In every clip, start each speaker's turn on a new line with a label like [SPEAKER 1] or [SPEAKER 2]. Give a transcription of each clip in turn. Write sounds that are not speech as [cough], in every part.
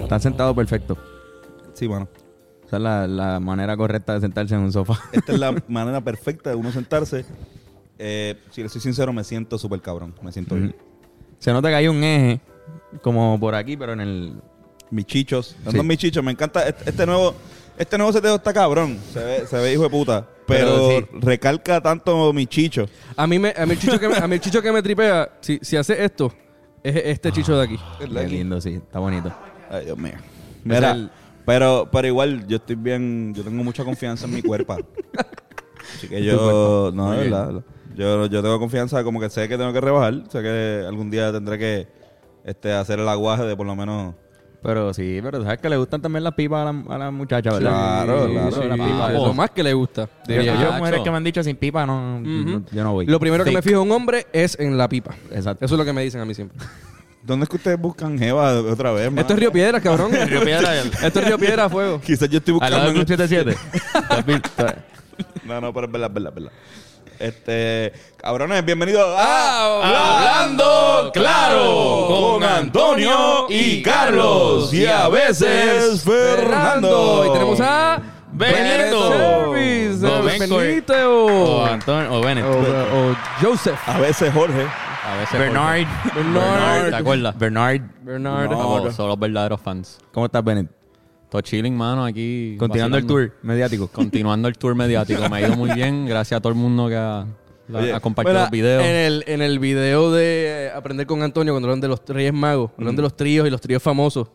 [SPEAKER 1] Están sentados Eh, perfecto.
[SPEAKER 2] Sí, mano.
[SPEAKER 1] Esa es la, la manera correcta de sentarse en un sofá.
[SPEAKER 2] Esta es
[SPEAKER 3] [laughs]
[SPEAKER 2] la manera perfecta de uno sentarse. Eh, si le soy sincero, me siento súper cabrón. Me siento bien.
[SPEAKER 1] Se nota que hay un eje, como por aquí, pero en el.
[SPEAKER 2] Mis chichos. Dando
[SPEAKER 1] Sí.
[SPEAKER 2] mis chichos. Me encanta. Este, este nuevo este nuevo seteo está cabrón. Se ve, se ve hijo de puta. Pero,
[SPEAKER 3] Pero
[SPEAKER 2] recalca tanto mis chichos.
[SPEAKER 3] A mí, me, a, mí el chicho que me, a mí el chicho que me tripea, si, si hace esto, es este chicho de aquí.
[SPEAKER 1] Qué lindo, sí. Está bonito.
[SPEAKER 2] Ay, Dios mío. Mira,
[SPEAKER 3] el-
[SPEAKER 2] pero, pero igual yo estoy bien, yo tengo mucha confianza en mi
[SPEAKER 3] [laughs]
[SPEAKER 2] cuerpo. Así que yo, no, de verdad, de verdad. Yo, yo tengo confianza, como que sé que tengo que rebajar, sé que algún día tendré que este, hacer el aguaje de por lo menos...
[SPEAKER 1] Pero sí, pero sabes que le gustan también las pipas a la, a la muchacha, ¿verdad?
[SPEAKER 2] Claro,
[SPEAKER 1] Sí,
[SPEAKER 2] claro,
[SPEAKER 1] sí, las
[SPEAKER 3] Sí,
[SPEAKER 1] pipas.
[SPEAKER 3] es lo
[SPEAKER 1] Eso.
[SPEAKER 3] más que le gusta.
[SPEAKER 1] Yo, yo,
[SPEAKER 3] diría yo.
[SPEAKER 4] Macho.
[SPEAKER 1] mujeres que me han dicho sin pipa, no, no- yo no voy.
[SPEAKER 3] Lo primero que me
[SPEAKER 1] Thick.
[SPEAKER 3] fijo en un hombre es en la pipa.
[SPEAKER 1] Exacto.
[SPEAKER 3] Eso es lo que me dicen a mí siempre.
[SPEAKER 2] ¿Dónde es que ustedes buscan Jeva otra vez, man?
[SPEAKER 3] Esto es Río Piedra, cabrón.
[SPEAKER 4] Río Piedra, el-
[SPEAKER 3] Esto es Río Piedra a
[SPEAKER 2] [laughs]
[SPEAKER 3] fuego.
[SPEAKER 2] Quizás yo estoy
[SPEAKER 4] Al lado
[SPEAKER 2] buscando...
[SPEAKER 4] del Club
[SPEAKER 2] en-
[SPEAKER 4] 77. Has visto-
[SPEAKER 2] [laughs] No, no, pero es verdad, es verdad, es verdad. Este, cabrones, bienvenidos a...
[SPEAKER 4] Hablando claro con
[SPEAKER 1] Ah,
[SPEAKER 4] Antonio y Carlos y a veces
[SPEAKER 3] Fernando. Y tenemos a...
[SPEAKER 4] Benito.
[SPEAKER 3] Service.
[SPEAKER 4] O Benco-
[SPEAKER 3] eh, Benito.
[SPEAKER 1] Oh,
[SPEAKER 3] Oh.
[SPEAKER 4] o Antonio o Bennett.
[SPEAKER 3] O, o Joseph.
[SPEAKER 2] A veces Jorge.
[SPEAKER 4] A veces
[SPEAKER 1] Bernard.
[SPEAKER 3] Bernard.
[SPEAKER 4] ¿Te acuerdas? Bernard.
[SPEAKER 3] Bernard.
[SPEAKER 4] No, son los verdaderos fans.
[SPEAKER 1] ¿Cómo estás, Bennett?
[SPEAKER 4] Todo chilling, mano, aquí.
[SPEAKER 1] Continuando el
[SPEAKER 4] vacilando.
[SPEAKER 1] tour mediático.
[SPEAKER 4] Continuando el tour mediático. Me ha ido muy bien. Gracias a todo el mundo que ha, la-
[SPEAKER 2] Oye,
[SPEAKER 4] ha compartido
[SPEAKER 3] Mira,
[SPEAKER 4] los videos.
[SPEAKER 3] En el, en el video de eh, Aprender con Antonio, cuando hablan de los Reyes Magos, hablan de los tríos y los tríos famosos.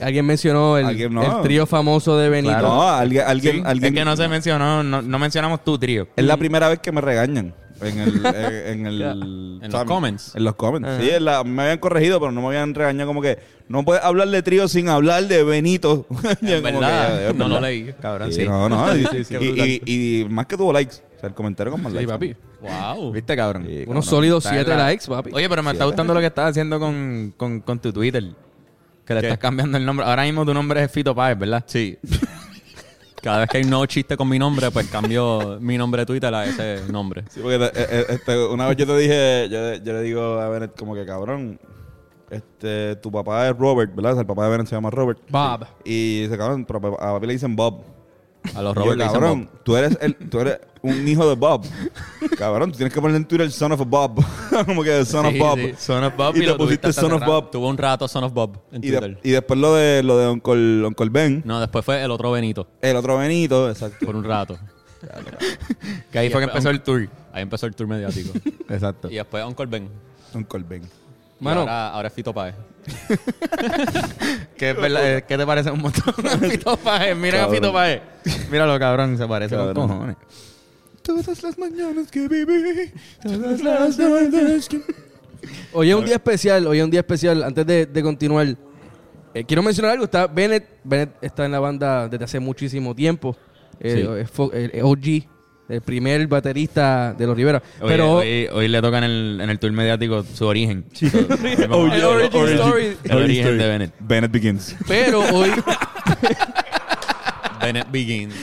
[SPEAKER 3] Alguien mencionó el,
[SPEAKER 2] Alguien no.
[SPEAKER 3] el trío famoso de Benito.
[SPEAKER 2] No, alguien... alguien,
[SPEAKER 1] Es
[SPEAKER 2] alguien
[SPEAKER 1] que no se mencionó, no, no mencionamos tú, trío.
[SPEAKER 2] Es la primera vez que me regañan. En
[SPEAKER 1] [laughs]
[SPEAKER 2] el. eh, En, en el
[SPEAKER 4] En
[SPEAKER 2] ¿sabes?
[SPEAKER 4] los comments.
[SPEAKER 2] En los comments. Sí, en la- me habían corregido, pero no me habían regañado. Como que no puedes hablar de trío sin hablar de Benito. [laughs]
[SPEAKER 4] Es verdad, no lo leí.
[SPEAKER 1] Cabrón,
[SPEAKER 2] Sí,
[SPEAKER 1] sí.
[SPEAKER 2] No, no. y,
[SPEAKER 1] sí,
[SPEAKER 2] y- y- y más que tuvo likes. O sea, el comentario con más
[SPEAKER 3] Sí,
[SPEAKER 2] likes.
[SPEAKER 3] papi.
[SPEAKER 4] Wow.
[SPEAKER 1] ¿Viste, cabrón?
[SPEAKER 2] Sí,
[SPEAKER 3] Unos sólidos
[SPEAKER 1] Está en
[SPEAKER 3] 7
[SPEAKER 1] la-
[SPEAKER 3] likes, papi.
[SPEAKER 1] Oye, [laughs] pero me está gustando lo que estás haciendo con, con, con tu Twitter. Que le
[SPEAKER 4] ¿Qué?
[SPEAKER 1] estás cambiando el nombre. Ahora mismo tu nombre es Fito Páez, ¿verdad?
[SPEAKER 4] Sí. [laughs] Cada vez que hay un nuevo chiste con mi nombre, pues cambio mi nombre de Twitter a ese nombre.
[SPEAKER 2] Sí, porque te- eh, eh, este, una vez yo te dije, yo, yo le digo a Bennett, como que cabrón, este, tu papá es Robert, ¿verdad? O sea, el papá de Bennett se llama Robert.
[SPEAKER 3] Bob.
[SPEAKER 2] Y se cabrón, pero a papi le dicen Bob.
[SPEAKER 4] A los
[SPEAKER 2] Yo,
[SPEAKER 4] Robert le dicen
[SPEAKER 2] cabrón,
[SPEAKER 4] Bob.
[SPEAKER 2] Tú, eres el, tú eres un hijo de
[SPEAKER 4] [laughs]
[SPEAKER 2] Bob. cabrón, tú tienes que poner en Twitter Son of a Bob. [laughs] Como que Son
[SPEAKER 4] Sí,
[SPEAKER 2] of Bob.
[SPEAKER 4] sí, Son of Bob
[SPEAKER 2] Y
[SPEAKER 4] y
[SPEAKER 2] te
[SPEAKER 4] lo
[SPEAKER 2] pusiste
[SPEAKER 4] tuviste hasta
[SPEAKER 2] Son of
[SPEAKER 4] cerrado.
[SPEAKER 2] Bob.
[SPEAKER 4] Tuve un rato Son of Bob en
[SPEAKER 2] Y, de-
[SPEAKER 4] Twitter.
[SPEAKER 2] y después lo de lo de Uncle, Uncle Ben.
[SPEAKER 4] No, después fue el otro Benito.
[SPEAKER 2] El otro Benito, exacto.
[SPEAKER 4] Por un rato.
[SPEAKER 1] Que ahí
[SPEAKER 4] Y
[SPEAKER 1] fue que
[SPEAKER 4] después-
[SPEAKER 1] empezó el tour.
[SPEAKER 4] Ahí empezó el tour mediático.
[SPEAKER 1] Exacto.
[SPEAKER 4] y después Uncle Ben.
[SPEAKER 2] Uncle Ben.
[SPEAKER 4] Y
[SPEAKER 3] Mano.
[SPEAKER 4] ahora, ahora es Fito Páez.
[SPEAKER 1] ¿Qué, es verdad- eh, qué te parece un montón a Fito Páez? Miren
[SPEAKER 2] Cabrón.
[SPEAKER 1] a Fito Páez. [laughs] Míralo, cabrón, se parece con
[SPEAKER 2] Cabrón.
[SPEAKER 1] cojones.
[SPEAKER 2] Todas las mañanas que viví, todas las noches que...
[SPEAKER 3] Hoy es un día especial, hoy es un día especial. Antes de, de continuar, eh, quiero mencionar algo. Está Bennett. Bennett está en la banda desde hace muchísimo tiempo. Eh,
[SPEAKER 1] Sí.
[SPEAKER 3] es fo- el OG, el primer baterista de los Rivera.
[SPEAKER 1] Oye,
[SPEAKER 3] Pero
[SPEAKER 1] hoy, hoy le toca en el, en el tour mediático su origen. [laughs]
[SPEAKER 3] El origin story.
[SPEAKER 1] El origen de Bennett.
[SPEAKER 2] Bennett Begins.
[SPEAKER 3] Pero hoy,
[SPEAKER 1] [laughs]
[SPEAKER 4] Bennett Begins.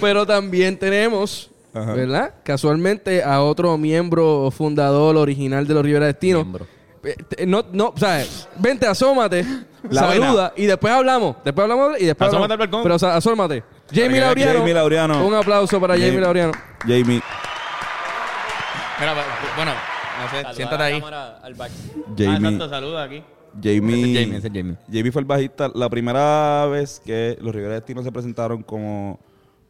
[SPEAKER 3] [laughs] pero también tenemos,
[SPEAKER 2] Ajá.
[SPEAKER 3] ¿verdad? Casualmente a otro miembro o fundador original de los Rivera Destino.
[SPEAKER 4] Miembro.
[SPEAKER 3] Eh, te- No, no, ¿sabes? Vente, asómate,
[SPEAKER 2] La
[SPEAKER 3] saluda y después hablamos. Después hablamos y después
[SPEAKER 1] Asómate
[SPEAKER 3] hablamos.
[SPEAKER 1] al balcón.
[SPEAKER 3] Pero o sea, asómate. Jamie
[SPEAKER 2] vea
[SPEAKER 3] Laureano.
[SPEAKER 2] Jamie Laureano.
[SPEAKER 3] Un aplauso para Jamie,
[SPEAKER 2] Jamie.
[SPEAKER 3] Laureano.
[SPEAKER 2] Jamie.
[SPEAKER 4] Ah,
[SPEAKER 1] Mira, bueno, no sé, siéntate ahí.
[SPEAKER 2] Jamie.
[SPEAKER 1] Ah, saluda aquí.
[SPEAKER 2] Jamie.
[SPEAKER 1] Ese es Jamie, ese es Jamie.
[SPEAKER 2] Jamie fue el bajista. La primera vez que los Rivera Destino se presentaron como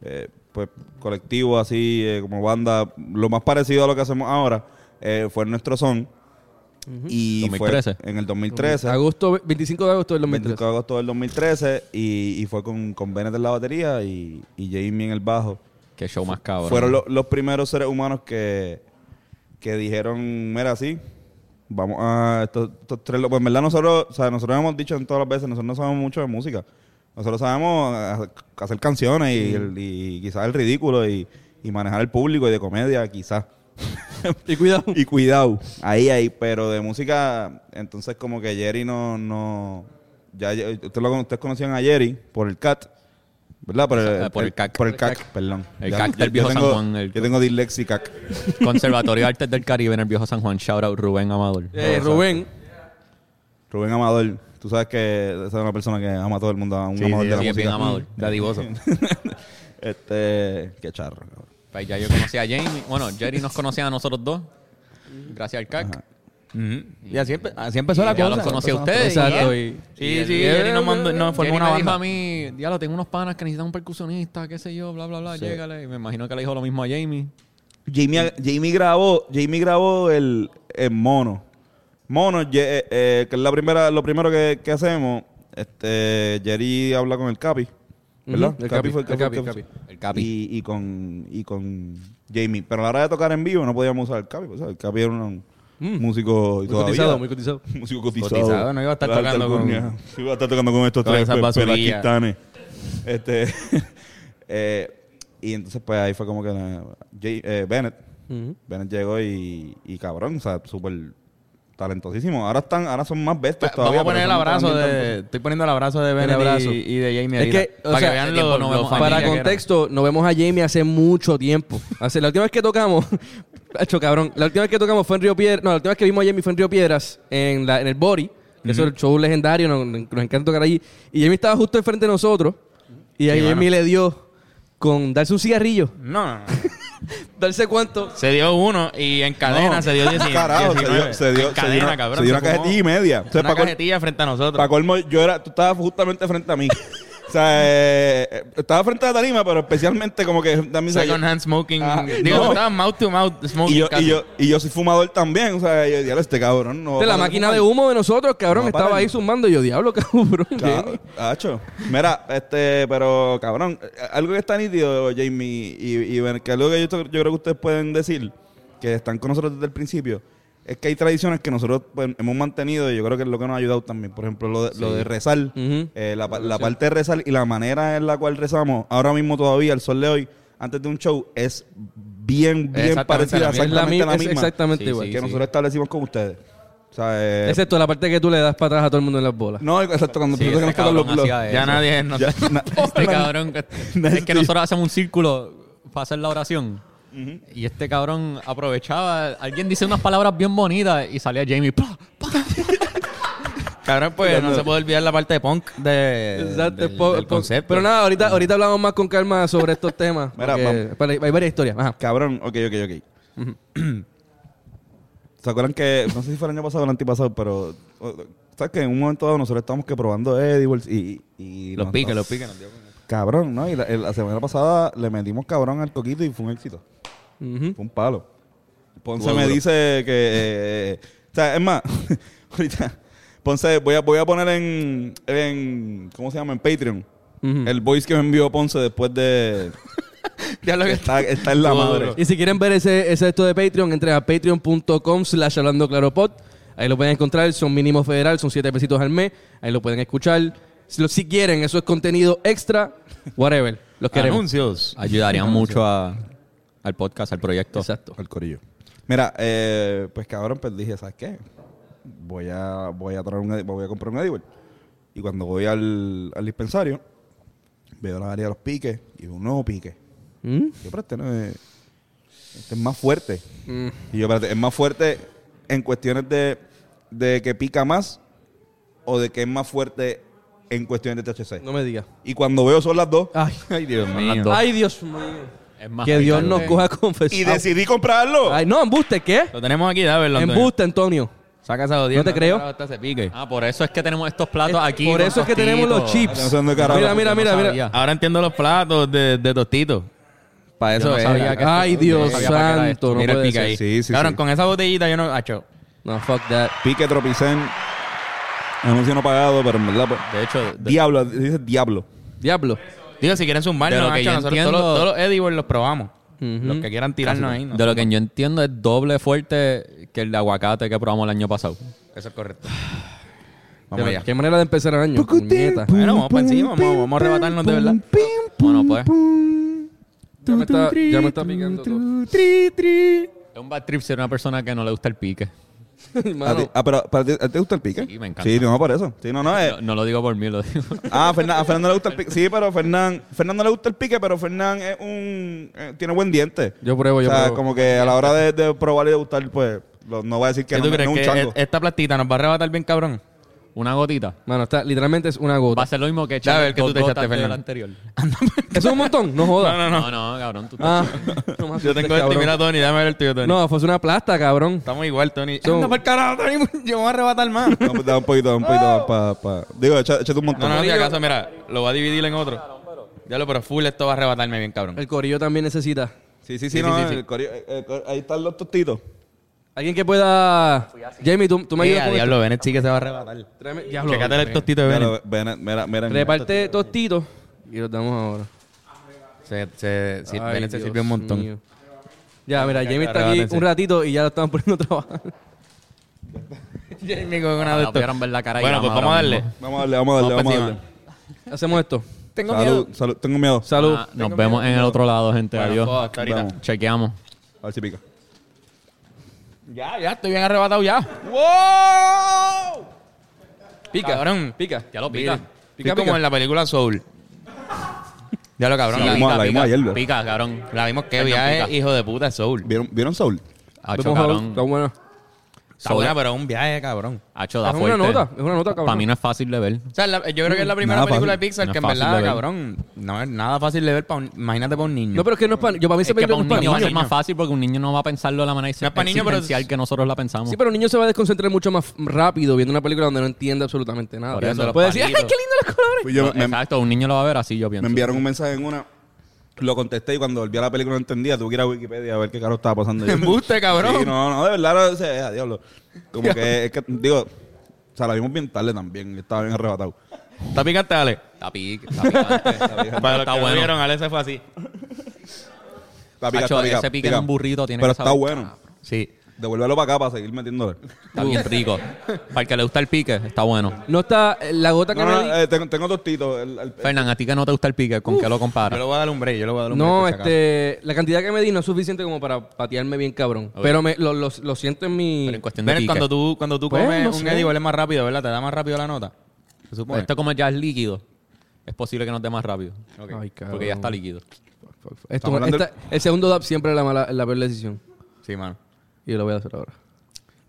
[SPEAKER 2] eh, pues, colectivo, así, eh, como banda, lo más parecido a lo que hacemos ahora, eh, fue en nuestro son. Y fue
[SPEAKER 4] 2013.
[SPEAKER 2] en el 2013.
[SPEAKER 3] Agosto, 25 de agosto del
[SPEAKER 2] 25 de
[SPEAKER 3] 2013.
[SPEAKER 2] agosto del 2013 y, y fue con, con Bennett en la batería y, y Jamie en el bajo.
[SPEAKER 4] Qué show más cabrón.
[SPEAKER 2] Fueron lo- los primeros seres humanos que, que dijeron, mira, sí, vamos a estos, estos tres... lo-". Pues en verdad nosotros, o sea, nosotros hemos dicho en todas las veces, nosotros no sabemos mucho de música. Nosotros sabemos hacer- hacer canciones y, el- y quizás el ridículo y, y manejar el público y de comedia, quizás.
[SPEAKER 3] Y cuidado.
[SPEAKER 2] [laughs] Y cuidado, ahí, ahí, pero de música, entonces como que Jerry no, no, ya, ya- ustedes, lo- ustedes conocían a Jerry por el CAT, ¿verdad? Por el,
[SPEAKER 4] Ah, por el CAC.
[SPEAKER 2] Por el CAC, perdón.
[SPEAKER 4] El
[SPEAKER 2] Ya,
[SPEAKER 4] CAC
[SPEAKER 2] yo-
[SPEAKER 4] del
[SPEAKER 2] yo
[SPEAKER 4] viejo San
[SPEAKER 2] tengo-
[SPEAKER 4] Juan, el-
[SPEAKER 2] Yo tengo dislexia CAC.
[SPEAKER 4] Conservatorio de Artes del Caribe en el viejo San Juan. Shout out Rubén Amador.
[SPEAKER 3] Eh, Rubén.
[SPEAKER 2] Rubén Amador, tú sabes que esa es una persona que ama a todo el mundo, un
[SPEAKER 1] Sí,
[SPEAKER 2] amador
[SPEAKER 1] sí,
[SPEAKER 2] de la
[SPEAKER 1] sí,
[SPEAKER 4] es bien
[SPEAKER 2] música. Mm.
[SPEAKER 4] amador.
[SPEAKER 1] Dadivoso.
[SPEAKER 2] Este, qué charro. cabrón.
[SPEAKER 4] [laughs] Pues ya yo conocí a Jamie. Bueno, Jerry nos conocía a nosotros dos. Gracias al CAC.
[SPEAKER 1] Ujú. Y así, empe- así empezó la
[SPEAKER 4] ya
[SPEAKER 1] cosa.
[SPEAKER 4] los conocí a
[SPEAKER 1] Empezó-
[SPEAKER 4] ustedes.
[SPEAKER 3] Exacto,
[SPEAKER 4] y-
[SPEAKER 3] y-
[SPEAKER 1] Sí,
[SPEAKER 4] y el-
[SPEAKER 1] sí, Jerry nos mandó- nos formó
[SPEAKER 4] Jenny
[SPEAKER 1] una
[SPEAKER 4] me dijo
[SPEAKER 1] banda.
[SPEAKER 4] a mí, diablo, tengo unos panas que necesitan un percusionista, qué sé yo, bla, bla, bla, llégale. Y me imagino que le dijo lo mismo a Jamie.
[SPEAKER 2] Jamie, Jamie grabó, Jamie grabó el, el mono. Mono, ye- eh, eh, que es la primera, lo primero que, que hacemos, este, Jerry habla con el Capi, ¿verdad?
[SPEAKER 3] Ujú, el Capi, el Capi, el Capi.
[SPEAKER 4] El Capi.
[SPEAKER 2] Y, y con, y con Jamie. Pero a la hora de tocar en vivo no podíamos usar el Capi, pues, ¿sabes? el Capi era un
[SPEAKER 3] Mm.
[SPEAKER 2] músico
[SPEAKER 3] Muy
[SPEAKER 2] todavía-
[SPEAKER 3] cotizado, muy cotizado.
[SPEAKER 2] [laughs] músico cotizado.
[SPEAKER 1] Cotizado, no iba a estar
[SPEAKER 2] La alta
[SPEAKER 1] tocando con-
[SPEAKER 2] alcurnia. Sí, iba a estar tocando con estos
[SPEAKER 1] Todas
[SPEAKER 2] tres
[SPEAKER 1] esas
[SPEAKER 2] pe-
[SPEAKER 1] basurillas.
[SPEAKER 2] pelaquitanes. Este, [laughs] eh, y entonces pues ahí fue como que la- Jay- eh, Bennett,
[SPEAKER 3] Ujú.
[SPEAKER 2] Bennett llegó y, y cabrón, o sea, súper talentosísimo. Ahora están, ahora son más bestos
[SPEAKER 1] Pues, Vamos
[SPEAKER 2] todavía.
[SPEAKER 1] a poner el
[SPEAKER 2] pero son
[SPEAKER 1] abrazo
[SPEAKER 2] también
[SPEAKER 1] de.
[SPEAKER 2] talentosos.
[SPEAKER 1] Estoy poniendo el abrazo de Ben
[SPEAKER 3] abrazo.
[SPEAKER 1] y, y de Jamie.
[SPEAKER 3] Es
[SPEAKER 1] ahorita,
[SPEAKER 3] que, o
[SPEAKER 1] para
[SPEAKER 3] sea,
[SPEAKER 1] que vean
[SPEAKER 4] hace tiempo
[SPEAKER 1] lo,
[SPEAKER 4] no
[SPEAKER 1] lo
[SPEAKER 4] vemos a
[SPEAKER 1] familia
[SPEAKER 3] Para
[SPEAKER 4] Mira,
[SPEAKER 1] que era.
[SPEAKER 3] contexto, no vemos a Jamie hace mucho tiempo. Hace, la última vez que tocamos, [laughs] Hacho, cabrón, la última vez que tocamos fue en Río Piedras. No, la última vez que vimos a Jamie fue en Río Piedras, en, la, en el Body, que eso es el show legendario, nos, nos encanta tocar allí. Y Jamie estaba justo enfrente de nosotros, y a
[SPEAKER 1] Sí,
[SPEAKER 3] Jamie
[SPEAKER 1] mano.
[SPEAKER 3] le dio con darse un cigarrillo.
[SPEAKER 1] No, no, no.
[SPEAKER 3] ¿Darse cuánto?
[SPEAKER 1] Se dio uno y en cadena se [laughs] dio 19.
[SPEAKER 2] [laughs] Carajo, se dio,
[SPEAKER 1] 19.
[SPEAKER 2] se dio,
[SPEAKER 1] en
[SPEAKER 2] se dio
[SPEAKER 1] cadena,
[SPEAKER 2] una,
[SPEAKER 1] cabrón.
[SPEAKER 2] se dio una
[SPEAKER 1] fumó
[SPEAKER 2] cajetilla y media. O sea,
[SPEAKER 1] una
[SPEAKER 2] para col-
[SPEAKER 1] cajetilla frente a nosotros.
[SPEAKER 2] Para colmo, yo era, tú estabas justamente frente a mí. [laughs] o sea, eh, eh, estaba frente a la tarima, pero especialmente como que también se-
[SPEAKER 1] Second hand smoking.
[SPEAKER 2] Ah,
[SPEAKER 1] Digo,
[SPEAKER 2] no.
[SPEAKER 1] estaba mouth to mouth smoking.
[SPEAKER 2] y yo,
[SPEAKER 1] casi.
[SPEAKER 2] y, yo, y yo soy fumador también. O sea, yo diablo, este cabrón no. va
[SPEAKER 3] De
[SPEAKER 2] a
[SPEAKER 3] la
[SPEAKER 2] parar
[SPEAKER 3] máquina de
[SPEAKER 2] fumar.
[SPEAKER 3] humo de nosotros, cabrón,
[SPEAKER 2] No, para
[SPEAKER 3] estaba
[SPEAKER 2] el-
[SPEAKER 3] ahí zumbando. Y yo, diablo, [laughs] cabrón. Jamie.
[SPEAKER 2] Ca- Hacho. Mira, este, pero cabrón, eh, algo que está nítido, Jamie, y, y Ben, que algo que yo, to- yo creo que ustedes pueden decir, que están con nosotros desde el principio, es que hay tradiciones que nosotros pues, hemos mantenido y yo creo que es lo que nos ha ayudado también. Por ejemplo, lo de, lo de rezar,
[SPEAKER 3] Ujú.
[SPEAKER 2] eh, la, pa- la parte de rezar y la manera en la cual rezamos, ahora mismo todavía, el sol de hoy, antes de un show, es bien, bien
[SPEAKER 1] Exactamente
[SPEAKER 2] parecida,
[SPEAKER 1] la misma.
[SPEAKER 3] Es la
[SPEAKER 2] exactamente
[SPEAKER 3] mi-
[SPEAKER 2] la,
[SPEAKER 3] es
[SPEAKER 2] misma
[SPEAKER 3] exactamente
[SPEAKER 1] Sí,
[SPEAKER 3] igual.
[SPEAKER 2] que nosotros establecimos con ustedes. O sea, eh,
[SPEAKER 3] Excepto la parte que tú le das para atrás a todo el mundo en las bolas.
[SPEAKER 2] no, exacto, cuando
[SPEAKER 4] Sí,
[SPEAKER 2] tú
[SPEAKER 4] ese
[SPEAKER 2] nos tocan
[SPEAKER 4] cabrón
[SPEAKER 2] los- los-
[SPEAKER 4] hacía
[SPEAKER 1] Ya
[SPEAKER 4] eso.
[SPEAKER 1] nadie nos
[SPEAKER 2] ya, na-
[SPEAKER 1] [laughs]
[SPEAKER 3] [laughs]
[SPEAKER 2] [laughs]
[SPEAKER 4] Este cabrón. que- es que
[SPEAKER 2] Nasty.
[SPEAKER 4] nosotros hacemos un círculo para hacer la oración. Y este cabrón aprovechaba. Alguien dice unas palabras bien bonitas y salía Jamie. ¡pla!
[SPEAKER 1] Cabrón, pues no se puede olvidar la parte de punk de,
[SPEAKER 3] Exacto,
[SPEAKER 1] del,
[SPEAKER 3] po-
[SPEAKER 1] del
[SPEAKER 3] po-
[SPEAKER 1] concepto.
[SPEAKER 3] Pero nada, ahorita, ahorita hablamos más con calma sobre estos temas.
[SPEAKER 2] Mira,
[SPEAKER 3] porque-
[SPEAKER 2] vamos.
[SPEAKER 3] para- hay varias historias. Ajá.
[SPEAKER 2] Cabrón, ok, ok, ok. [clears throat] ¿Se acuerdan que, no sé si fue el año pasado o el antipasado, pero, o- ¿sabes que En un momento dado nosotros estábamos que probando Edibles y... y
[SPEAKER 1] los
[SPEAKER 2] nos-
[SPEAKER 1] piques,
[SPEAKER 2] nos-
[SPEAKER 1] los piques. nos dio.
[SPEAKER 2] Cabrón, ¿no? Y la, la semana pasada le metimos cabrón al coquito y fue un éxito.
[SPEAKER 3] Ujú.
[SPEAKER 2] Fue un palo. Ponce
[SPEAKER 1] Estuvo
[SPEAKER 2] me
[SPEAKER 1] duro.
[SPEAKER 2] dice que. eh, o sea, es más, [laughs] ahorita. Ponce, voy a, voy a poner en, en. ¿Cómo se llama? En Patreon.
[SPEAKER 3] Ujú.
[SPEAKER 2] El voice que me envió Ponce después
[SPEAKER 1] [laughs]
[SPEAKER 2] de.
[SPEAKER 1] Diablo, que-
[SPEAKER 2] Está, está en la
[SPEAKER 1] Estuvo
[SPEAKER 2] madre.
[SPEAKER 1] duro.
[SPEAKER 3] Y si quieren ver ese, ese esto de Patreon, entren a patreon.com slash hablando claro pod. Ahí lo pueden encontrar, son mínimo federal, son 7 pesitos al mes. Ahí lo pueden escuchar. Si, lo- si quieren, eso es contenido extra, whatever. Los queremos.
[SPEAKER 1] Anuncios.
[SPEAKER 4] Ayudarían mucho a- al podcast, al proyecto.
[SPEAKER 3] Exacto.
[SPEAKER 2] Al corillo. Mira, eh, pues cabrón, pues dije, ¿sabes qué? Voy a, voy a traer un Edi- voy a comprar un Edible. Y cuando voy al, al dispensario, veo la área de los piques y veo un nuevo pique.
[SPEAKER 3] ¿Mm?
[SPEAKER 2] Yo, pero este, no es, este es más fuerte. Y yo, espérate, es más fuerte en cuestiones de, de que pica más o de que es más fuerte en cuestiones de THC.
[SPEAKER 3] No me digas.
[SPEAKER 2] Y cuando veo son las dos.
[SPEAKER 3] Ay,
[SPEAKER 1] Ay, Dios
[SPEAKER 4] las
[SPEAKER 1] mío.
[SPEAKER 4] dos.
[SPEAKER 3] ay, Dios mío.
[SPEAKER 4] Es más
[SPEAKER 3] Que Dios
[SPEAKER 4] habitante.
[SPEAKER 3] nos coja
[SPEAKER 2] Y
[SPEAKER 3] confesado.
[SPEAKER 2] decidí comprarlo.
[SPEAKER 3] Ay, no, embuste, ¿qué?
[SPEAKER 1] Lo tenemos aquí, David.
[SPEAKER 3] Embuste, Antonio.
[SPEAKER 1] Saca esa jodida.
[SPEAKER 3] No te creo.
[SPEAKER 1] Hasta se pique.
[SPEAKER 4] Ah, por eso es que tenemos estos platos
[SPEAKER 3] Es-
[SPEAKER 4] Ah, aquí.
[SPEAKER 3] por
[SPEAKER 4] con
[SPEAKER 3] eso es que tenemos los
[SPEAKER 4] tostitos.
[SPEAKER 3] chips.
[SPEAKER 2] No sé dónde carajo.
[SPEAKER 3] Mira, mira,
[SPEAKER 4] Yo no
[SPEAKER 3] mira, mira.
[SPEAKER 4] sabía.
[SPEAKER 1] Ahora entiendo los platos de, de Tostito. Para eso
[SPEAKER 4] no
[SPEAKER 1] es.
[SPEAKER 4] sabía que-
[SPEAKER 3] Ay,
[SPEAKER 1] este
[SPEAKER 4] Yo no
[SPEAKER 3] Dios
[SPEAKER 4] sabía para qué era esto.
[SPEAKER 3] santo. No
[SPEAKER 1] Mira el
[SPEAKER 3] puede
[SPEAKER 1] pique
[SPEAKER 3] ser.
[SPEAKER 1] ahí.
[SPEAKER 2] Sí, sí,
[SPEAKER 1] Cabrón,
[SPEAKER 2] sí.
[SPEAKER 1] con esa botellita yo no. Acho.
[SPEAKER 3] No, fuck that.
[SPEAKER 2] Pique Tropicen. Anuncio no pagado, pero en verdad. pues,
[SPEAKER 4] De hecho, de-
[SPEAKER 2] diablo, dice diablo.
[SPEAKER 3] Diablo.
[SPEAKER 1] Digo, si quieren
[SPEAKER 4] De
[SPEAKER 1] zumbarnos,
[SPEAKER 4] lo que
[SPEAKER 1] acho,
[SPEAKER 4] yo
[SPEAKER 1] nosotros
[SPEAKER 4] entiendo-
[SPEAKER 1] todos los, todos los edibles los probamos.
[SPEAKER 3] Ujú.
[SPEAKER 1] Los que quieran tirarnos ahí. no.
[SPEAKER 4] de lo que yo entiendo es doble fuerte que el de aguacate que probamos el año pasado.
[SPEAKER 1] Eso es correcto.
[SPEAKER 3] Pero
[SPEAKER 1] Vamos allá.
[SPEAKER 3] Qué manera de empezar el año. puñeta.
[SPEAKER 1] Bueno, vamos para encima, vamos, vamos a arrebatarnos de verdad.
[SPEAKER 4] Bueno, pues.
[SPEAKER 3] Ya me está, ya me está picando todo.
[SPEAKER 4] Es un bad trip ser una persona que no le gusta el pique.
[SPEAKER 2] A ti-
[SPEAKER 3] Hermano,
[SPEAKER 2] ah, pero ¿para ti, ¿a ti te gusta el pique?
[SPEAKER 4] Sí, me encanta.
[SPEAKER 2] Sí, no, por eso. Sí, no, no, es,
[SPEAKER 4] No, no lo digo por mí, lo digo. [laughs]
[SPEAKER 2] Ah, Fernan- a Fernando le gusta el pique. Sí, pero Fernán, Fernando le gusta el pique, pero Fernán es un eh, tiene buen diente.
[SPEAKER 3] Yo pruebo, yo
[SPEAKER 2] O sea,
[SPEAKER 3] pruebo.
[SPEAKER 2] como que a la hora de, de probar y de gustar, pues lo- no voy a decir que
[SPEAKER 1] ¿Qué
[SPEAKER 2] no,
[SPEAKER 1] tú
[SPEAKER 2] no
[SPEAKER 1] crees
[SPEAKER 2] es un
[SPEAKER 1] que
[SPEAKER 2] chango.
[SPEAKER 1] e- esta plastita nos va a arrebatar bien cabrón?
[SPEAKER 4] Una gotita.
[SPEAKER 3] Mano, está, literalmente es una
[SPEAKER 4] Va a
[SPEAKER 3] gota.
[SPEAKER 4] ser lo mismo que
[SPEAKER 1] Ya, a ver, ¿qué
[SPEAKER 4] dos
[SPEAKER 1] tú te echaste,
[SPEAKER 4] gotas del
[SPEAKER 1] Fernando?
[SPEAKER 4] anterior.
[SPEAKER 3] Eso es un montón, no jodas.
[SPEAKER 4] No, no, cabrón. Tú
[SPEAKER 3] Ah, no [laughs] me
[SPEAKER 1] Yo
[SPEAKER 3] asustes,
[SPEAKER 1] tengo este,
[SPEAKER 3] cabrón.
[SPEAKER 1] mira Tony, dame ver el tuyo, Tony.
[SPEAKER 3] No, fue una plasta, cabrón.
[SPEAKER 1] Estamos igual, Tony.
[SPEAKER 3] So-
[SPEAKER 1] Anda pa'l carajo, Tony, [laughs] yo me voy a arrebatar
[SPEAKER 3] [laughs]
[SPEAKER 1] más.
[SPEAKER 2] No, pues, da un poquito, da un poquito más pa, pa- Digo, echa- échate un montón.
[SPEAKER 1] No, no, si acaso, mira, lo va a dividir en otro. Ya lo, pero full esto va a arrebatarme bien, cabrón.
[SPEAKER 3] El corillo también necesita.
[SPEAKER 2] Sí, sí, sí,
[SPEAKER 1] Sí,
[SPEAKER 2] no,
[SPEAKER 1] sí, sí,
[SPEAKER 2] el cori- eh, eh, cor- ahí están los tostitos.
[SPEAKER 3] Alguien que pueda. Jamie, tú, tú me
[SPEAKER 1] Eh,
[SPEAKER 3] ayudas.
[SPEAKER 1] a
[SPEAKER 3] con
[SPEAKER 1] diablo, este. Bennett sí que se va a arrebatar.
[SPEAKER 3] esto? Tráeme- diablo.
[SPEAKER 1] Checate el tostito de Bennett.
[SPEAKER 2] Mira, ven, mira, mira.
[SPEAKER 3] Reparte tostitos y los damos ahora.
[SPEAKER 1] Se, se, sí,
[SPEAKER 3] Ay,
[SPEAKER 1] Bennett se
[SPEAKER 3] Dios
[SPEAKER 1] sirvió un montón.
[SPEAKER 3] mío. Ya, mira, Jamie está aquí
[SPEAKER 1] Arrebátense.
[SPEAKER 3] un ratito y ya lo estaban [laughs] poniendo a trabajar.
[SPEAKER 1] Jamie
[SPEAKER 3] Ah,
[SPEAKER 1] con una de
[SPEAKER 4] Ojalá
[SPEAKER 1] estos.
[SPEAKER 4] pudieran ver la cara de
[SPEAKER 1] Bueno,
[SPEAKER 4] Gama
[SPEAKER 1] pues vamos a
[SPEAKER 4] ahora
[SPEAKER 1] darle.
[SPEAKER 4] mismo.
[SPEAKER 2] Vamos a darle, vamos a darle,
[SPEAKER 1] Vamos
[SPEAKER 2] vamos
[SPEAKER 1] pa'
[SPEAKER 2] a darle.
[SPEAKER 3] Hacemos esto.
[SPEAKER 1] Tengo
[SPEAKER 2] salud, salud, tengo miedo.
[SPEAKER 3] Salud.
[SPEAKER 4] Ah, nos vemos en el otro lado, gente. Adiós.
[SPEAKER 1] hasta ahorita.
[SPEAKER 2] Vamos.
[SPEAKER 4] Chequeamos.
[SPEAKER 2] A ver si pica.
[SPEAKER 1] Ya, ya, estoy bien arrebatado ya.
[SPEAKER 3] ¡Wow! Pica.
[SPEAKER 1] Cabrón.
[SPEAKER 3] Pica.
[SPEAKER 4] Ya lo pica.
[SPEAKER 1] Pica como en la película Soul. Ya lo cabrón,
[SPEAKER 2] Sí,
[SPEAKER 1] la,
[SPEAKER 2] la vimos- la vimos ayer,
[SPEAKER 4] pica,
[SPEAKER 2] ¿verdad?
[SPEAKER 4] pica, cabrón.
[SPEAKER 1] la vimos que
[SPEAKER 4] Perdón,
[SPEAKER 1] viaje,
[SPEAKER 4] pica.
[SPEAKER 1] hijo de puta, Soul.
[SPEAKER 2] ¿Vieron, ¿vieron Soul?
[SPEAKER 4] Hacho,
[SPEAKER 3] Vemos a- Está
[SPEAKER 4] cabrón. Mm.
[SPEAKER 3] bueno.
[SPEAKER 1] Está buena, pero es un viaje, cabrón.
[SPEAKER 4] Hacho, da
[SPEAKER 3] Es una
[SPEAKER 4] fuerte.
[SPEAKER 3] nota, es una nota, cabrón.
[SPEAKER 4] Para mí no es fácil de ver.
[SPEAKER 1] O sea, la- yo creo que es la primera
[SPEAKER 2] nada
[SPEAKER 1] película
[SPEAKER 2] fácil.
[SPEAKER 1] de Pixar
[SPEAKER 4] No
[SPEAKER 1] que
[SPEAKER 4] es
[SPEAKER 1] en
[SPEAKER 4] fácil de
[SPEAKER 1] verdad,
[SPEAKER 4] ver.
[SPEAKER 1] cabrón, no es nada fácil de ver. pa' un- imagínate para un niño.
[SPEAKER 3] No, pero es que no es para. Yo para mí
[SPEAKER 4] Es
[SPEAKER 3] se
[SPEAKER 4] que para un niño va a ser
[SPEAKER 3] niños.
[SPEAKER 4] más fácil porque un niño no va a pensarlo de la manera
[SPEAKER 1] No es pa' niño, pero
[SPEAKER 4] existencial
[SPEAKER 1] es-
[SPEAKER 4] que nosotros la pensamos.
[SPEAKER 3] Sí, pero un niño se va a desconcentrar mucho más rápido viendo una película donde no entiende absolutamente nada.
[SPEAKER 4] Por eso, los
[SPEAKER 3] Puede decir, ¡ay, qué
[SPEAKER 4] palitos.
[SPEAKER 3] lindo los colores!
[SPEAKER 2] Fui Pues yo,
[SPEAKER 4] No,
[SPEAKER 2] me,
[SPEAKER 4] Exacto, un niño lo va a ver así, yo pienso.
[SPEAKER 2] me enviaron un mensaje en una. Lo contesté y cuando volví a la película no entendía. Tuve que ir a Wikipedia a ver qué caro estaba pasando.
[SPEAKER 4] [laughs]
[SPEAKER 2] Yo-
[SPEAKER 1] Embuste, cabrón.
[SPEAKER 2] Sí, no, no, de verdad, no sé, eh, a diablo. Como que, es que, digo, o sea, la vimos bien tarde también. Estaba bien arrebatado.
[SPEAKER 1] Está picante, Ale.
[SPEAKER 4] Está pica, está picante.
[SPEAKER 1] [laughs] Para los
[SPEAKER 4] está
[SPEAKER 1] que no
[SPEAKER 4] bueno.
[SPEAKER 1] vieron, Ale se fue así.
[SPEAKER 2] La
[SPEAKER 4] Hacho, ese pica en un burrito tiene
[SPEAKER 2] Pero
[SPEAKER 4] que
[SPEAKER 2] está
[SPEAKER 4] saber- Ah,
[SPEAKER 2] bueno.
[SPEAKER 1] Sí.
[SPEAKER 2] Devuélvelo para acá para seguir metiéndole.
[SPEAKER 4] Está bien rico. Para el que le gusta el pique, está bueno.
[SPEAKER 3] No está eh, la gota que
[SPEAKER 2] No, no,
[SPEAKER 3] me di-
[SPEAKER 2] eh, tengo, tengo tostitos. El, el-
[SPEAKER 4] Fernán, a ti que no te gusta el pique, ¿con qué lo
[SPEAKER 1] Yo
[SPEAKER 4] comparas?
[SPEAKER 1] le voy a dar un break, yo le voy a dar un break.
[SPEAKER 3] No,
[SPEAKER 1] por si acaso.
[SPEAKER 3] este, la cantidad que me di no es suficiente como para patearme bien cabrón.
[SPEAKER 4] Ok.
[SPEAKER 3] Pero me, lo, lo- lo siento en mi...
[SPEAKER 4] Pero en cuestión de
[SPEAKER 1] Ven,
[SPEAKER 4] pique.
[SPEAKER 1] cuando tú, cuando tú
[SPEAKER 3] Pues,
[SPEAKER 1] comes
[SPEAKER 3] no
[SPEAKER 1] un
[SPEAKER 3] sé.
[SPEAKER 1] edible es más rápido, ¿verdad? Te da más rápido la nota. Se supone.
[SPEAKER 4] Esto como ya es líquido, es posible que no esté más rápido.
[SPEAKER 1] Ok.
[SPEAKER 3] Ay, cabrón.
[SPEAKER 4] Porque ya está líquido.
[SPEAKER 3] Esto-
[SPEAKER 2] hablando
[SPEAKER 3] esta- El segundo DAP siempre es la, mala, es la peor decisión.
[SPEAKER 1] Sí, mano.
[SPEAKER 3] Y lo voy a hacer ahora.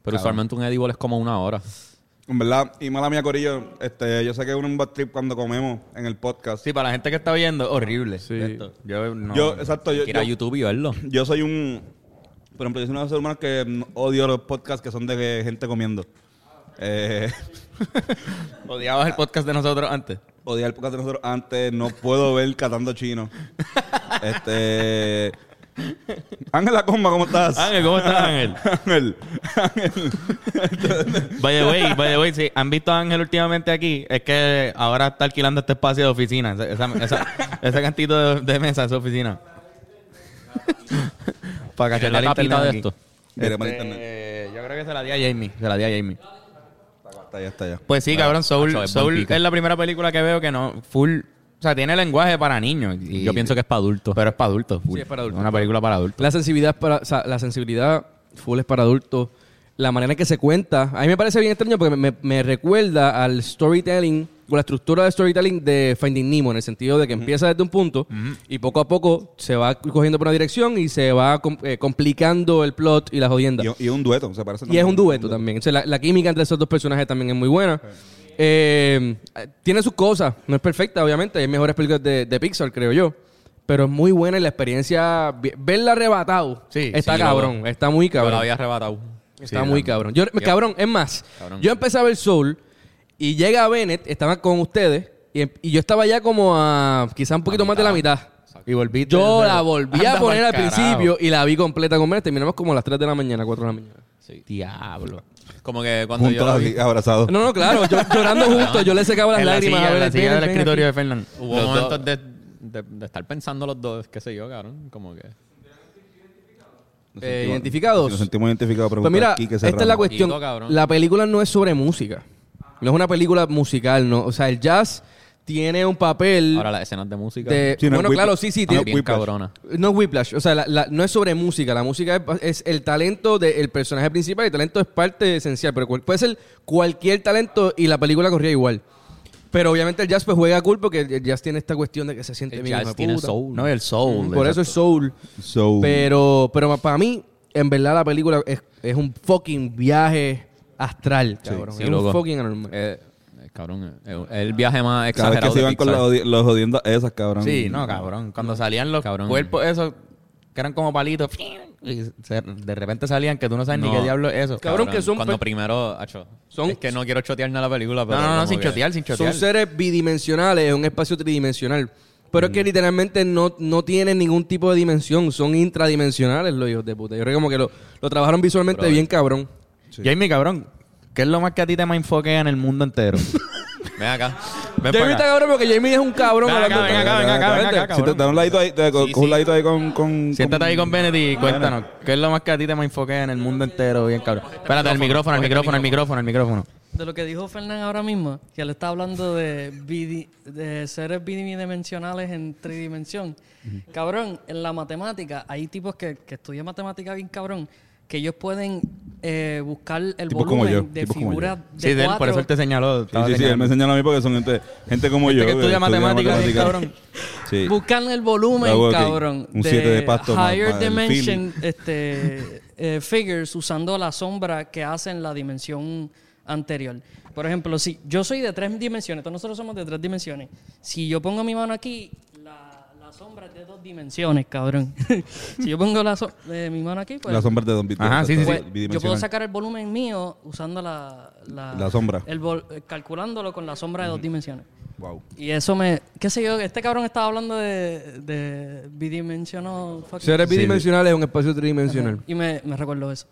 [SPEAKER 4] Pero usualmente un edible es como una hora.
[SPEAKER 2] En verdad, y mala mía, Corillo, este, yo sé que es un bad trip cuando comemos en el podcast.
[SPEAKER 1] Sí, para la gente que está viendo, horrible.
[SPEAKER 3] Sí.
[SPEAKER 1] Esto. Yo no.
[SPEAKER 2] yo, exacto, yo,
[SPEAKER 4] Hay que ir a
[SPEAKER 2] yo-
[SPEAKER 4] YouTube y verlo.
[SPEAKER 2] yo soy un... Por ejemplo, yo soy una de las hermanas que mm, odio los podcasts que son de que- gente comiendo. Eh, [laughs]
[SPEAKER 1] Odiabas el podcast de nosotros antes.
[SPEAKER 2] odiaba el podcast de nosotros antes, no puedo ver catando chino. este... Ángela Comba, ¿cómo estás?
[SPEAKER 1] Ángel, ¿cómo estás, Ángel?
[SPEAKER 2] Ángel. Ángel.
[SPEAKER 1] By the way, by the way, si han visto a Ángel últimamente aquí, es que ahora está alquilando este espacio de oficina. Esa, esa, esa- ese cantito de, de mesa es su
[SPEAKER 4] [laughs]
[SPEAKER 1] oficina. Para
[SPEAKER 4] Mira
[SPEAKER 1] cachar
[SPEAKER 4] la
[SPEAKER 1] la
[SPEAKER 4] tapita
[SPEAKER 1] internet
[SPEAKER 4] de
[SPEAKER 1] aquí.
[SPEAKER 4] esto.
[SPEAKER 2] Mira, para
[SPEAKER 1] Este,
[SPEAKER 2] internet.
[SPEAKER 1] yo creo que se la di a Jamie. Se la di a Jamie.
[SPEAKER 2] Está allá, está allá.
[SPEAKER 1] Pues sí, cabrón, Soul,
[SPEAKER 4] macho, Ah, es buen
[SPEAKER 1] Soul
[SPEAKER 4] pique.
[SPEAKER 1] es la primera película que veo que no, full, o sea, tiene lenguaje para niños. y-
[SPEAKER 4] Yo pienso que es para adultos.
[SPEAKER 1] Pero es para adultos. full.
[SPEAKER 3] Sí, es para adultos.
[SPEAKER 1] Una película para adultos.
[SPEAKER 3] La sensibilidad, es para, o sea, la sensibilidad full es para adultos. La manera en que se cuenta. A mí me parece bien extraño porque me, me recuerda al storytelling, o la estructura de storytelling de Finding Nemo, en el sentido de que empieza desde un punto y poco a poco se va cogiendo por una dirección y se va com- eh, complicando el plot y la jodienda.
[SPEAKER 2] Y, y un dueto, se parece.
[SPEAKER 3] Y es un dueto
[SPEAKER 2] también.
[SPEAKER 3] también. O sea, la, la química entre esos dos personajes también es muy buena. Eh, tiene sus cosas. No es perfecta, obviamente. Hay mejores películas de, de Pixar, creo yo. Pero es muy buena y la experiencia... vi- Verla arrebatado
[SPEAKER 4] Sí,
[SPEAKER 3] está
[SPEAKER 4] sí, lo-
[SPEAKER 3] cabrón. está muy
[SPEAKER 4] Yo
[SPEAKER 3] cabrón.
[SPEAKER 4] la había arrebatado.
[SPEAKER 3] Está muy cabrón. Yo, Cabrón, es más.
[SPEAKER 4] Cabrón.
[SPEAKER 3] Yo empecé a ver Soul y llega Bennett. Estaba con ustedes. Y, em- y yo estaba ya como a... Quizá un poquito más de la mitad.
[SPEAKER 1] Y volviste.
[SPEAKER 3] Yo la volví a
[SPEAKER 1] Anda
[SPEAKER 3] poner al
[SPEAKER 1] pa'l carajo.
[SPEAKER 3] principio y la vi completa con Bennett. Terminamos como a las 3 de la mañana, 4 de la mañana.
[SPEAKER 4] Sí. Diablo. Como que cuando yo
[SPEAKER 2] Juntos
[SPEAKER 4] la vi,
[SPEAKER 2] así, abrazados.
[SPEAKER 3] No, no, claro, yo-
[SPEAKER 1] [laughs]
[SPEAKER 3] llorando justo, yo le secaba las
[SPEAKER 1] En la
[SPEAKER 3] lágrimas.
[SPEAKER 1] silla, en
[SPEAKER 3] a
[SPEAKER 1] la
[SPEAKER 3] ver,
[SPEAKER 1] silla
[SPEAKER 3] ven,
[SPEAKER 1] del
[SPEAKER 3] ven
[SPEAKER 1] escritorio de
[SPEAKER 3] aquí.
[SPEAKER 1] Fernan.
[SPEAKER 4] hubo
[SPEAKER 1] Los dos.
[SPEAKER 4] momentos de, de- de estar pensando los dos, qué sé yo, cabrón. Como que...
[SPEAKER 2] Nos
[SPEAKER 3] Eh,
[SPEAKER 2] sentimos-
[SPEAKER 3] identificados.
[SPEAKER 2] Nos sentimos identificados.
[SPEAKER 3] Pues mira,
[SPEAKER 2] Quique
[SPEAKER 3] esta es la
[SPEAKER 2] Serrano.
[SPEAKER 3] cuestión.
[SPEAKER 4] Quico, cabrón.
[SPEAKER 3] la película no es sobre música. No es una película musical, ¿no? O sea, el jazz tiene un papel
[SPEAKER 4] Ahora las escenas de música.
[SPEAKER 3] de...
[SPEAKER 2] Sí, no,
[SPEAKER 3] bueno,
[SPEAKER 2] Whiplash.
[SPEAKER 3] claro, sí, sí.
[SPEAKER 2] Ah,
[SPEAKER 3] tiene-
[SPEAKER 2] no,
[SPEAKER 4] bien
[SPEAKER 2] Whiplash.
[SPEAKER 4] cabrona.
[SPEAKER 3] no es Whiplash. O sea, la- la- no es sobre música. La música es, es el talento del personaje principal. El talento es parte esencial. Pero cual- puede ser cualquier talento y la película corría igual. Pero obviamente el jazz pues juega cool porque el jazz tiene esta cuestión de que se siente
[SPEAKER 4] El
[SPEAKER 3] bien.
[SPEAKER 4] jazz
[SPEAKER 3] hijo de
[SPEAKER 4] tiene
[SPEAKER 3] puta.
[SPEAKER 4] soul.
[SPEAKER 1] No, y el soul.
[SPEAKER 3] Por eso es soul.
[SPEAKER 2] So,
[SPEAKER 3] Pero, pero para mí, en verdad, la película es, es un fucking viaje astral, cabrón.
[SPEAKER 4] sí,
[SPEAKER 3] es
[SPEAKER 4] loco.
[SPEAKER 3] un fucking anormal.
[SPEAKER 4] Eh, eh, cabrón, eh, es el viaje más
[SPEAKER 2] Cada vez
[SPEAKER 4] exagerado.
[SPEAKER 2] que se
[SPEAKER 4] de
[SPEAKER 2] iban con
[SPEAKER 4] Pixar.
[SPEAKER 2] las odi- las jodiendas esas, cabrón.
[SPEAKER 1] Sí, no, cabrón. Cuando salían los
[SPEAKER 4] Cabrón.
[SPEAKER 3] Pues,
[SPEAKER 1] cuerpos esos, que eran como palitos, [laughs] y se- de repente salían que tú no sabes ni
[SPEAKER 4] No.
[SPEAKER 1] qué diablo es eso.
[SPEAKER 3] Cabrón, que son
[SPEAKER 4] Cuando
[SPEAKER 3] per-
[SPEAKER 4] primero, acho,
[SPEAKER 3] Son-
[SPEAKER 4] es que no quiero chotear nada la película, pero
[SPEAKER 1] No, no, no,
[SPEAKER 4] como
[SPEAKER 1] sin
[SPEAKER 4] que-
[SPEAKER 1] chotear, sin chotear.
[SPEAKER 3] Son seres bidimensionales en un espacio tridimensional. Pero es que literalmente no, no tienen ningún tipo de dimensión. Son intradimensionales los hijos de puta. Yo creo que como que lo, lo trabajaron visualmente bien cabrón.
[SPEAKER 1] Jamie, cabrón, ¿qué es lo más que a ti te enfoquea en el mundo
[SPEAKER 2] [laughs]
[SPEAKER 1] entero?
[SPEAKER 4] Ven acá.
[SPEAKER 1] Ven
[SPEAKER 3] Jamie
[SPEAKER 1] para
[SPEAKER 3] está
[SPEAKER 1] acá.
[SPEAKER 3] cabrón porque Jamie es un cabrón.
[SPEAKER 1] Ven acá,
[SPEAKER 3] hablando-
[SPEAKER 1] ven acá, ven acá, ven acá, cabrón.
[SPEAKER 2] Siéntate a un ladito ahí, te- con-
[SPEAKER 4] Sí,
[SPEAKER 2] con un
[SPEAKER 4] sí.
[SPEAKER 2] ladito ahí con... con-
[SPEAKER 1] Siéntate ahí con Benedict y
[SPEAKER 2] Benedict.
[SPEAKER 1] cuéntanos, ¿qué es lo más que a ti te enfoquea en el mundo entero, bien cabrón? Espérate, el micrófono, el
[SPEAKER 4] Cógete el
[SPEAKER 1] micrófono, el micrófono, el micrófono.
[SPEAKER 5] De lo que dijo Fernán ahora mismo, que él está hablando de, bidi- de seres bidimensionales en tridimensión. Cabrón, en la matemática hay tipos que, que estudian matemática bien cabrón, que ellos pueden eh, buscar el
[SPEAKER 2] Tipos como
[SPEAKER 5] volumen
[SPEAKER 2] yo,
[SPEAKER 5] de
[SPEAKER 2] tipos como
[SPEAKER 5] figuras de
[SPEAKER 1] Sí, de él,
[SPEAKER 5] cuatro.
[SPEAKER 1] por eso él te señaló.
[SPEAKER 2] Sí, sí, sí, él me señala a mí porque son gente, gente como
[SPEAKER 1] Gente
[SPEAKER 2] yo.
[SPEAKER 1] que estudia matemáticas, bien cabrón.
[SPEAKER 2] [laughs] Sí.
[SPEAKER 5] Buscan el
[SPEAKER 2] La
[SPEAKER 5] volumen,
[SPEAKER 2] huevo que-
[SPEAKER 5] cabrón,
[SPEAKER 2] un siete de pasto, ma-
[SPEAKER 5] higher
[SPEAKER 2] ma- del
[SPEAKER 5] dimension
[SPEAKER 2] [laughs]
[SPEAKER 5] este, eh, figures usando la sombra que hacen la dimensión anterior. Por ejemplo, si yo soy de tres dimensiones, todos nosotros somos de tres dimensiones. Si yo pongo mi mano aquí, la, la sombra es de dos dimensiones, cabrón. [laughs] si yo pongo la so- eh, mi mano aquí, pues,
[SPEAKER 2] La sombra de Don Vito.
[SPEAKER 1] Ajá, sí, sí, sí.
[SPEAKER 5] pues, yo
[SPEAKER 2] Bidimensional.
[SPEAKER 5] puedo sacar el volumen mío usando la,
[SPEAKER 2] La sombra.
[SPEAKER 5] el vol- eh, calculándolo con la sombra de dos dimensiones.
[SPEAKER 2] Wow.
[SPEAKER 5] Y eso me. ¿Qué sé yo? Este cabrón estaba hablando de. de bidimensional. fucking-
[SPEAKER 3] Seres bidimensionales en un espacio tridimensional.
[SPEAKER 5] Y me, me recuerdo eso.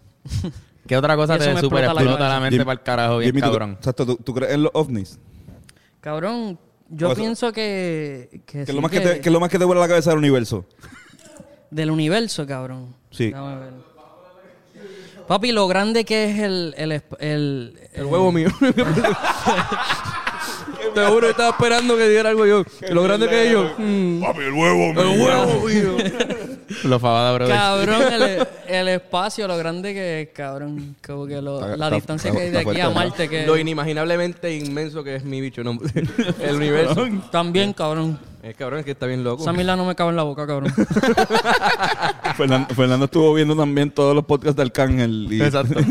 [SPEAKER 1] ¿Qué otra cosa
[SPEAKER 5] Eso
[SPEAKER 1] te
[SPEAKER 5] me
[SPEAKER 1] super
[SPEAKER 5] explota la
[SPEAKER 1] explota
[SPEAKER 5] cabeza.
[SPEAKER 1] la mente
[SPEAKER 2] Jim-
[SPEAKER 1] para el carajo, bien
[SPEAKER 2] Jimmy, ¿tú-
[SPEAKER 1] cabrón?
[SPEAKER 2] Exacto, ¿tú, tú crees en los ovnis?
[SPEAKER 5] Cabrón, yo
[SPEAKER 2] O sea,
[SPEAKER 5] pienso que. Que,
[SPEAKER 2] ¿Qué
[SPEAKER 5] sí
[SPEAKER 2] es lo más que,
[SPEAKER 5] que-
[SPEAKER 2] te, qué es lo más que te vuela la cabeza del universo?
[SPEAKER 5] Del universo, cabrón.
[SPEAKER 2] Sí.
[SPEAKER 5] Déjame ver. Papi, lo grande que es el. El, esp- el,
[SPEAKER 3] El
[SPEAKER 2] [laughs]
[SPEAKER 3] huevo mío. Te juro, estaba esperando que diera algo yo. Lo grande que es yo. mm,
[SPEAKER 2] Papi, el huevo,
[SPEAKER 3] el huevo mío.
[SPEAKER 1] Los fabada, bro.
[SPEAKER 5] Cabrón, el, el espacio, lo grande que es, cabrón. Como que lo-
[SPEAKER 2] Está-
[SPEAKER 5] la
[SPEAKER 2] está-
[SPEAKER 5] distancia
[SPEAKER 2] está-
[SPEAKER 5] que hay de
[SPEAKER 2] está
[SPEAKER 5] aquí a
[SPEAKER 2] fuerte, ¿no?
[SPEAKER 5] Marte. Que,
[SPEAKER 3] Lo inimaginablemente inmenso que es mi bicho. no, [laughs] el universo.
[SPEAKER 5] También, cabrón.
[SPEAKER 3] Es cabrón, es que está bien loco.
[SPEAKER 5] Esa mila no me cabe en la boca, cabrón.
[SPEAKER 2] Fernando, Fernando estuvo viendo también todos los podcasts de Arcángel. Y,
[SPEAKER 1] Exacto.
[SPEAKER 2] [laughs]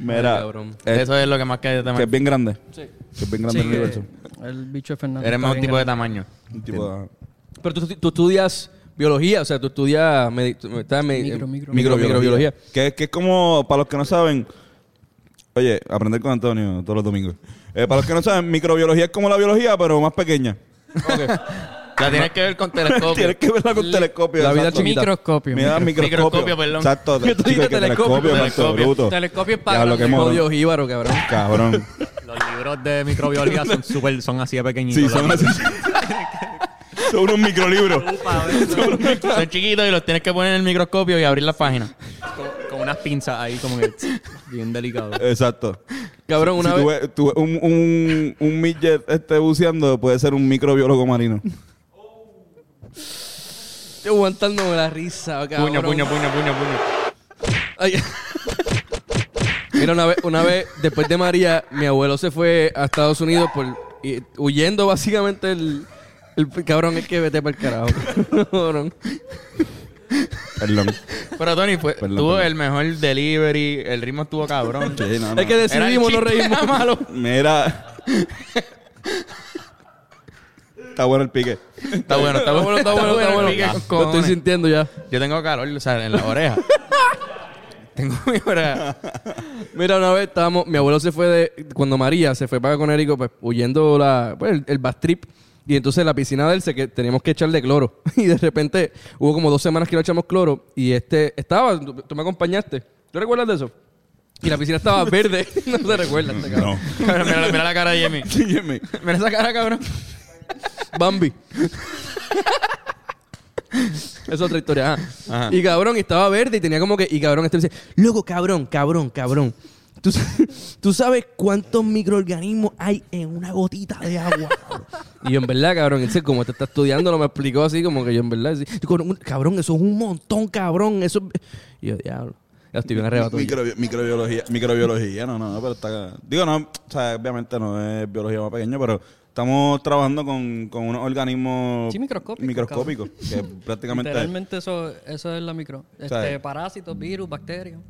[SPEAKER 3] Ay,
[SPEAKER 2] Mira,
[SPEAKER 3] cabrón.
[SPEAKER 2] es-
[SPEAKER 1] Eso es lo que más que te
[SPEAKER 2] que es bien grande. Que es bien grande el
[SPEAKER 5] Sí,
[SPEAKER 2] universo.
[SPEAKER 5] que el bicho de Fernando.
[SPEAKER 1] Eres
[SPEAKER 5] está
[SPEAKER 1] más un
[SPEAKER 5] bien
[SPEAKER 1] tipo de
[SPEAKER 5] grande.
[SPEAKER 1] tamaño.
[SPEAKER 2] Un tipo de-
[SPEAKER 3] Pero tú, tú estudias biología, o sea, tú estudias medi- tú- estás en medi-
[SPEAKER 5] Micro,
[SPEAKER 3] en
[SPEAKER 5] micro.
[SPEAKER 3] micro- microbiología.
[SPEAKER 2] Que, que es como, para los que no saben, oye, aprender con Antonio todos los domingos. Eh, para los que no saben, microbiología es como la biología, pero más pequeña.
[SPEAKER 1] La tienes que ver con telescopio.
[SPEAKER 2] [laughs] Tienes que verla con telescopio.
[SPEAKER 3] la vida
[SPEAKER 2] exacto.
[SPEAKER 3] chiquita.
[SPEAKER 5] Microscopio.
[SPEAKER 2] Mira, microscopio.
[SPEAKER 1] Microscopio, perdón.
[SPEAKER 2] Exacto.
[SPEAKER 3] Yo
[SPEAKER 2] chico,
[SPEAKER 3] te dije
[SPEAKER 2] que
[SPEAKER 3] telescopio.
[SPEAKER 2] exacto,
[SPEAKER 1] Telescopio.
[SPEAKER 2] bruto.
[SPEAKER 5] Telescopio es
[SPEAKER 2] Ya,
[SPEAKER 5] para
[SPEAKER 2] lo que
[SPEAKER 5] grande.
[SPEAKER 2] mono.
[SPEAKER 3] Odio jíbaro, cabrón. [laughs]
[SPEAKER 2] Cabrón.
[SPEAKER 4] Los libros de microbiología son súper, son así de pequeñitos.
[SPEAKER 2] Sí, son
[SPEAKER 4] Los-
[SPEAKER 2] así. son unos microlibros.
[SPEAKER 1] Son chiquitos y los tienes que poner en el microscopio y abrir la página.
[SPEAKER 4] con, con unas pinzas ahí como que bien delicado.
[SPEAKER 2] Exacto.
[SPEAKER 3] Cabrón,
[SPEAKER 4] [laughs]
[SPEAKER 2] si
[SPEAKER 3] una vez.
[SPEAKER 2] tú ves, tú ves un, un, un midget este, buceando, puede ser un microbiólogo marino.
[SPEAKER 3] Estoy aguantándome la risa, cabrón.
[SPEAKER 1] Puño, puño, puño, puño, puño.
[SPEAKER 3] Ay. Mira, una vez, una vez, después de María, mi abuelo se fue a Estados Unidos por, y- huyendo básicamente el, el- Cabrón, es que vete para el carajo. Cabrón.
[SPEAKER 2] Perdón.
[SPEAKER 1] Pero Tony, fue-
[SPEAKER 2] Perdón,
[SPEAKER 1] tuvo
[SPEAKER 2] perdón.
[SPEAKER 1] el mejor delivery, el ritmo estuvo cabrón.
[SPEAKER 2] Sí, no, no.
[SPEAKER 3] [laughs] Es que
[SPEAKER 1] Era el
[SPEAKER 3] decidimos no
[SPEAKER 1] chiste,
[SPEAKER 3] reírnos.
[SPEAKER 1] era [laughs] malo.
[SPEAKER 2] Mira. Está bueno el pique.
[SPEAKER 1] Está bueno, está
[SPEAKER 3] Está bueno, está bueno, está bueno.
[SPEAKER 1] el pique,
[SPEAKER 3] Lo estoy
[SPEAKER 1] cojones.
[SPEAKER 3] sintiendo ya.
[SPEAKER 1] Yo tengo calor, o sea, en la
[SPEAKER 2] [laughs]
[SPEAKER 1] oreja. tengo mi oreja.
[SPEAKER 3] Mira, una vez estábamos, mi abuelo se fue de, cuando María se fue para Conérico, pues huyendo la, pues, el, el bus trip. Y entonces la piscina de él se que teníamos que echarle cloro. [laughs] Y de repente hubo como dos semanas que no echamos cloro. Y este estaba, tú, tú me acompañaste. ¿Tú recuerdas de eso? Y la piscina estaba verde. [laughs] no se recuerda este cabrón.
[SPEAKER 2] [laughs] No.
[SPEAKER 1] Cabrón, mira, mira la cara de Jimmy.
[SPEAKER 2] Sígueme.
[SPEAKER 1] Mira esa cara, cabrón.
[SPEAKER 3] Bambi. Esa es otra historia. ah.
[SPEAKER 1] Ajá.
[SPEAKER 3] Y cabrón, y estaba verde y tenía como que. Y cabrón, este dice: Loco, cabrón, cabrón, cabrón. ¿Tú, sa- [laughs] tú sabes cuántos microorganismos hay en una gotita de agua. cabrón?" y yo, en verdad, cabrón, ese como te está estudiando, lo me explicó así, como que yo, en verdad. sí. Y, cabrón, cabrón, eso es un montón, cabrón. Eso. es-". Y yo, diablo. Ya estoy bien arrebatado.
[SPEAKER 2] Microbi- microbiología, microbiología, no, no, no, pero está. Digo, no, o sea, obviamente no es biología más pequeña, pero estamos trabajando con, con unos organismos
[SPEAKER 5] Sí, microscópicos,
[SPEAKER 2] microscópicos, que prácticamente.
[SPEAKER 5] Literalmente eso, eso es la micro. Este,
[SPEAKER 2] ¿Sabes?
[SPEAKER 5] parásitos, virus, bacterias.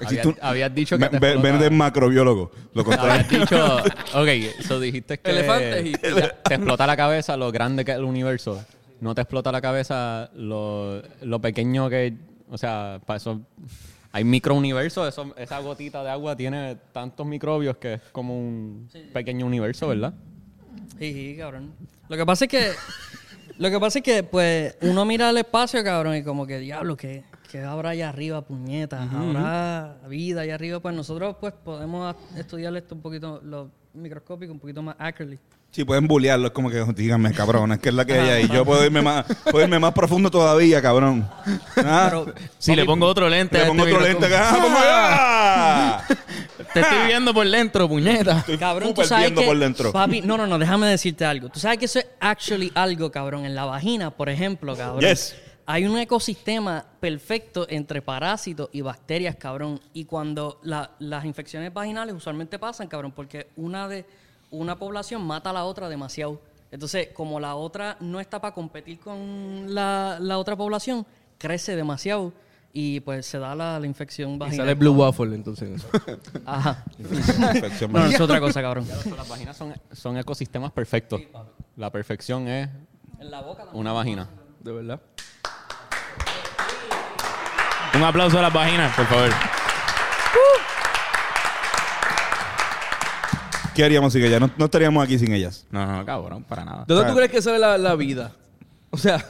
[SPEAKER 2] Existe un-
[SPEAKER 4] Habías, habías dicho que
[SPEAKER 2] Ve-
[SPEAKER 4] te
[SPEAKER 2] ve-
[SPEAKER 4] explota-
[SPEAKER 2] Venden macrobiólogo. Lo contrario.
[SPEAKER 4] [laughs] Habías dicho, ok, so dijiste
[SPEAKER 3] [laughs]
[SPEAKER 4] que
[SPEAKER 3] Elefantes y-
[SPEAKER 4] te explota la cabeza lo grande que es el universo. No te explota la cabeza lo, lo pequeño que, o sea, para eso hay microuniversos, eso- esa gotita de agua tiene tantos microbios que es como un pequeño universo, ¿verdad?
[SPEAKER 5] Jijí, cabrón. Lo que pasa es que. [laughs] Lo que pasa es que, pues, uno mira el espacio, cabrón, y como que, diablo, ¿qué, qué habrá allá arriba, puñetas? ¿Habrá vida allá arriba? Pues nosotros, pues, podemos a- estudiar esto un poquito, lo microscópico, un poquito más accurately.
[SPEAKER 2] Si pueden bullearlo, es como que díganme, cabrón, es que es la que hay ahí. Yo puedo irme más, puedo irme más profundo todavía, cabrón. Ah,
[SPEAKER 5] Pero,
[SPEAKER 1] Si le pongo otro lente.
[SPEAKER 2] le
[SPEAKER 1] a
[SPEAKER 2] pongo
[SPEAKER 1] este
[SPEAKER 2] otro
[SPEAKER 1] micrófono.
[SPEAKER 2] lente acá. ¡Vamos allá!
[SPEAKER 1] Te estoy viendo por dentro, puñeta.
[SPEAKER 2] Estoy
[SPEAKER 5] cabrón, tú
[SPEAKER 2] súper
[SPEAKER 5] sabes
[SPEAKER 2] viendo
[SPEAKER 5] que,
[SPEAKER 2] por dentro.
[SPEAKER 5] papi, no, no, no, déjame decirte algo. Tú sabes que eso es actually algo, cabrón, en la vagina, por ejemplo, cabrón.
[SPEAKER 2] Yes.
[SPEAKER 5] Hay un ecosistema perfecto entre parásitos y bacterias, cabrón. Y cuando la- las infecciones vaginales usualmente pasan, cabrón, porque una de una población mata a la otra demasiado. Entonces, como la otra no está para competir con la, la otra población, crece demasiado y pues se da la, la infección
[SPEAKER 3] Y
[SPEAKER 5] vaginal.
[SPEAKER 3] sale Blue Waffle, entonces.
[SPEAKER 4] [laughs]
[SPEAKER 5] Ajá.
[SPEAKER 2] [laughs] Infección
[SPEAKER 5] No, no,
[SPEAKER 2] vaginal.
[SPEAKER 5] es otra cosa, cabrón.
[SPEAKER 4] Las vaginas son, son ecosistemas perfectos. La perfección es
[SPEAKER 5] En la boca también.
[SPEAKER 4] una vagina.
[SPEAKER 3] De verdad.
[SPEAKER 1] Un aplauso a las vaginas, por favor.
[SPEAKER 2] ¿Qué haríamos sin ellas? No, no estaríamos aquí sin ellas.
[SPEAKER 1] No, no, cabrón, para nada.
[SPEAKER 3] ¿De dónde tú crees que sale la, la vida? [laughs] O sea,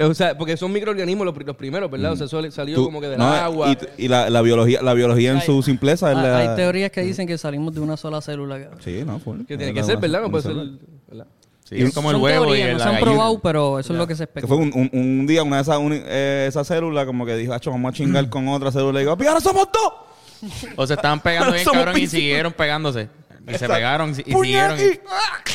[SPEAKER 3] o sea, porque son microorganismos los, pri- los primeros, ¿verdad? O sea, eso le- salió
[SPEAKER 2] Tú-
[SPEAKER 3] como que del
[SPEAKER 2] no,
[SPEAKER 3] agua.
[SPEAKER 2] Y, y la, la biología, la biología en su simpleza es
[SPEAKER 5] Ah,
[SPEAKER 2] la.
[SPEAKER 5] Hay teorías que dicen que salimos de una sola célula. cabrón.
[SPEAKER 2] Sí, no, full.
[SPEAKER 3] que tiene que ser, ¿verdad? No puede ser. ¿verdad?
[SPEAKER 1] Sí, es como el huevo y
[SPEAKER 5] no
[SPEAKER 1] el
[SPEAKER 5] se han probado, pero eso es lo que se
[SPEAKER 2] Que
[SPEAKER 5] especula.
[SPEAKER 2] fue un, un- un día una de esas uni- eh, esa células como que dijo, "Acho, vamos a chingar con otra célula. Y digo, "Papi, ahora somos dos!
[SPEAKER 1] O se estaban pegando bien,
[SPEAKER 2] Somos
[SPEAKER 1] cabrón, y
[SPEAKER 2] príncipes.
[SPEAKER 1] siguieron pegándose. Y se
[SPEAKER 2] Exacto.
[SPEAKER 1] pegaron y
[SPEAKER 2] ¡Puñal!
[SPEAKER 1] siguieron. y-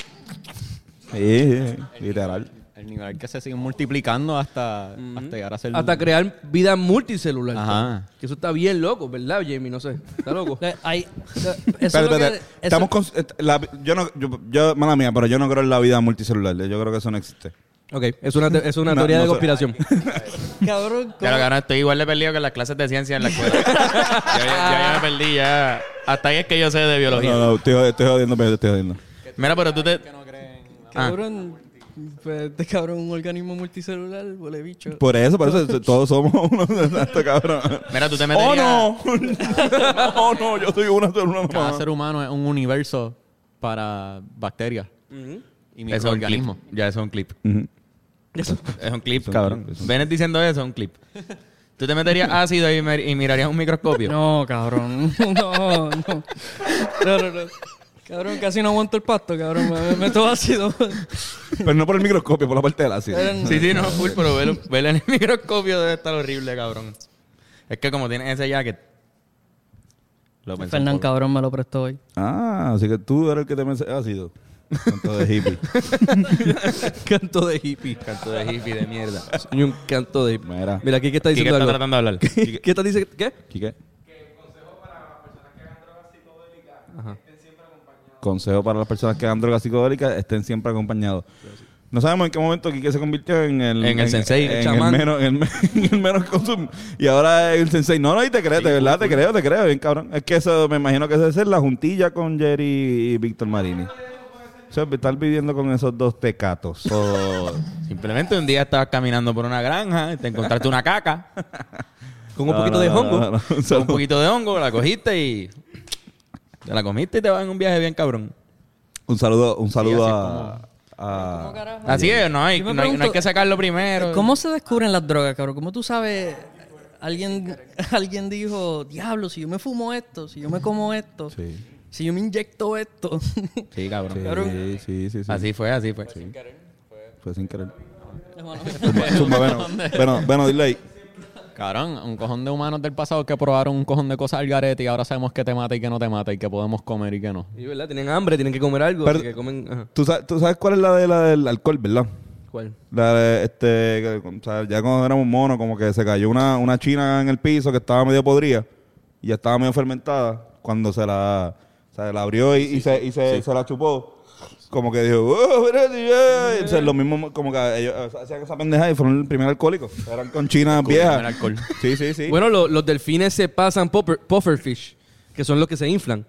[SPEAKER 2] Sí, sí, literal.
[SPEAKER 4] El nivel que se sigue multiplicando hasta, hasta llegar a ser...
[SPEAKER 3] Hasta crear vida multicelular.
[SPEAKER 4] Ajá.
[SPEAKER 3] Que eso está bien loco, ¿verdad, Jamie? No sé. Está loco.
[SPEAKER 5] [laughs] Le- hay- eso es
[SPEAKER 2] Espérate,
[SPEAKER 5] lo que-
[SPEAKER 2] espérate.
[SPEAKER 5] eso-
[SPEAKER 2] Estamos con, eh, la- yo no, yo, yo- mala mía, pero yo no creo en la vida multicelular. Yo creo que eso no existe.
[SPEAKER 3] ok, es una, te- es una
[SPEAKER 2] No,
[SPEAKER 3] teoría
[SPEAKER 2] no
[SPEAKER 3] de
[SPEAKER 2] sé.
[SPEAKER 3] conspiración. [laughs]
[SPEAKER 5] Cabrón, ¿cómo?
[SPEAKER 1] Claro, cabrón, estoy igual de perdido que en las clases de ciencia en la
[SPEAKER 2] [laughs]
[SPEAKER 1] escuela. ya, ya- ya yo me perdí, ya. Hasta ahí es que yo sé de
[SPEAKER 2] No,
[SPEAKER 1] biología.
[SPEAKER 2] no, estoy, jod- estoy jodiendo, pero estoy jodiendo.
[SPEAKER 1] Mira, pero tú te. Ah.
[SPEAKER 5] cabrón, pues, este cabrón, un organismo multicelular, huele bicho.
[SPEAKER 2] Por eso, por eso todos somos uno de estos cabrón.
[SPEAKER 1] Mira, tú te
[SPEAKER 2] ¡Oh,
[SPEAKER 1] meterías.
[SPEAKER 2] no! [laughs] ¡Oh, no! Yo soy una célula
[SPEAKER 4] Cada
[SPEAKER 2] nomás.
[SPEAKER 4] ser humano es un universo para bacterias y
[SPEAKER 1] Eso es un
[SPEAKER 4] microorganismos.
[SPEAKER 1] clip. Ya, eso es un clip. [laughs]
[SPEAKER 2] Ujú.
[SPEAKER 1] Es un clip.
[SPEAKER 2] Cabrón.
[SPEAKER 1] Venes diciendo eso, es un clip. Tú te meterías ácido y, mir- y mirarías un microscopio.
[SPEAKER 5] No, cabrón. [laughs] No, no. No, no, no. Cabrón, casi no aguanto el pasto, cabrón. Me, me todo ácido.
[SPEAKER 2] Pero no por el microscopio, por la parte del ácido.
[SPEAKER 1] Sí, sí, no, full, pero verlo, verlo en el [laughs] microscopio debe estar horrible, cabrón. Es que como tienes ese jacket. Lo pensé un
[SPEAKER 5] Fernán,
[SPEAKER 1] poco.
[SPEAKER 5] cabrón, me lo prestó hoy.
[SPEAKER 2] Ah, así que tú eres el que te metes ácido. Tanto de hippie.
[SPEAKER 3] canto de hippie.
[SPEAKER 1] Canto de hippie de mierda.
[SPEAKER 3] Soy un canto de hippie.
[SPEAKER 2] Mira.
[SPEAKER 3] Mira, aquí que está
[SPEAKER 1] ¿Qué
[SPEAKER 3] diciendo
[SPEAKER 1] está
[SPEAKER 3] algo.
[SPEAKER 1] tratando de hablar?
[SPEAKER 3] [laughs] ¿Qué, ¿Qué está diciendo? ¿Qué?
[SPEAKER 2] ¿Quique? Consejo para las personas que dan drogas psicodélicas, estén siempre acompañados. No sabemos en qué momento Quique se convirtió en el...
[SPEAKER 1] En el sensei.
[SPEAKER 2] En,
[SPEAKER 1] El
[SPEAKER 2] en
[SPEAKER 3] chamán.
[SPEAKER 2] el menos, en el, me- [laughs] en el menos consumo. Y ahora es el sensei. No, no, y te crees, de verdad, te creo, te creo. Bien cabrón. Es que eso, me imagino que esa es la juntilla con Jerry y Víctor Marini. O sea, estar viviendo con esos dos tecatos. O-
[SPEAKER 1] Simplemente un día estabas caminando por una granja y te encontraste una caca
[SPEAKER 3] Con un
[SPEAKER 2] No,
[SPEAKER 3] poquito
[SPEAKER 2] no,
[SPEAKER 3] de
[SPEAKER 2] no,
[SPEAKER 3] hongo.
[SPEAKER 2] no, no, no.
[SPEAKER 1] con un poquito de hongo, la cogiste y te la comiste y te vas en un viaje bien cabrón.
[SPEAKER 2] Un saludo, un saludo
[SPEAKER 4] así
[SPEAKER 2] a, a-
[SPEAKER 5] ¿Cómo carajo?
[SPEAKER 1] Así es, no hay,
[SPEAKER 5] Yo me
[SPEAKER 1] no hay, no hay
[SPEAKER 5] pregunto,
[SPEAKER 1] que sacarlo primero.
[SPEAKER 5] Eh, ¿Cómo se descubren las drogas, cabrón? ¿Cómo tú sabes? Alguien, alguien dijo, diablo, si yo me fumo esto, si yo me como esto,
[SPEAKER 2] Sí.
[SPEAKER 5] si yo me inyecto esto.
[SPEAKER 1] Sí, cabrón.
[SPEAKER 2] Sí, sí, sí, sí.
[SPEAKER 1] Así fue, así
[SPEAKER 5] Pues
[SPEAKER 1] fue.
[SPEAKER 2] Fue sin querer. Zumba, zumba,
[SPEAKER 5] [laughs]
[SPEAKER 2] bueno, bueno, bueno, dile ahí.
[SPEAKER 4] Cabrón, un cojón de humanos del pasado que probaron un cojón de cosas al garete y ahora sabemos que te mata y que no te mata y que podemos comer y que no.
[SPEAKER 3] Y verdad, tienen hambre, tienen que comer algo.
[SPEAKER 2] Pero-
[SPEAKER 3] así que comen. Ajá.
[SPEAKER 2] ¿Tú, sa- tú sabes cuál es la de la del alcohol, ¿verdad?
[SPEAKER 3] ¿Cuál?
[SPEAKER 2] La de, este, que, o sea, ya cuando éramos monos, como que se cayó una, una china en el piso que estaba medio podrida y ya estaba medio fermentada. Cuando se la, se la abrió y, y se, y se, se la chupó, Como que dijo, "Oh, espérate, ya". Y entonces lo mismo, como que ellos hacían esa pendeja y fueron el primer alcohólico. Eran con chinas viejas.
[SPEAKER 4] primer alcohol.
[SPEAKER 2] Sí, sí, sí.
[SPEAKER 3] Bueno, lo- los delfines se pasan popper- pufferfish, que son los que se inflan.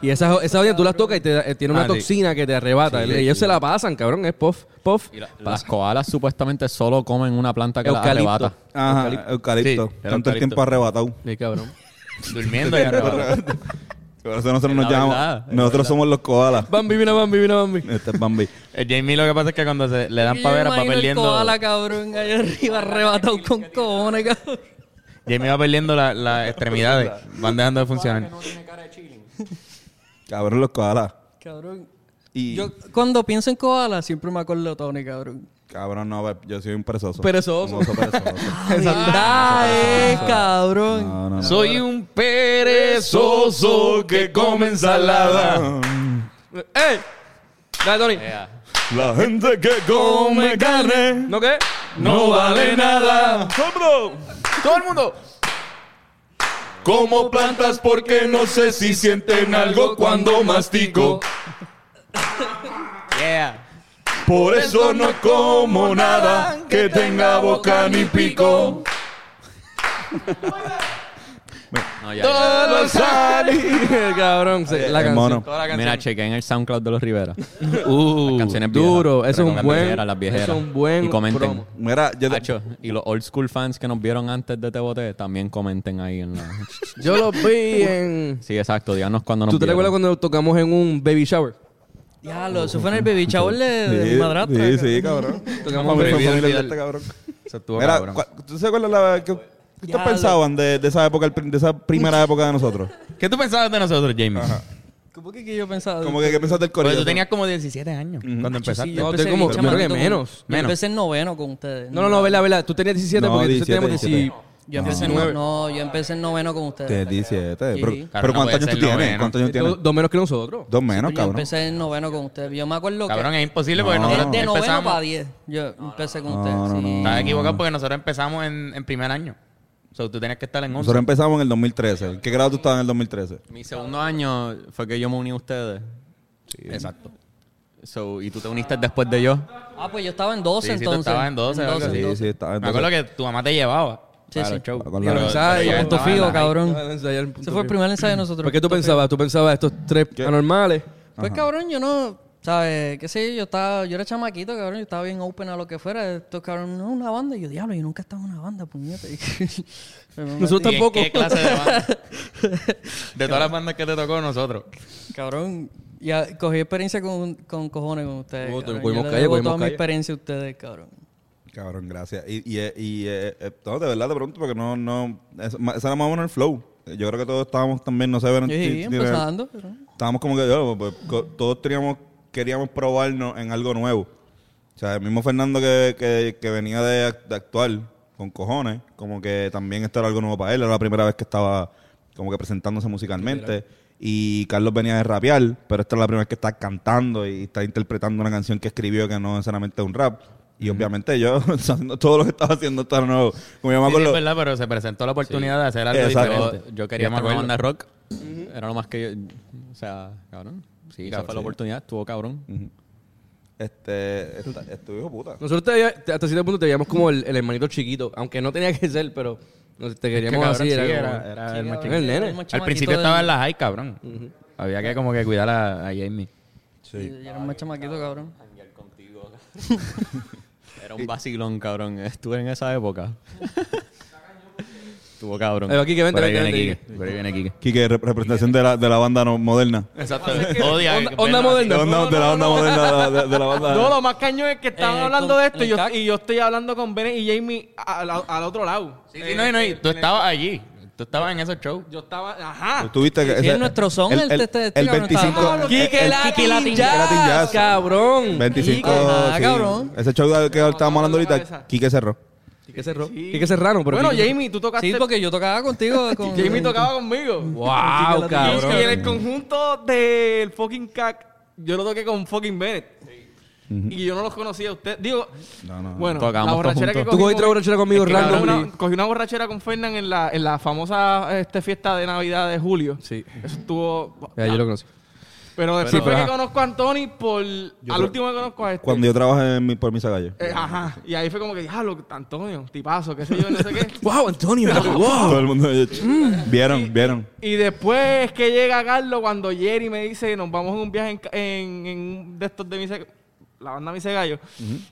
[SPEAKER 3] Y esas esa tú las tocas y te, da- eh, tiene una
[SPEAKER 1] Ah, sí.
[SPEAKER 3] toxina que te arrebata.
[SPEAKER 1] Sí,
[SPEAKER 3] Y ellos se la pasan, cabrón. Es puff, puff.
[SPEAKER 4] Y la- las koalas supuestamente solo comen una planta que las
[SPEAKER 3] Eucalipto.
[SPEAKER 4] arrebata.
[SPEAKER 2] Ajá,
[SPEAKER 3] eucalipto.
[SPEAKER 2] eucalipto.
[SPEAKER 1] Sí, era eucalipto.
[SPEAKER 2] Tanto el tiempo arrebatado.
[SPEAKER 3] Sí, cabrón.
[SPEAKER 1] Durmiendo y arrebatado.
[SPEAKER 2] Por eso nosotros nos
[SPEAKER 4] la
[SPEAKER 2] llamamos.
[SPEAKER 4] verdad, es
[SPEAKER 2] nosotros somos los koalas.
[SPEAKER 3] Bambi, mira, Bambi, mira, Bambi.
[SPEAKER 2] Este es
[SPEAKER 4] [laughs]
[SPEAKER 2] Bambi.
[SPEAKER 1] El Eh, Jamie lo que pasa es que cuando se le dan
[SPEAKER 5] Yo
[SPEAKER 1] paveras va
[SPEAKER 5] imagino el
[SPEAKER 1] perdiendo.
[SPEAKER 5] koala, cabrón, ahí arriba arrebatado con cojones, cabrón.
[SPEAKER 1] Jamie va perdiendo la- las extremidades. Van dejando de funcionar.
[SPEAKER 2] Cabrón, los koalas.
[SPEAKER 5] Cabrón.
[SPEAKER 2] Y.
[SPEAKER 5] Yo cuando pienso en koala siempre me acuerdo de Tony, cabrón.
[SPEAKER 2] Cabrón, no, beb, yo soy un perezoso.
[SPEAKER 3] Perezoso.
[SPEAKER 2] Un oso perezoso.
[SPEAKER 4] [laughs]
[SPEAKER 5] ¿Verdad, eh, cabrón?
[SPEAKER 2] Ah, No, no, no.
[SPEAKER 1] Soy un perezoso que come ensalada.
[SPEAKER 3] ¡Ey! Dale, Tony.
[SPEAKER 2] La gente que come carne
[SPEAKER 3] ¿No qué?
[SPEAKER 1] No vale nada. Todo el mundo.
[SPEAKER 2] Como plantas porque no sé si sienten algo cuando
[SPEAKER 4] [laughs]
[SPEAKER 2] mastico. Por eso no como nada que tenga boca ni pico.
[SPEAKER 4] No, ya, ya.
[SPEAKER 3] Todo sale. cabrón, se- la
[SPEAKER 2] El
[SPEAKER 3] canción.
[SPEAKER 2] mono.
[SPEAKER 4] Mira, chequeen el SoundCloud de los Rivera.
[SPEAKER 1] Uh,
[SPEAKER 4] Canciones viejas.
[SPEAKER 3] Duro. Eso es un
[SPEAKER 4] Las
[SPEAKER 3] buen.
[SPEAKER 4] viejeras, las viejeras.
[SPEAKER 3] eso es un buen.
[SPEAKER 4] Y comenten.
[SPEAKER 3] promo.
[SPEAKER 2] Mira, yo te-
[SPEAKER 4] Hacho, y los old school fans que nos vieron antes de Te Boté, también comenten ahí en la...
[SPEAKER 3] Yo
[SPEAKER 1] [laughs]
[SPEAKER 3] lo vi en.
[SPEAKER 4] Sí, exacto, díganos cuando nos
[SPEAKER 3] ¿Tú te
[SPEAKER 4] vieron.
[SPEAKER 3] recuerdas cuando tocamos en un baby shower?
[SPEAKER 5] Ya, lo, eso fue en el baby shower de, de
[SPEAKER 2] Sí,
[SPEAKER 5] madrastra.
[SPEAKER 2] Sí,
[SPEAKER 5] cabrón.
[SPEAKER 2] sí, cabrón.
[SPEAKER 3] Tocamos
[SPEAKER 2] Fue
[SPEAKER 3] prohibido
[SPEAKER 2] familia de
[SPEAKER 3] olvidar.
[SPEAKER 2] este cabrón.
[SPEAKER 1] Eso estuvo
[SPEAKER 2] Mira,
[SPEAKER 1] cabrón.
[SPEAKER 2] cua- ¿tú se acuerdas la qué qué
[SPEAKER 5] Ya,
[SPEAKER 2] ustedes pensaban de, de esa época, de esa primera época de nosotros?
[SPEAKER 1] ¿Qué tú pensabas de nosotros, Jamie?
[SPEAKER 5] ¿Cómo que, que yo pensaba?
[SPEAKER 2] Como que qué pensaste del
[SPEAKER 1] Porque
[SPEAKER 2] corillo.
[SPEAKER 1] tú tenías como 17 años cuando empezaste.
[SPEAKER 3] yo- No, estoy como- yo creo que menos,
[SPEAKER 5] Yo
[SPEAKER 1] menos.
[SPEAKER 5] empecé en noveno con ustedes.
[SPEAKER 3] No, no, no, vela, vela. Tú tenías 17
[SPEAKER 2] No,
[SPEAKER 3] porque nosotros
[SPEAKER 2] 17,
[SPEAKER 3] teníamos 17.
[SPEAKER 2] 17.
[SPEAKER 5] Yo empecé en noveno. No, yo empecé en noveno con ustedes.
[SPEAKER 2] Tienes 17. Pero,
[SPEAKER 5] Sí.
[SPEAKER 2] pero
[SPEAKER 1] no
[SPEAKER 2] ¿cuántos
[SPEAKER 1] puede
[SPEAKER 2] años tú
[SPEAKER 1] ser
[SPEAKER 2] tienes?
[SPEAKER 1] noveno.
[SPEAKER 2] ¿Cuántos años tienes?
[SPEAKER 3] Dos- Dos menos que nosotros.
[SPEAKER 2] Dos menos,
[SPEAKER 5] yo
[SPEAKER 2] cabrón.
[SPEAKER 5] empecé en noveno con ustedes. Yo me acuerdo
[SPEAKER 1] Cabrón,
[SPEAKER 5] que
[SPEAKER 1] es imposible porque
[SPEAKER 2] No.
[SPEAKER 1] nosotros
[SPEAKER 5] de noveno
[SPEAKER 1] empezamos.
[SPEAKER 5] para diez yo empecé con ustedes.
[SPEAKER 2] no,
[SPEAKER 5] sí.
[SPEAKER 2] no.
[SPEAKER 1] Estás equivocado porque nosotros empezamos en, en primer año. O sea, tú tenías que estar en 11.
[SPEAKER 2] Nosotros empezamos en el 2013. ¿En qué grado tú estabas en el 2013?
[SPEAKER 4] Mi segundo año fue que yo me uní a ustedes.
[SPEAKER 1] Exacto.
[SPEAKER 4] So, y tú te uniste después de yo.
[SPEAKER 5] Ah, pues yo estaba en 12
[SPEAKER 1] Sí, sí, tú
[SPEAKER 5] entonces.
[SPEAKER 1] estabas en 12, algo así.
[SPEAKER 2] Sí, sí, estaba en
[SPEAKER 1] Me acuerdo
[SPEAKER 2] 12.
[SPEAKER 1] que tu mamá te llevaba.
[SPEAKER 5] Sí,
[SPEAKER 1] para
[SPEAKER 5] sí.
[SPEAKER 1] los shows.
[SPEAKER 2] Con la-
[SPEAKER 1] Pero- pero
[SPEAKER 2] Pero
[SPEAKER 1] ya
[SPEAKER 5] Punto
[SPEAKER 1] estaba en
[SPEAKER 5] fijo,
[SPEAKER 1] la-
[SPEAKER 5] cabrón.
[SPEAKER 3] Ah, ensayar el punto
[SPEAKER 5] Ese fue el
[SPEAKER 3] fijo.
[SPEAKER 5] primer ensayo de nosotros.
[SPEAKER 3] ¿Por qué tú
[SPEAKER 5] Punto fijo.
[SPEAKER 3] pensabas? ¿Tú pensabas estos tres anormales?
[SPEAKER 5] Pues cabrón, yo no, ¿sabes? Qué sé yo, yo estaba, yo era chamaquito, cabrón, yo estaba bien open a lo que fuera. Estos cabrón, no, una banda, y yo diablo, yo nunca he estado en una banda, puñeta. [laughs]
[SPEAKER 3] Nosotros
[SPEAKER 1] ¿Y en
[SPEAKER 3] tampoco.
[SPEAKER 1] ¿Qué clase de banda? De todas las bandas que te tocó nosotros.
[SPEAKER 5] Cabrón, ya cogí experiencia con, con cojones con ustedes.
[SPEAKER 3] Puto,
[SPEAKER 5] cabrón.
[SPEAKER 3] cogimos
[SPEAKER 5] yo le
[SPEAKER 3] calle,
[SPEAKER 5] debo
[SPEAKER 3] cogimos
[SPEAKER 5] toda mi
[SPEAKER 3] calle.
[SPEAKER 5] experiencia a ustedes, cabrón.
[SPEAKER 2] Cabrón, gracias. Y, y, eh, y, eh, eh, no, de verdad te pregunto porque no, no, eso, ma- eso era más o menos el flow. Yo creo que todos estábamos también, no sé,
[SPEAKER 5] Yo
[SPEAKER 2] ven-
[SPEAKER 5] dije,
[SPEAKER 2] ti- ti-
[SPEAKER 5] empezando, pero-
[SPEAKER 2] estábamos como que yo, pues, co- todos teníamos, queríamos probarnos en algo nuevo. O sea, el mismo Fernando que, que, que venía de, ac- de actuar con cojones, como que también esto era algo nuevo para él, era la primera vez que estaba como que presentándose musicalmente. Y Carlos venía de rapear, pero esta es la primera vez que está cantando y está interpretando una canción que escribió que no necesariamente es un rap. Y obviamente yo, [laughs] haciendo todo lo que estaba haciendo estaba nuevo. Como yo
[SPEAKER 1] Sí,
[SPEAKER 2] me
[SPEAKER 1] sí,
[SPEAKER 2] acuerdo-
[SPEAKER 1] es verdad, pero se presentó la oportunidad de hacer algo
[SPEAKER 2] Exacto.
[SPEAKER 1] diferente.
[SPEAKER 4] Yo, yo quería
[SPEAKER 1] me
[SPEAKER 4] estar en una
[SPEAKER 1] acuerdo.
[SPEAKER 4] banda de rock. Era lo más que yo... O sea, cabrón. Sí, esa fue la oportunidad. Estuvo cabrón.
[SPEAKER 2] este, esta- este hijo puta.
[SPEAKER 3] Nosotros te veía- te- hasta cierto punto te veíamos como el, el hermanito chiquito, aunque no tenía que ser, pero nos- te
[SPEAKER 1] Que
[SPEAKER 3] queríamos
[SPEAKER 1] cabrón,
[SPEAKER 3] así.
[SPEAKER 1] sí,
[SPEAKER 3] era
[SPEAKER 1] era- era
[SPEAKER 3] como-
[SPEAKER 5] Sí,
[SPEAKER 1] el más
[SPEAKER 5] cabrón,
[SPEAKER 1] chiquito.
[SPEAKER 3] El nene.
[SPEAKER 5] era el más
[SPEAKER 1] Al
[SPEAKER 5] chamaquito
[SPEAKER 1] principio
[SPEAKER 5] del-
[SPEAKER 1] estaba en la high, cabrón. Había que como que cuidar a, a Jamie.
[SPEAKER 5] Sí, yo era el más chamaquito, cabrón.
[SPEAKER 4] Era un vacilón, cabrón. [laughs] Estuve en esa época. Estuvo cabrón.
[SPEAKER 3] Eh, Kike, vente,
[SPEAKER 1] Por ahí
[SPEAKER 3] vente,
[SPEAKER 1] viene
[SPEAKER 3] vente,
[SPEAKER 1] Kike. Por ahí viene Kike.
[SPEAKER 2] Quique, rep- representación de la, de la banda no- moderna.
[SPEAKER 1] Exacto. Odia.
[SPEAKER 3] Onda- onda moderna.
[SPEAKER 2] De, la onda- de la banda moderna, de la, de- de la
[SPEAKER 3] [laughs] Ah.
[SPEAKER 2] banda.
[SPEAKER 6] No, lo más cañón es que estaban
[SPEAKER 5] En el
[SPEAKER 6] hablando
[SPEAKER 5] con-
[SPEAKER 6] de esto
[SPEAKER 5] en
[SPEAKER 6] y
[SPEAKER 5] el
[SPEAKER 6] yo,
[SPEAKER 5] CAC.
[SPEAKER 6] y yo estoy hablando con Ben y Jamie a- al, al otro lado.
[SPEAKER 1] Sí, sí, no, y no, y tú estabas allí. Tú estabas en esos shows.
[SPEAKER 6] Yo estaba, ajá.
[SPEAKER 2] Tuviste que.
[SPEAKER 5] Sí,
[SPEAKER 2] ese-
[SPEAKER 5] es nuestro son, el,
[SPEAKER 2] el,
[SPEAKER 5] este, este
[SPEAKER 2] el
[SPEAKER 5] cabrón,
[SPEAKER 2] 25.
[SPEAKER 5] estaba-
[SPEAKER 6] Kike
[SPEAKER 5] el
[SPEAKER 6] Latin
[SPEAKER 5] Kike Latin
[SPEAKER 6] Jazz,
[SPEAKER 2] Latin Jazz.
[SPEAKER 3] Cabrón.
[SPEAKER 2] 25.
[SPEAKER 5] Ajá,
[SPEAKER 2] sí.
[SPEAKER 5] cabrón.
[SPEAKER 2] Ese show de- que estábamos hablando ahorita,
[SPEAKER 6] cabeza.
[SPEAKER 2] Quique cerró.
[SPEAKER 3] Quique Serrano.
[SPEAKER 6] Sí.
[SPEAKER 3] Quique Serrano, pero.
[SPEAKER 6] Bueno,
[SPEAKER 3] Quique-
[SPEAKER 6] Jamie, tú tocaste.
[SPEAKER 5] Sí, porque yo tocaba contigo. Con,
[SPEAKER 6] Jamie tocaba conmigo.
[SPEAKER 3] Wow,
[SPEAKER 6] Y en
[SPEAKER 3] cabrón.
[SPEAKER 6] el conjunto del fucking CAC, yo lo toqué con fucking Bennett. Y yo no los conocía a ustedes. Digo,
[SPEAKER 2] No, no.
[SPEAKER 6] bueno,
[SPEAKER 4] Tocábamos
[SPEAKER 6] la
[SPEAKER 4] todos
[SPEAKER 6] borrachera que
[SPEAKER 4] juntos.
[SPEAKER 6] cogí
[SPEAKER 3] Tú cogiste
[SPEAKER 6] con-
[SPEAKER 3] borrachera conmigo,
[SPEAKER 6] es que, cabrón,
[SPEAKER 3] random,
[SPEAKER 6] una-
[SPEAKER 3] y-
[SPEAKER 6] Cogí una borrachera con Fernan en la, en la famosa este, fiesta de Navidad de julio.
[SPEAKER 3] Sí.
[SPEAKER 6] Eso estuvo.
[SPEAKER 3] Ya, yo lo conocí.
[SPEAKER 6] Pero después
[SPEAKER 3] pero
[SPEAKER 6] fue
[SPEAKER 3] ajá.
[SPEAKER 6] que conozco a Anthony por... al
[SPEAKER 2] creo-
[SPEAKER 6] último que conozco a este.
[SPEAKER 2] Cuando yo trabajé en mi- por Misa Gallo.
[SPEAKER 6] Eh, ajá. Y ahí fue como que, diablo, Antonio, tipazo, qué sé yo, no sé qué.
[SPEAKER 3] ¡Wow, Antonio! ¡Wow!
[SPEAKER 2] Todo el mundo. Vieron, vieron.
[SPEAKER 6] Y después es que llega Carlos cuando Jerry me dice, nos vamos en un viaje en, ca- en, en un de estos de Mise- la banda Mise Gallo.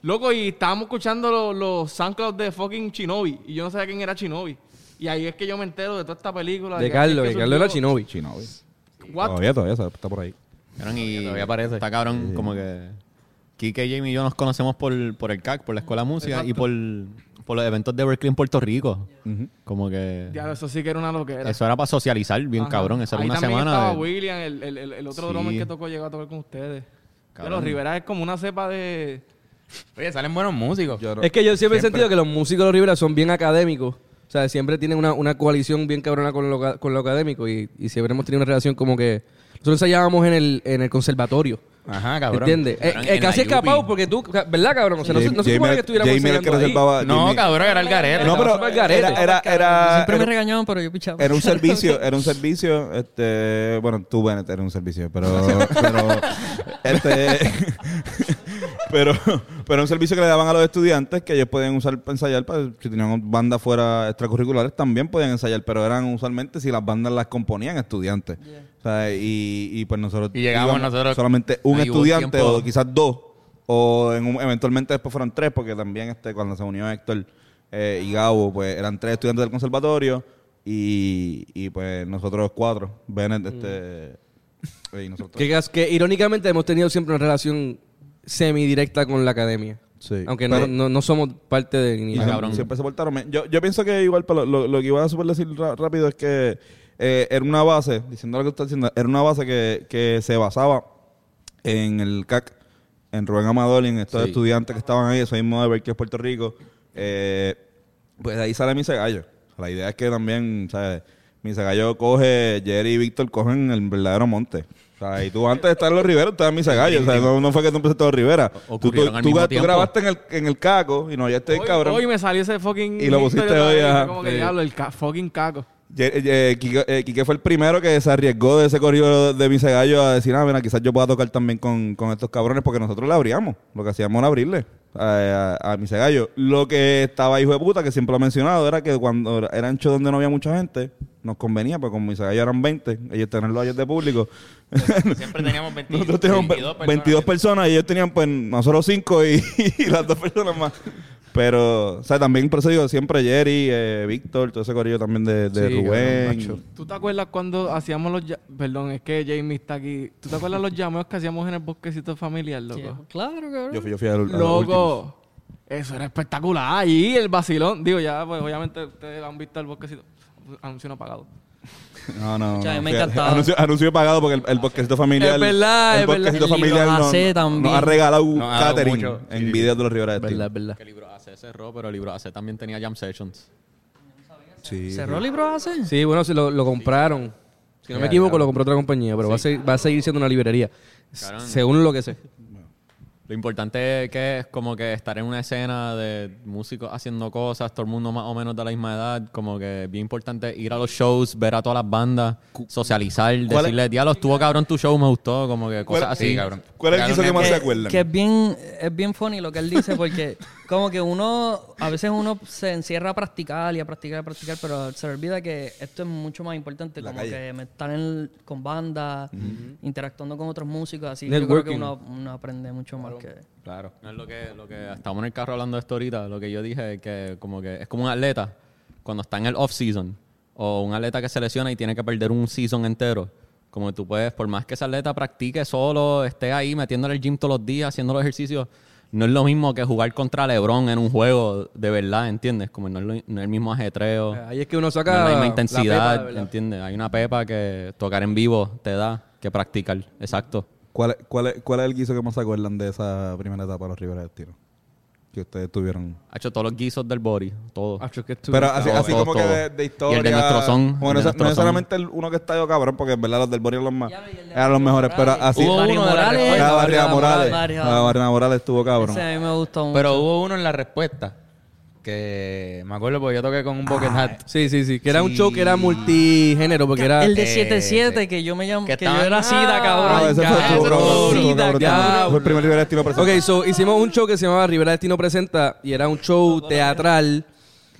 [SPEAKER 6] Loco, y estábamos escuchando los, los SoundCloud de fucking Shinobi. Y yo no sabía quién era Shinobi. Y ahí es que yo me entero de toda esta película.
[SPEAKER 3] De
[SPEAKER 6] que así es
[SPEAKER 3] Carlos,
[SPEAKER 6] que
[SPEAKER 3] que Carlos era
[SPEAKER 6] surgió.
[SPEAKER 3] Shinobi.
[SPEAKER 2] Shinobi. Oh,
[SPEAKER 6] What?
[SPEAKER 2] Todavía, todavía sabe, está por ahí.
[SPEAKER 4] Cabrón, y Está cabrón, como que. Kike, Jamie y yo nos conocemos por, por el CAC, por la Escuela de Música y por, por los eventos de Berkeley en Puerto Rico. Como que.
[SPEAKER 6] Diablo, eso sí que era una loquera.
[SPEAKER 4] Eso era para socializar bien
[SPEAKER 6] Ajá.
[SPEAKER 4] cabrón. Esa era
[SPEAKER 6] Ahí
[SPEAKER 4] una
[SPEAKER 6] también
[SPEAKER 4] semana.
[SPEAKER 6] estaba
[SPEAKER 4] de-
[SPEAKER 6] William, el, el, el- el otro
[SPEAKER 4] Sí.
[SPEAKER 6] drummer que tocó llegó a tocar con ustedes. Pero
[SPEAKER 4] Cabrón.
[SPEAKER 6] los Rivera es como una cepa de...
[SPEAKER 1] Oye, salen buenos músicos.
[SPEAKER 3] Es que yo siempre, he sentido que los músicos de los Rivera son bien académicos. O sea, siempre tienen una, una coalición bien cabrona con lo, ca- con lo académico y, y siempre hemos tenido una relación como que... Nosotros ensayábamos en el, en el conservatorio.
[SPEAKER 1] Ajá, cabrón.
[SPEAKER 3] ¿Entiendes? Eh,
[SPEAKER 4] Cabrón,
[SPEAKER 3] eh,
[SPEAKER 4] en
[SPEAKER 3] casi
[SPEAKER 4] la
[SPEAKER 3] escapado
[SPEAKER 4] Yupi.
[SPEAKER 3] porque tú... ca- ¿Verdad, cabrón? O sea, no, se- no se supone que estuviéramos
[SPEAKER 2] Jamie era el que
[SPEAKER 3] ensayando ahí.
[SPEAKER 2] reservaba.
[SPEAKER 1] Eh, No,
[SPEAKER 2] Jamie-
[SPEAKER 1] cabrón, era el garete.
[SPEAKER 2] No, pero.
[SPEAKER 3] Estaba el garete.
[SPEAKER 2] Era, era, era,
[SPEAKER 5] Siempre me
[SPEAKER 2] Ah, era-
[SPEAKER 5] regañaban, pero yo pichaba.
[SPEAKER 2] era un servicio, era un servicio, este, bueno, tú Bennett era un servicio, pero, pero, este, [laughs] pero, pero un servicio que le daban a los estudiantes que ellos podían usar para ensayar, para, si tenían bandas fuera extracurriculares también podían ensayar, pero eran usualmente si las bandas las componían estudiantes, o sea, y, y pues nosotros
[SPEAKER 1] Y llegamos
[SPEAKER 2] íbamos
[SPEAKER 1] nosotros-
[SPEAKER 2] solamente Este, un
[SPEAKER 4] Ahí hubo
[SPEAKER 2] estudiante
[SPEAKER 4] tiempo.
[SPEAKER 2] o quizás dos o en un- eventualmente después fueron tres porque también este cuando se unió Héctor eh, y Gabo pues eran tres estudiantes del conservatorio y, y pues nosotros cuatro Bennett este
[SPEAKER 4] Mm.
[SPEAKER 2] y
[SPEAKER 4] [laughs]
[SPEAKER 2] nosotros
[SPEAKER 3] Que, gas- que irónicamente hemos tenido siempre una relación semidirecta con la academia.
[SPEAKER 2] Sí.
[SPEAKER 3] Aunque
[SPEAKER 2] Pero-
[SPEAKER 3] no, no, no somos parte de ni
[SPEAKER 2] Y
[SPEAKER 4] Ah,
[SPEAKER 2] siem-
[SPEAKER 4] cabrón.
[SPEAKER 2] siempre se portaron. bien. Yo, yo pienso que igual, pero lo, lo que iba a super decir ra- rápido es que eh, era una base, diciendo lo que está diciendo, era una base que, que se basaba en el CAC, en Rubén Amador y en estos estudiantes que estaban ahí, eso mismo de Berkeley, Puerto Rico. Eh, pues de ahí sale Misa Gallo. La idea es que también, ¿sabes? Misa Gallo coge, Jerry y Víctor cogen el verdadero monte. O sea, y tú antes de estar en los Rivera, estabas en Misa Gallo. O sea, no, no fue que tú empezaste en los Rivera.
[SPEAKER 4] O-
[SPEAKER 2] Tú, tú,
[SPEAKER 4] ocurrieron al
[SPEAKER 2] tú-
[SPEAKER 4] mismo
[SPEAKER 2] tú
[SPEAKER 4] tiempo.
[SPEAKER 2] grabaste en el, en el caco y no, ya estoy
[SPEAKER 6] Hoy,
[SPEAKER 2] cabrón.
[SPEAKER 6] hoy me salió ese fucking...
[SPEAKER 2] Y lo pusiste
[SPEAKER 6] historia
[SPEAKER 2] hoy,
[SPEAKER 6] otra vez,
[SPEAKER 2] ajá.
[SPEAKER 6] Como que
[SPEAKER 2] Sí.
[SPEAKER 6] diablo, el ca- fucking caco.
[SPEAKER 2] Ye- eh, Quique, eh, Quique fue el primero que se arriesgó de ese corrido de Misa Gallo a decir, ah, mira, quizás yo pueda tocar también con, con estos cabrones porque nosotros le abríamos. Lo que hacíamos era abrirle a, a, a Misa Gallo. Lo que estaba hijo de puta, que siempre lo he mencionado, era que cuando era- eran shows donde no había mucha gente, nos convenía, pues con Misa Gallo eran 20, ellos tenerlos ellos de público.
[SPEAKER 1] Siempre teníamos 20
[SPEAKER 2] Nosotros teníamos 22 personas, y ellos tenían pues nosotros 5 y, [laughs] y las dos personas más. Pero, o sea, también por eso digo, siempre Jerry, eh, Víctor, todo ese corillo también de, de
[SPEAKER 3] Sí,
[SPEAKER 2] Rubén.
[SPEAKER 3] cabrón, macho.
[SPEAKER 6] ¿Tú te acuerdas cuando hacíamos los... ya- Perdón, es que Jamie está aquí. ¿Tú te acuerdas los llameos que hacíamos en el bosquecito familiar, loco?
[SPEAKER 5] Claro, cabrón.
[SPEAKER 2] Yo fui, yo fui al, al último.
[SPEAKER 6] Loco. Eso era espectacular. Ahí el vacilón. Digo, ya, pues obviamente ustedes han visto el bosquecito. Anuncio no pagado.
[SPEAKER 2] No, no.
[SPEAKER 5] Chacho,
[SPEAKER 2] no,
[SPEAKER 5] me
[SPEAKER 2] fui-
[SPEAKER 5] encantaba.
[SPEAKER 2] Anuncio, anuncio pagado porque el, el bosquecito familiar.
[SPEAKER 6] Es verdad,
[SPEAKER 2] el
[SPEAKER 6] es verdad.
[SPEAKER 2] bosquecito
[SPEAKER 5] El
[SPEAKER 2] familiar
[SPEAKER 5] libro
[SPEAKER 2] no-
[SPEAKER 5] AC
[SPEAKER 2] no- nos
[SPEAKER 5] también.
[SPEAKER 2] ha regalado un
[SPEAKER 1] Nos ha dado
[SPEAKER 2] catering
[SPEAKER 1] mucho.
[SPEAKER 2] en videos de los Rivera de Steel.
[SPEAKER 3] Verdad, verdad.
[SPEAKER 4] Que libro AC cerró, pero libro AC también tenía jam sessions.
[SPEAKER 2] Sí.
[SPEAKER 5] ¿Cerró libro hace?
[SPEAKER 3] Sí, bueno, se lo, lo compraron. Si no me equivoco, lo compró otra compañía, pero va, a ser- va a seguir siendo una librería. S-
[SPEAKER 4] Caramba.
[SPEAKER 3] Según lo que
[SPEAKER 4] [laughs]
[SPEAKER 3] sé.
[SPEAKER 4] Lo importante es que es como que estar en una escena de músicos haciendo cosas, todo el mundo más o menos de la misma edad, como que bien importante ir a los shows, ver a todas las bandas, socializar,
[SPEAKER 2] cuál es-
[SPEAKER 4] decirle, diablo, estuvo cabrón tu show, me gustó, como que cosas así.
[SPEAKER 1] Sí, cabrón.
[SPEAKER 2] ¿Cuál es el
[SPEAKER 1] Claro,
[SPEAKER 2] guiso que
[SPEAKER 1] que-
[SPEAKER 2] más se
[SPEAKER 5] que-
[SPEAKER 2] acuerdan?
[SPEAKER 5] Que es bien, es bien funny lo que él dice, porque como que uno, a veces uno se encierra a practicar y a practicar y a practicar, pero se le olvida que esto es mucho más importante,
[SPEAKER 2] La
[SPEAKER 5] como
[SPEAKER 2] calle.
[SPEAKER 5] que estar en el- con bandas, interactuando con otros músicos, así yo creo que
[SPEAKER 3] Networking.
[SPEAKER 5] uno, uno aprende mucho más que...
[SPEAKER 1] Claro.
[SPEAKER 4] No es lo que, lo que estamos en el carro hablando de esto ahorita, lo que yo dije es que como que es como un atleta cuando está en el off season o un atleta que se lesiona y tiene que perder un season entero. Como que tú puedes, por más que ese atleta practique solo, esté ahí metiéndole el gym todos los días, haciendo los ejercicios, no es lo mismo que jugar contra LeBron en un juego de verdad, ¿entiendes? Como no es, lo- no es el mismo ajetreo, no
[SPEAKER 3] Ahí es que uno
[SPEAKER 4] es
[SPEAKER 3] saca.
[SPEAKER 4] la misma
[SPEAKER 3] Eh, la pepa,
[SPEAKER 4] intensidad,
[SPEAKER 3] de verdad.
[SPEAKER 4] ¿entiendes? Hay una pepa que tocar en vivo te da que practicar, exacto.
[SPEAKER 2] ¿Cuál, es- cuál, es- ¿Cuál es el guiso que más se acuerdan de esa primera etapa de los Rivera de Steel? Que ustedes tuvieron.
[SPEAKER 4] Ha hecho todos los guisos del body, todo.
[SPEAKER 3] Acho, que estu-
[SPEAKER 2] Pero así,
[SPEAKER 4] Todo,
[SPEAKER 2] así
[SPEAKER 4] todo,
[SPEAKER 2] como que
[SPEAKER 4] todo.
[SPEAKER 2] de, de historia.
[SPEAKER 4] Y el de nuestro son,
[SPEAKER 2] Bueno,
[SPEAKER 4] el
[SPEAKER 2] esa-
[SPEAKER 4] de nuestro
[SPEAKER 2] no necesariamente el uno que está yo cabrón, porque en verdad los del Boris eran los más. Eran los mejores, pero así.
[SPEAKER 1] Hubo
[SPEAKER 5] Barrio
[SPEAKER 1] uno de la
[SPEAKER 5] Morales,
[SPEAKER 1] respuesta.
[SPEAKER 2] la Barriada
[SPEAKER 5] Barrio
[SPEAKER 2] Morales.
[SPEAKER 5] Barrio
[SPEAKER 2] La Barriada Morales estuvo cabrón.
[SPEAKER 5] Ese a mí me gustó mucho.
[SPEAKER 1] Pero hubo uno en la respuesta que me acuerdo porque yo toqué con un bucket hat.
[SPEAKER 3] Sí, sí, sí. Que era un
[SPEAKER 1] Sí.
[SPEAKER 3] show que era multigénero, porque era.
[SPEAKER 5] El de
[SPEAKER 1] Eh,
[SPEAKER 5] 77 que yo me llamo,
[SPEAKER 1] que
[SPEAKER 5] que, yo era
[SPEAKER 1] estaban-
[SPEAKER 5] Sida, cabrón.
[SPEAKER 2] Ah, ese
[SPEAKER 5] Ya,
[SPEAKER 2] fue
[SPEAKER 5] ese
[SPEAKER 2] tu
[SPEAKER 5] fue
[SPEAKER 2] cabrón.
[SPEAKER 5] Sida,
[SPEAKER 2] cabrón,
[SPEAKER 3] ya.
[SPEAKER 2] cabrón. Fue el primer nivel de estilo presente.
[SPEAKER 3] Ok, so hicimos un show que se llamaba Rivera Destino Presenta y era un show teatral.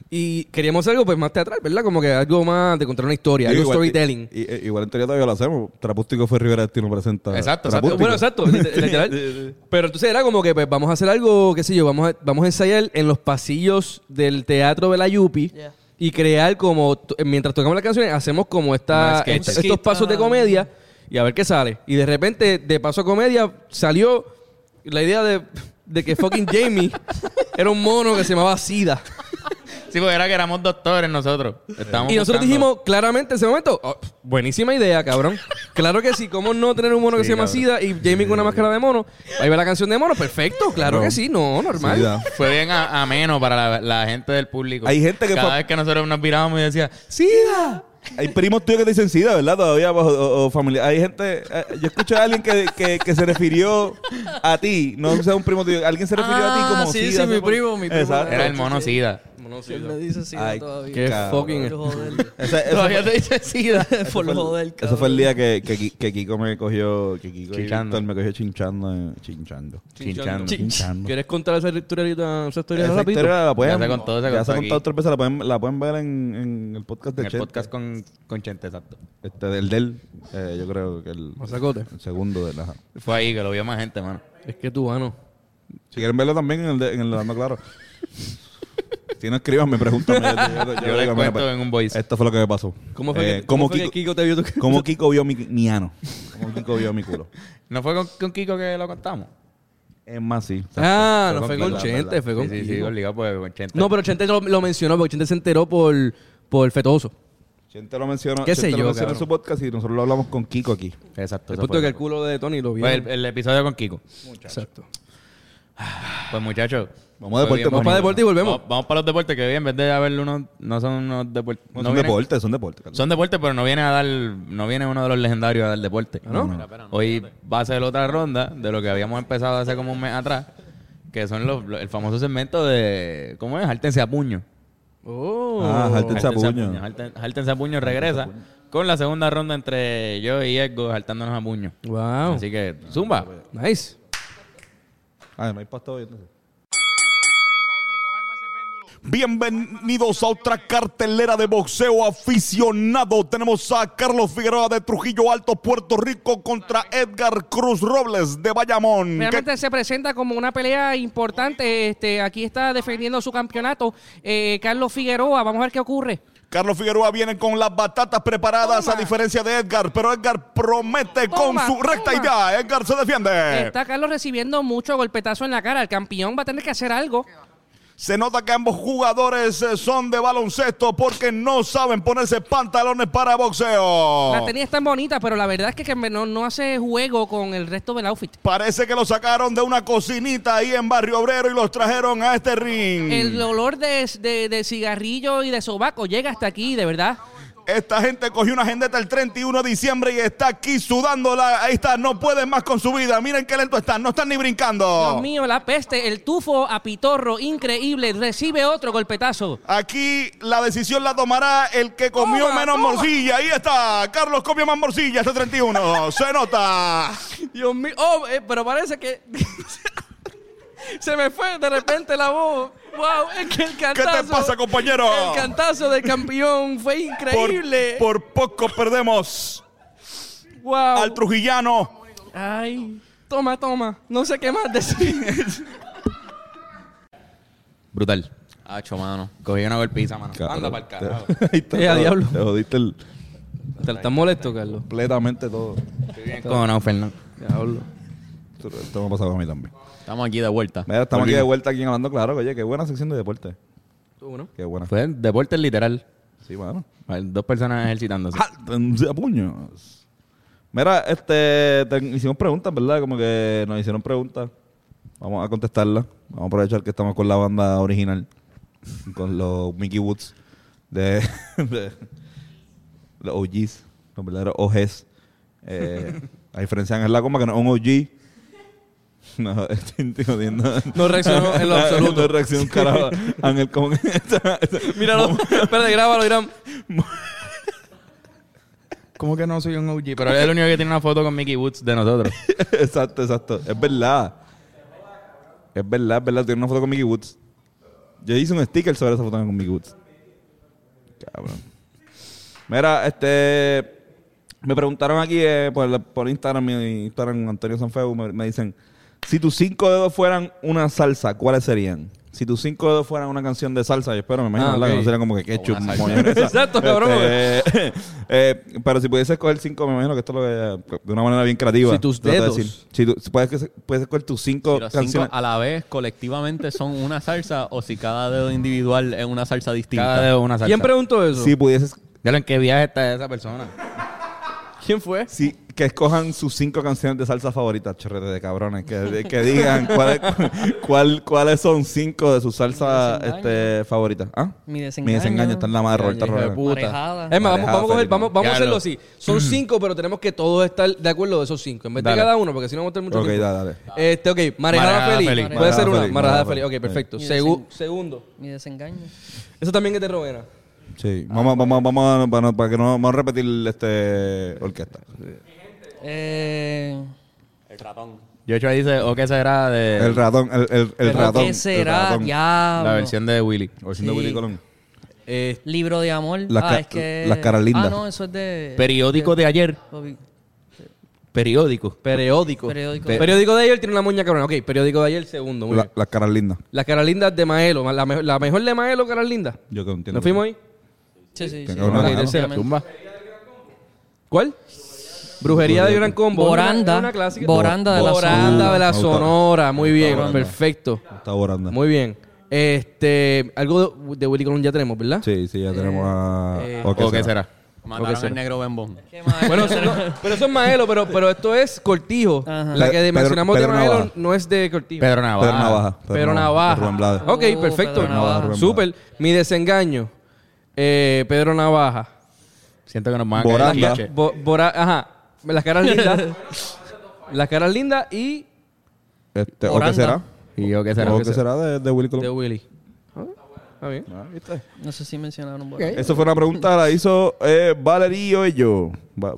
[SPEAKER 3] Y queríamos hacer algo pues más teatral, ¿verdad? Como que algo más de contar una historia, algo
[SPEAKER 2] Digo, igual-
[SPEAKER 3] storytelling.
[SPEAKER 2] i- i- Igual en teoría todavía lo hacemos. Trapústico fue Rivera Destino presenta.
[SPEAKER 1] Exacto, exacto.
[SPEAKER 2] Trapústico.
[SPEAKER 3] Bueno,
[SPEAKER 1] [laughs]
[SPEAKER 3] exacto, lit- literal. Pero entonces era como que pues vamos a hacer algo, qué sé yo, vamos a, vamos a ensayar en los pasillos del teatro de la Yupi.
[SPEAKER 5] Yeah.
[SPEAKER 3] Y crear como, to- mientras tocamos las canciones, hacemos como esta,
[SPEAKER 1] Un sketch.
[SPEAKER 3] estos-
[SPEAKER 5] Un skit,
[SPEAKER 3] estos pasos de
[SPEAKER 5] ah.
[SPEAKER 3] comedia y a ver qué sale. Y de repente, de paso a comedia, salió la idea de, de que fucking
[SPEAKER 5] [laughs]
[SPEAKER 3] Jamie era un mono que se llamaba Sida.
[SPEAKER 1] Sí, porque era que éramos doctores nosotros. Estábamos
[SPEAKER 3] Y nosotros
[SPEAKER 1] buscando-
[SPEAKER 3] dijimos claramente en ese momento, "Oh, pf, buenísima idea, cabrón. Claro que sí, ¿cómo no tener un mono que
[SPEAKER 1] Sí,
[SPEAKER 3] se llama
[SPEAKER 1] cabrón.
[SPEAKER 3] Sida y Jamie con una máscara de mono? Ahí va la canción de mono, perfecto, claro
[SPEAKER 2] Cabrón.
[SPEAKER 3] que sí, no, normal.
[SPEAKER 2] Sí, da.
[SPEAKER 1] Fue bien a- ameno para la, la gente del público.
[SPEAKER 2] Hay gente que
[SPEAKER 1] Cada
[SPEAKER 2] fue-
[SPEAKER 1] vez que nosotros nos mirábamos y decía, ¡Sida!
[SPEAKER 2] Hay primos tuyos que te dicen sida, ¿verdad? Todavía o, o- o familia. Hay gente. eh, yo escuché a alguien que, que, que se refirió a ti. No sea un primo tuyo. Alguien se refirió a ti
[SPEAKER 5] Ah,
[SPEAKER 2] como
[SPEAKER 5] sí,
[SPEAKER 2] sida.
[SPEAKER 5] sí, mi
[SPEAKER 2] ¿no?
[SPEAKER 5] primo, mi primo.
[SPEAKER 2] Exacto.
[SPEAKER 1] Era el mono Sida.
[SPEAKER 5] ¿Quién le dice Sida
[SPEAKER 2] Ay,
[SPEAKER 5] todavía?
[SPEAKER 3] Qué
[SPEAKER 2] Cabrón.
[SPEAKER 3] fucking...
[SPEAKER 5] Por joder.
[SPEAKER 2] [laughs] Esa- eso
[SPEAKER 1] Todavía
[SPEAKER 2] fue-
[SPEAKER 1] te dice Sida.
[SPEAKER 5] Por
[SPEAKER 2] [laughs] eso fue el-
[SPEAKER 5] joder, cabrón.
[SPEAKER 2] Eso fue el día que, que, Ki- que Kiko me cogió. Que Kiko y
[SPEAKER 1] Chinchando.
[SPEAKER 2] Víctor me cogió chinchando. eh, Chinchando.
[SPEAKER 1] Chinchando.
[SPEAKER 2] Chinchando.
[SPEAKER 3] ¿Quieres contar esa historia ahorita, esa historia
[SPEAKER 2] Esa
[SPEAKER 3] rapidito?
[SPEAKER 2] historia la pueden,
[SPEAKER 1] Ya se contó, se
[SPEAKER 2] ya
[SPEAKER 1] contó
[SPEAKER 2] se ha contado
[SPEAKER 1] aquí.
[SPEAKER 2] tres veces. La pueden, la pueden ver en, en el podcast de
[SPEAKER 1] En el
[SPEAKER 2] Chente.
[SPEAKER 1] podcast con, con Chente, exacto.
[SPEAKER 2] Este, del del. eh, yo creo que el,
[SPEAKER 3] Mazacote.
[SPEAKER 2] el segundo de la.
[SPEAKER 1] Fue ahí que lo vio más gente, mano.
[SPEAKER 3] Es que tú, ano.
[SPEAKER 2] Si quieren verlo también en el, de, en el de Dando Claro. si no escriban, me preguntan. Yo,
[SPEAKER 1] Yo les
[SPEAKER 2] digo, mira, pues,
[SPEAKER 1] cuento en un voice.
[SPEAKER 2] Esto fue lo que me pasó.
[SPEAKER 3] ¿Cómo fue,
[SPEAKER 2] Eh,
[SPEAKER 3] que,
[SPEAKER 2] cómo
[SPEAKER 3] cómo fue que
[SPEAKER 2] Kiko,
[SPEAKER 3] Kiko te
[SPEAKER 2] [laughs]
[SPEAKER 3] vio tu [laughs]
[SPEAKER 2] cómo Kiko vio mi, mi ano? ¿Cómo Kiko vio mi culo?
[SPEAKER 1] ¿No fue con, con Kiko que lo contamos?
[SPEAKER 2] Es más, sí.
[SPEAKER 3] Ah, no fue
[SPEAKER 2] Kiko,
[SPEAKER 3] con
[SPEAKER 2] la
[SPEAKER 3] Chente,
[SPEAKER 2] verdad.
[SPEAKER 3] fue con
[SPEAKER 1] sí, sí, sí,
[SPEAKER 3] Kiko.
[SPEAKER 1] obligado pues, con Chente.
[SPEAKER 3] No, pero Chente lo, lo mencionó porque Chente se enteró por, por Fetoso.
[SPEAKER 2] Chente lo mencionó,
[SPEAKER 3] ¿Qué
[SPEAKER 2] Chente
[SPEAKER 3] sé
[SPEAKER 2] lo
[SPEAKER 3] yo,
[SPEAKER 2] mencionó en
[SPEAKER 3] cabrón?
[SPEAKER 2] su podcast y nosotros lo hablamos con Kiko aquí.
[SPEAKER 1] Exacto.
[SPEAKER 3] El
[SPEAKER 1] eso
[SPEAKER 3] punto
[SPEAKER 1] fue.
[SPEAKER 3] de que el culo de Tony lo vio.
[SPEAKER 1] Fue el, el episodio con Kiko.
[SPEAKER 3] Exacto.
[SPEAKER 1] Pues muchachos.
[SPEAKER 2] Vamos a
[SPEAKER 1] fue
[SPEAKER 2] deporte,
[SPEAKER 1] bien
[SPEAKER 2] vamos
[SPEAKER 1] bonito.
[SPEAKER 3] para deporte y volvemos.
[SPEAKER 1] Vamos, vamos para los deportes, que hoy en vez de haber unos, no son unos deportes.
[SPEAKER 2] No, son deportes, son deportes. cabrón.
[SPEAKER 1] Son deportes, pero no viene a dar, no viene uno de los legendarios a dar deporte.
[SPEAKER 3] no?
[SPEAKER 1] Hoy va a ser otra ronda de lo que habíamos empezado hace como un mes atrás, que son los, los- el famoso segmento de, ¿cómo es? Jártense a puño.
[SPEAKER 3] Oh.
[SPEAKER 2] Ah, Jalten
[SPEAKER 1] Jártense a
[SPEAKER 2] Sapuño.
[SPEAKER 1] puño. Jarten- Jártense a puño regresa con la segunda ronda entre yo y Edgo jaltándonos a puño.
[SPEAKER 3] Wow.
[SPEAKER 1] Así que, zumba.
[SPEAKER 3] Nice.
[SPEAKER 2] Ah, no hay pasta hoy entonces. Bienvenidos a otra cartelera de boxeo aficionado. Tenemos a Carlos Figueroa de Trujillo Alto, Puerto Rico, contra Edgar Cruz Robles de Bayamón.
[SPEAKER 7] Realmente se presenta como una pelea importante. Este, aquí está defendiendo su campeonato eh, Carlos Figueroa. Vamos a ver qué ocurre.
[SPEAKER 8] Carlos Figueroa viene con las batatas preparadas
[SPEAKER 7] Toma.
[SPEAKER 8] a diferencia de Edgar, pero Edgar promete
[SPEAKER 7] Toma,
[SPEAKER 8] con su recta
[SPEAKER 7] toma.
[SPEAKER 8] idea. Edgar se defiende.
[SPEAKER 7] Está Carlos recibiendo mucho golpetazo en la cara. El campeón va a tener que hacer algo.
[SPEAKER 8] Se nota que ambos jugadores eh, son de baloncesto porque no saben ponerse pantalones para boxeo.
[SPEAKER 7] La tenis es tan bonita, pero la verdad es que, que no, no hace juego con el resto del outfit.
[SPEAKER 8] Parece que lo sacaron de una cocinita ahí en Barrio Obrero y los trajeron a este ring.
[SPEAKER 7] El olor de, de- de cigarrillo y de sobaco llega hasta aquí, de verdad.
[SPEAKER 8] Esta gente cogió una agendeta el 31 de diciembre y está aquí sudándola. Ahí está, no pueden más con su vida. Miren qué lento están, no están ni brincando.
[SPEAKER 7] Dios mío, la peste, el tufo a pitorro, increíble. Recibe otro golpetazo.
[SPEAKER 8] Aquí la decisión la tomará el que comió
[SPEAKER 7] Toma,
[SPEAKER 8] menos
[SPEAKER 7] toma.
[SPEAKER 8] morcilla. Ahí está. Carlos comió más morcilla este 31. Se nota.
[SPEAKER 7] Dios mío, oh, eh, pero
[SPEAKER 6] [laughs]
[SPEAKER 7] parece que se me fue de repente la voz. Wow, es que el
[SPEAKER 8] ¿Qué
[SPEAKER 7] cantazo.
[SPEAKER 8] te pasa, compañero?
[SPEAKER 7] El cantazo del campeón fue
[SPEAKER 8] Por,
[SPEAKER 7] increíble.
[SPEAKER 8] por poco perdemos
[SPEAKER 7] wow.
[SPEAKER 8] al trujillano.
[SPEAKER 7] Ay, toma, toma. No sé qué más decir.
[SPEAKER 1] Brutal.
[SPEAKER 4] Hacho, mano.
[SPEAKER 1] Cogí una golpiza, mano. Anda pa'l
[SPEAKER 2] Te-
[SPEAKER 1] carajo.
[SPEAKER 2] [laughs] Ahí está,
[SPEAKER 3] Eh, a
[SPEAKER 2] te-
[SPEAKER 3] diablo.
[SPEAKER 2] Te jodiste el-
[SPEAKER 3] ¿Te estás molesto, Carlos?
[SPEAKER 2] completamente todo.
[SPEAKER 1] Bien cojonado, Fernando.
[SPEAKER 3] Diablo.
[SPEAKER 2] Esto, esto me ha pasado a mí también.
[SPEAKER 4] Estamos aquí de vuelta.
[SPEAKER 2] Mira, estamos aquí de vuelta aquí en hablando claro. Oye, qué buena sección de deporte.
[SPEAKER 3] ¿Tú, no?
[SPEAKER 2] Qué buena.
[SPEAKER 1] Fue deporte literal.
[SPEAKER 2] Sí, mano.
[SPEAKER 1] Dos personas ejercitándose.
[SPEAKER 2] Jáltense a puños. Mira, este, te- hicimos preguntas, ¿verdad? Como que nos hicieron preguntas. Vamos a contestarlas. Vamos a aprovechar que estamos con la banda original, con los Mickey Woods de, [laughs] de los OGs, los verdaderos OGs. Eh, la diferencia en la coma que no es un OG. No, [laughs] estoy jodiendo.
[SPEAKER 3] No reaccionó
[SPEAKER 2] [laughs]
[SPEAKER 3] en lo absoluto.
[SPEAKER 2] Ah, No reaccionó un carajo. Ángel, ¿cómo que [laughs] está?
[SPEAKER 3] Míralo. Espérate, grábalo, Irán.
[SPEAKER 1] ¿Cómo que no soy un OG? Pero es el único que tiene una foto con Mickey Woods de nosotros.
[SPEAKER 2] Exacto, exacto. Es verdad. Es verdad, es verdad. Tiene una foto con Mickey Woods. Yo hice un sticker sobre esa foto con Mickey Woods. Cabrón. Mira, este. Me preguntaron aquí eh, por, la- por Instagram, mi Instagram, Antonio Sanfeu, me, me dicen: Si tus cinco dedos fueran una salsa, ¿cuáles serían? Si tus cinco dedos fueran una canción de salsa, yo espero, me imagino,
[SPEAKER 3] Ah,
[SPEAKER 2] ¿verdad? Que
[SPEAKER 3] ok.
[SPEAKER 2] no serían como que ketchup,
[SPEAKER 4] salsa.
[SPEAKER 2] mayonesa.
[SPEAKER 3] Exacto, cabrón.
[SPEAKER 2] Este, eh, pero si pudieses coger cinco, me imagino que esto lo que- de una manera bien creativa.
[SPEAKER 3] Si tus
[SPEAKER 2] trata de
[SPEAKER 3] dedos.
[SPEAKER 2] Si tú- si puedes, que- puedes escoger tus cinco
[SPEAKER 4] Si los
[SPEAKER 2] canciones.
[SPEAKER 4] cinco a la vez colectivamente son una salsa o si cada dedo individual es una salsa distinta.
[SPEAKER 1] Cada dedo una salsa.
[SPEAKER 3] ¿Quién preguntó eso?
[SPEAKER 2] Si pudieses,
[SPEAKER 1] Ya lo en qué viaje está esa persona.
[SPEAKER 3] ¿Quién fue?
[SPEAKER 2] si, que escojan sus cinco canciones de salsa favoritas, chorrete de cabrones. Que, de- que digan cuál, cuál- cuáles son cinco de sus salsas
[SPEAKER 5] Mi desengaño.
[SPEAKER 2] este, favoritas. ¿Ah?
[SPEAKER 5] Mi desengaño.
[SPEAKER 2] Mi desengaño está en la madre, Roberta
[SPEAKER 3] Hijo de
[SPEAKER 2] Roberta.
[SPEAKER 3] puta.
[SPEAKER 5] Parejada.
[SPEAKER 3] Es más, vamos,
[SPEAKER 2] Parejada,
[SPEAKER 3] vamos a coger-
[SPEAKER 2] Felipe.
[SPEAKER 3] vamos- vamos a hacerlo
[SPEAKER 1] Diablo.
[SPEAKER 3] así. Son cinco, pero tenemos que todos estar de acuerdo de esos cinco. En vez de
[SPEAKER 2] Mm. Dale.
[SPEAKER 3] cada uno, porque si no vamos a tener mucho
[SPEAKER 2] Ok,
[SPEAKER 3] tiempo.
[SPEAKER 2] dale, dale.
[SPEAKER 3] Este, ok, marejada,
[SPEAKER 1] Marejada
[SPEAKER 3] feliz.
[SPEAKER 1] feliz.
[SPEAKER 3] Puede
[SPEAKER 2] Marejada
[SPEAKER 3] ser una.
[SPEAKER 2] feliz, marejada
[SPEAKER 3] marejada, feliz.
[SPEAKER 2] feliz.
[SPEAKER 3] Ok, perfecto.
[SPEAKER 5] Y de
[SPEAKER 3] Segu-
[SPEAKER 5] cinco.
[SPEAKER 3] segundo.
[SPEAKER 5] Mi desengaño.
[SPEAKER 3] Eso también que te Rowena.
[SPEAKER 2] Sí. Vamos, vamos, vamos, a- para, para que no vamos a repetir este orquesta.
[SPEAKER 5] Eh,
[SPEAKER 1] Yocho ahí dice, ¿o qué será de
[SPEAKER 2] El ratón, el, el, el
[SPEAKER 5] ¿pero
[SPEAKER 2] ratón.
[SPEAKER 5] ¿Qué
[SPEAKER 2] el
[SPEAKER 5] será?
[SPEAKER 2] ratón.
[SPEAKER 5] Diablo.
[SPEAKER 1] la versión de Willy?
[SPEAKER 2] Versión de
[SPEAKER 5] Sí.
[SPEAKER 2] Willy Colón.
[SPEAKER 3] Eh,
[SPEAKER 5] Libro de amor.
[SPEAKER 2] Las
[SPEAKER 5] ah,
[SPEAKER 2] ca-
[SPEAKER 5] es que...
[SPEAKER 2] las caras lindas.
[SPEAKER 5] Ah, no, eso es de...
[SPEAKER 1] Periódico de ayer.
[SPEAKER 5] Obi-
[SPEAKER 1] Periódico.
[SPEAKER 3] periódico.
[SPEAKER 5] Periódico.
[SPEAKER 3] Pe- periódico de ayer tiene una moña cabrona. Ok, periódico de ayer, segundo. Muy
[SPEAKER 2] La-
[SPEAKER 3] bien.
[SPEAKER 2] las caras lindas.
[SPEAKER 3] Las caras lindas de Maelo. La, me- la mejor de Maelo, caras lindas.
[SPEAKER 2] Yo que entiendo.
[SPEAKER 3] ¿Nos fuimos ahí?
[SPEAKER 5] Sí, sí, sí.
[SPEAKER 2] Tengo una
[SPEAKER 3] Ok,
[SPEAKER 2] mano.
[SPEAKER 3] tercera.
[SPEAKER 5] Obviamente.
[SPEAKER 1] Tumba.
[SPEAKER 3] ¿Cuál? Brujería del Gran Combo.
[SPEAKER 5] Boranda.
[SPEAKER 3] Una clásica.
[SPEAKER 5] Boranda de la
[SPEAKER 3] Boranda
[SPEAKER 5] Sonora.
[SPEAKER 3] de la
[SPEAKER 2] Me gusta.
[SPEAKER 3] Sonora. Muy bien,
[SPEAKER 2] Boranda.
[SPEAKER 3] perfecto.
[SPEAKER 2] Está borrando.
[SPEAKER 3] Muy bien. Este, algo de, de Willy Colón ya tenemos, ¿verdad?
[SPEAKER 2] Sí, sí, ya tenemos a. ¿O
[SPEAKER 1] ¿O qué será?
[SPEAKER 4] Mataron
[SPEAKER 3] Ok, sí.
[SPEAKER 4] al negro bembón.
[SPEAKER 5] ¿Qué más?
[SPEAKER 3] Bueno, eso no- pero eso es Maelo, pero, pero esto es Cortijo.
[SPEAKER 5] Ajá.
[SPEAKER 3] La que
[SPEAKER 2] Pedro-
[SPEAKER 3] mencionamos
[SPEAKER 2] Pedro
[SPEAKER 3] de Maelo
[SPEAKER 2] Navaja.
[SPEAKER 3] no es de Cortijo.
[SPEAKER 1] Pedro Navaja.
[SPEAKER 2] Pedro Navaja.
[SPEAKER 3] Pero Navaja.
[SPEAKER 2] Rubén Blades.
[SPEAKER 3] Ok,
[SPEAKER 5] Uh,
[SPEAKER 3] perfecto.
[SPEAKER 5] Pedro Navaja.
[SPEAKER 2] Rubén Blades.
[SPEAKER 3] Súper. Mi desengaño. Eh, Pedro Navaja.
[SPEAKER 1] Siento que nos van a caer
[SPEAKER 2] Boranda.
[SPEAKER 1] la leche.
[SPEAKER 3] Bo- Bora- ajá. Las caras lindas.
[SPEAKER 1] [laughs]
[SPEAKER 3] las caras lindas y
[SPEAKER 2] Este, ¿O
[SPEAKER 5] Boranda.
[SPEAKER 2] qué será?
[SPEAKER 1] ¿Y yo qué será?
[SPEAKER 2] ¿O qué será de, de Willy
[SPEAKER 3] de
[SPEAKER 2] Colón?
[SPEAKER 3] Willy. Ah, Está [laughs] bien.
[SPEAKER 2] Ah, ¿viste?
[SPEAKER 5] No sé si mencionaron. bueno.
[SPEAKER 2] Esa fue una pregunta, la hizo eh, Valerio y yo. Va-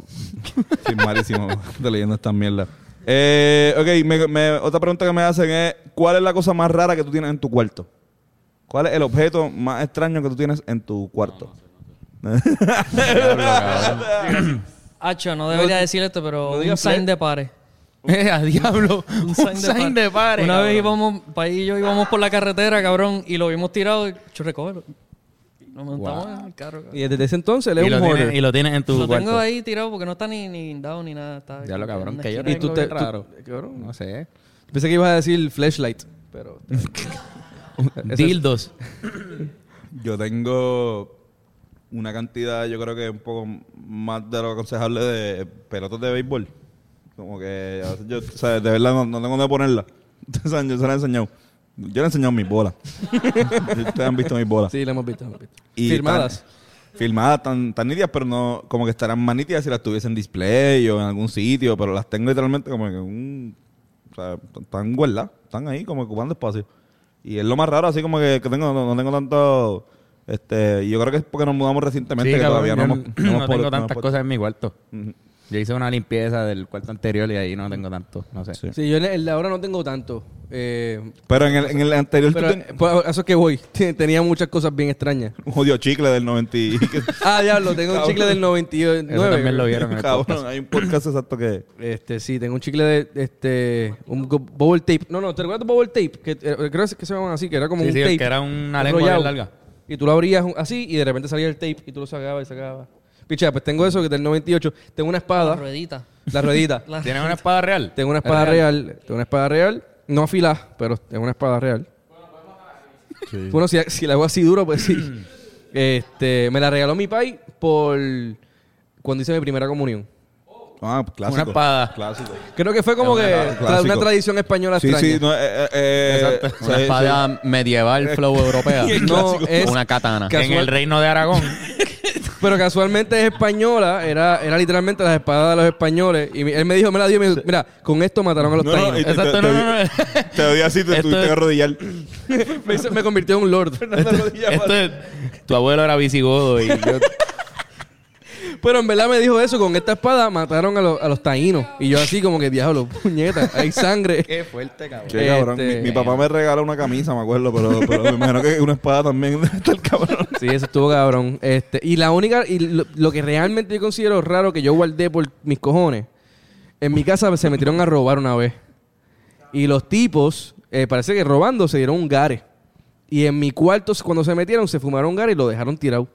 [SPEAKER 2] Soy malísimo de leyendo esta mierda. Eh, ok, me- me- otra pregunta que me hacen es: ¿Cuál es la cosa más rara que tú tienes en tu cuarto? ¿Cuál es el objeto más extraño que tú tienes en tu cuarto?
[SPEAKER 5] Hacho, no debería decir esto, pero
[SPEAKER 3] no
[SPEAKER 5] un
[SPEAKER 3] digas
[SPEAKER 5] sign
[SPEAKER 3] fle-
[SPEAKER 5] de pares.
[SPEAKER 1] Eh, a diablo.
[SPEAKER 5] [laughs]
[SPEAKER 1] Un sign de pares.
[SPEAKER 5] Una vez
[SPEAKER 1] cabrón.
[SPEAKER 5] íbamos, pa' y yo íbamos por la carretera, cabrón, y lo vimos tirado. y Yo recógelo. Nos montamos en el carro, cabrón.
[SPEAKER 3] Y desde ese entonces él es
[SPEAKER 1] Y lo
[SPEAKER 3] un
[SPEAKER 1] tienes-
[SPEAKER 3] hoarder.
[SPEAKER 1] Y lo tienes en tu
[SPEAKER 5] Lo tengo
[SPEAKER 1] cuarto.
[SPEAKER 5] ahí tirado porque no está ni, ni dado ni nada. Está
[SPEAKER 1] Diablo, cabrón, que yo
[SPEAKER 3] Y tú
[SPEAKER 1] Algo
[SPEAKER 3] te.
[SPEAKER 1] bien raro.
[SPEAKER 3] tú- cabrón.
[SPEAKER 1] No sé.
[SPEAKER 3] Pensé que ibas a decir flashlight.
[SPEAKER 1] [laughs]
[SPEAKER 3] Pero.
[SPEAKER 1] Dildos.
[SPEAKER 2] Yo tengo una cantidad, yo creo que un poco más de lo aconsejable de pelotas de béisbol. Como que a veces yo, o sea, de verdad no, no tengo dónde ponerla. [laughs] O sea, yo se la he enseñado. Yo le he enseñado mis bolas. [laughs] Ustedes han visto mis bolas.
[SPEAKER 3] Sí, la hemos visto. la hemos visto.
[SPEAKER 2] Y
[SPEAKER 3] Firmadas.
[SPEAKER 2] tan- filmadas tan, tan nítidas, pero no, como que estarán más nítidas si las tuviese en display o en algún sitio, pero las tengo literalmente como que en un. O sea, t- están guardadas, están ahí como ocupando espacio. Y es lo más raro, así como que, que tengo, no, no tengo tanto. Este, y yo creo que es porque nos mudamos recientemente,
[SPEAKER 1] Sí,
[SPEAKER 2] que
[SPEAKER 1] cabrón,
[SPEAKER 2] todavía no
[SPEAKER 1] yo
[SPEAKER 2] hemos.
[SPEAKER 1] no
[SPEAKER 2] hemos
[SPEAKER 1] tengo
[SPEAKER 2] puesto- no hemos
[SPEAKER 1] tantas
[SPEAKER 2] puesto-
[SPEAKER 1] cosas en mi cuarto.
[SPEAKER 2] Ujú.
[SPEAKER 1] Yo hice una limpieza del cuarto anterior y ahí no tengo tanto. No sé.
[SPEAKER 2] Sí.
[SPEAKER 3] Sí, yo en el- ahora no tengo tanto. Eh,
[SPEAKER 2] Pero en el, en el anterior tú
[SPEAKER 3] pero
[SPEAKER 2] ten-
[SPEAKER 3] eh, por eso es que voy. [laughs] Tenía muchas cosas bien extrañas.
[SPEAKER 1] eh,
[SPEAKER 2] un jodido chicle del
[SPEAKER 1] [laughs]
[SPEAKER 2] 90. y- que-
[SPEAKER 3] Ah, diablo, tengo un chicle del
[SPEAKER 1] Eso
[SPEAKER 3] 99.
[SPEAKER 1] también lo vieron en el podcast.
[SPEAKER 2] cabrón, hay un podcast exacto que.
[SPEAKER 3] Este, sí, tengo un chicle de, este, un go- bubble tape. No, no, ¿te recuerdas de bubble tape? Que, eh, creo que se llamaban así, que era como
[SPEAKER 1] Sí,
[SPEAKER 3] un
[SPEAKER 1] sí, el
[SPEAKER 3] tape.
[SPEAKER 1] que era una lengua
[SPEAKER 3] enrollado.
[SPEAKER 1] bien larga.
[SPEAKER 3] Y tú lo abrías un- así y de repente salía el tape y tú lo sacabas y sacabas. Picha, pues tengo eso que del 98. Tengo una
[SPEAKER 5] La
[SPEAKER 3] espada,
[SPEAKER 5] ruedita.
[SPEAKER 3] la ruedita.
[SPEAKER 5] [laughs] La-
[SPEAKER 1] ¿Tienes una espada real?
[SPEAKER 3] tengo una espada real. tengo una espada real. No afilada, pero tengo una espada real. Bueno, si, si la hago así duro, pues
[SPEAKER 1] [clears throat]
[SPEAKER 3] sí. Este, me la regaló mi pai por cuando hice mi primera comunión.
[SPEAKER 2] Ah, clásico.
[SPEAKER 1] Una espada.
[SPEAKER 2] Clásico.
[SPEAKER 3] Creo que fue como que
[SPEAKER 2] clásico.
[SPEAKER 3] tra- una tradición española
[SPEAKER 2] Sí,
[SPEAKER 3] extraña.
[SPEAKER 2] sí, no, eh, eh, eh,
[SPEAKER 1] Exacto.
[SPEAKER 2] sí,
[SPEAKER 4] Una
[SPEAKER 2] sí.
[SPEAKER 4] espada medieval flow europea.
[SPEAKER 3] No, es
[SPEAKER 4] Una katana.
[SPEAKER 3] casual-
[SPEAKER 1] En el reino de Aragón.
[SPEAKER 3] Pero casualmente es española, era, era literalmente las espadas de los españoles. Y mi- él me dijo, mira, Dios, me dijo, mira, con esto mataron a los
[SPEAKER 2] No, no,
[SPEAKER 3] taínos.
[SPEAKER 2] y te-
[SPEAKER 1] Exacto,
[SPEAKER 2] te-
[SPEAKER 1] no,
[SPEAKER 2] te-
[SPEAKER 1] no, no.
[SPEAKER 2] Te doy así, [laughs] te
[SPEAKER 1] Esto
[SPEAKER 2] tuviste
[SPEAKER 1] es-
[SPEAKER 2] que arrodillar.
[SPEAKER 3] me, hizo- me convirtió en un lord.
[SPEAKER 1] Esto es- tu abuelo era visigodo y yo-
[SPEAKER 3] Pero en verdad me dijo eso, con esta espada mataron a, los- a los taínos. Y yo así como que, diablo, puñeta, hay sangre.
[SPEAKER 1] Qué fuerte, cabrón.
[SPEAKER 2] Che, cabrón.
[SPEAKER 3] Este-
[SPEAKER 2] Mi, mi papá me regaló una camisa, me acuerdo, pero, pero me imagino que una espada también [laughs] está el cabrón.
[SPEAKER 3] Sí, eso estuvo cabrón. Este, y la única, y lo, lo que realmente yo considero raro que yo guardé por mis cojones, en mi casa se metieron a robar una vez. Y los tipos, eh, parece que robando, se dieron un gare. Y en mi cuarto, cuando se metieron, se fumaron un gare y lo dejaron tirado.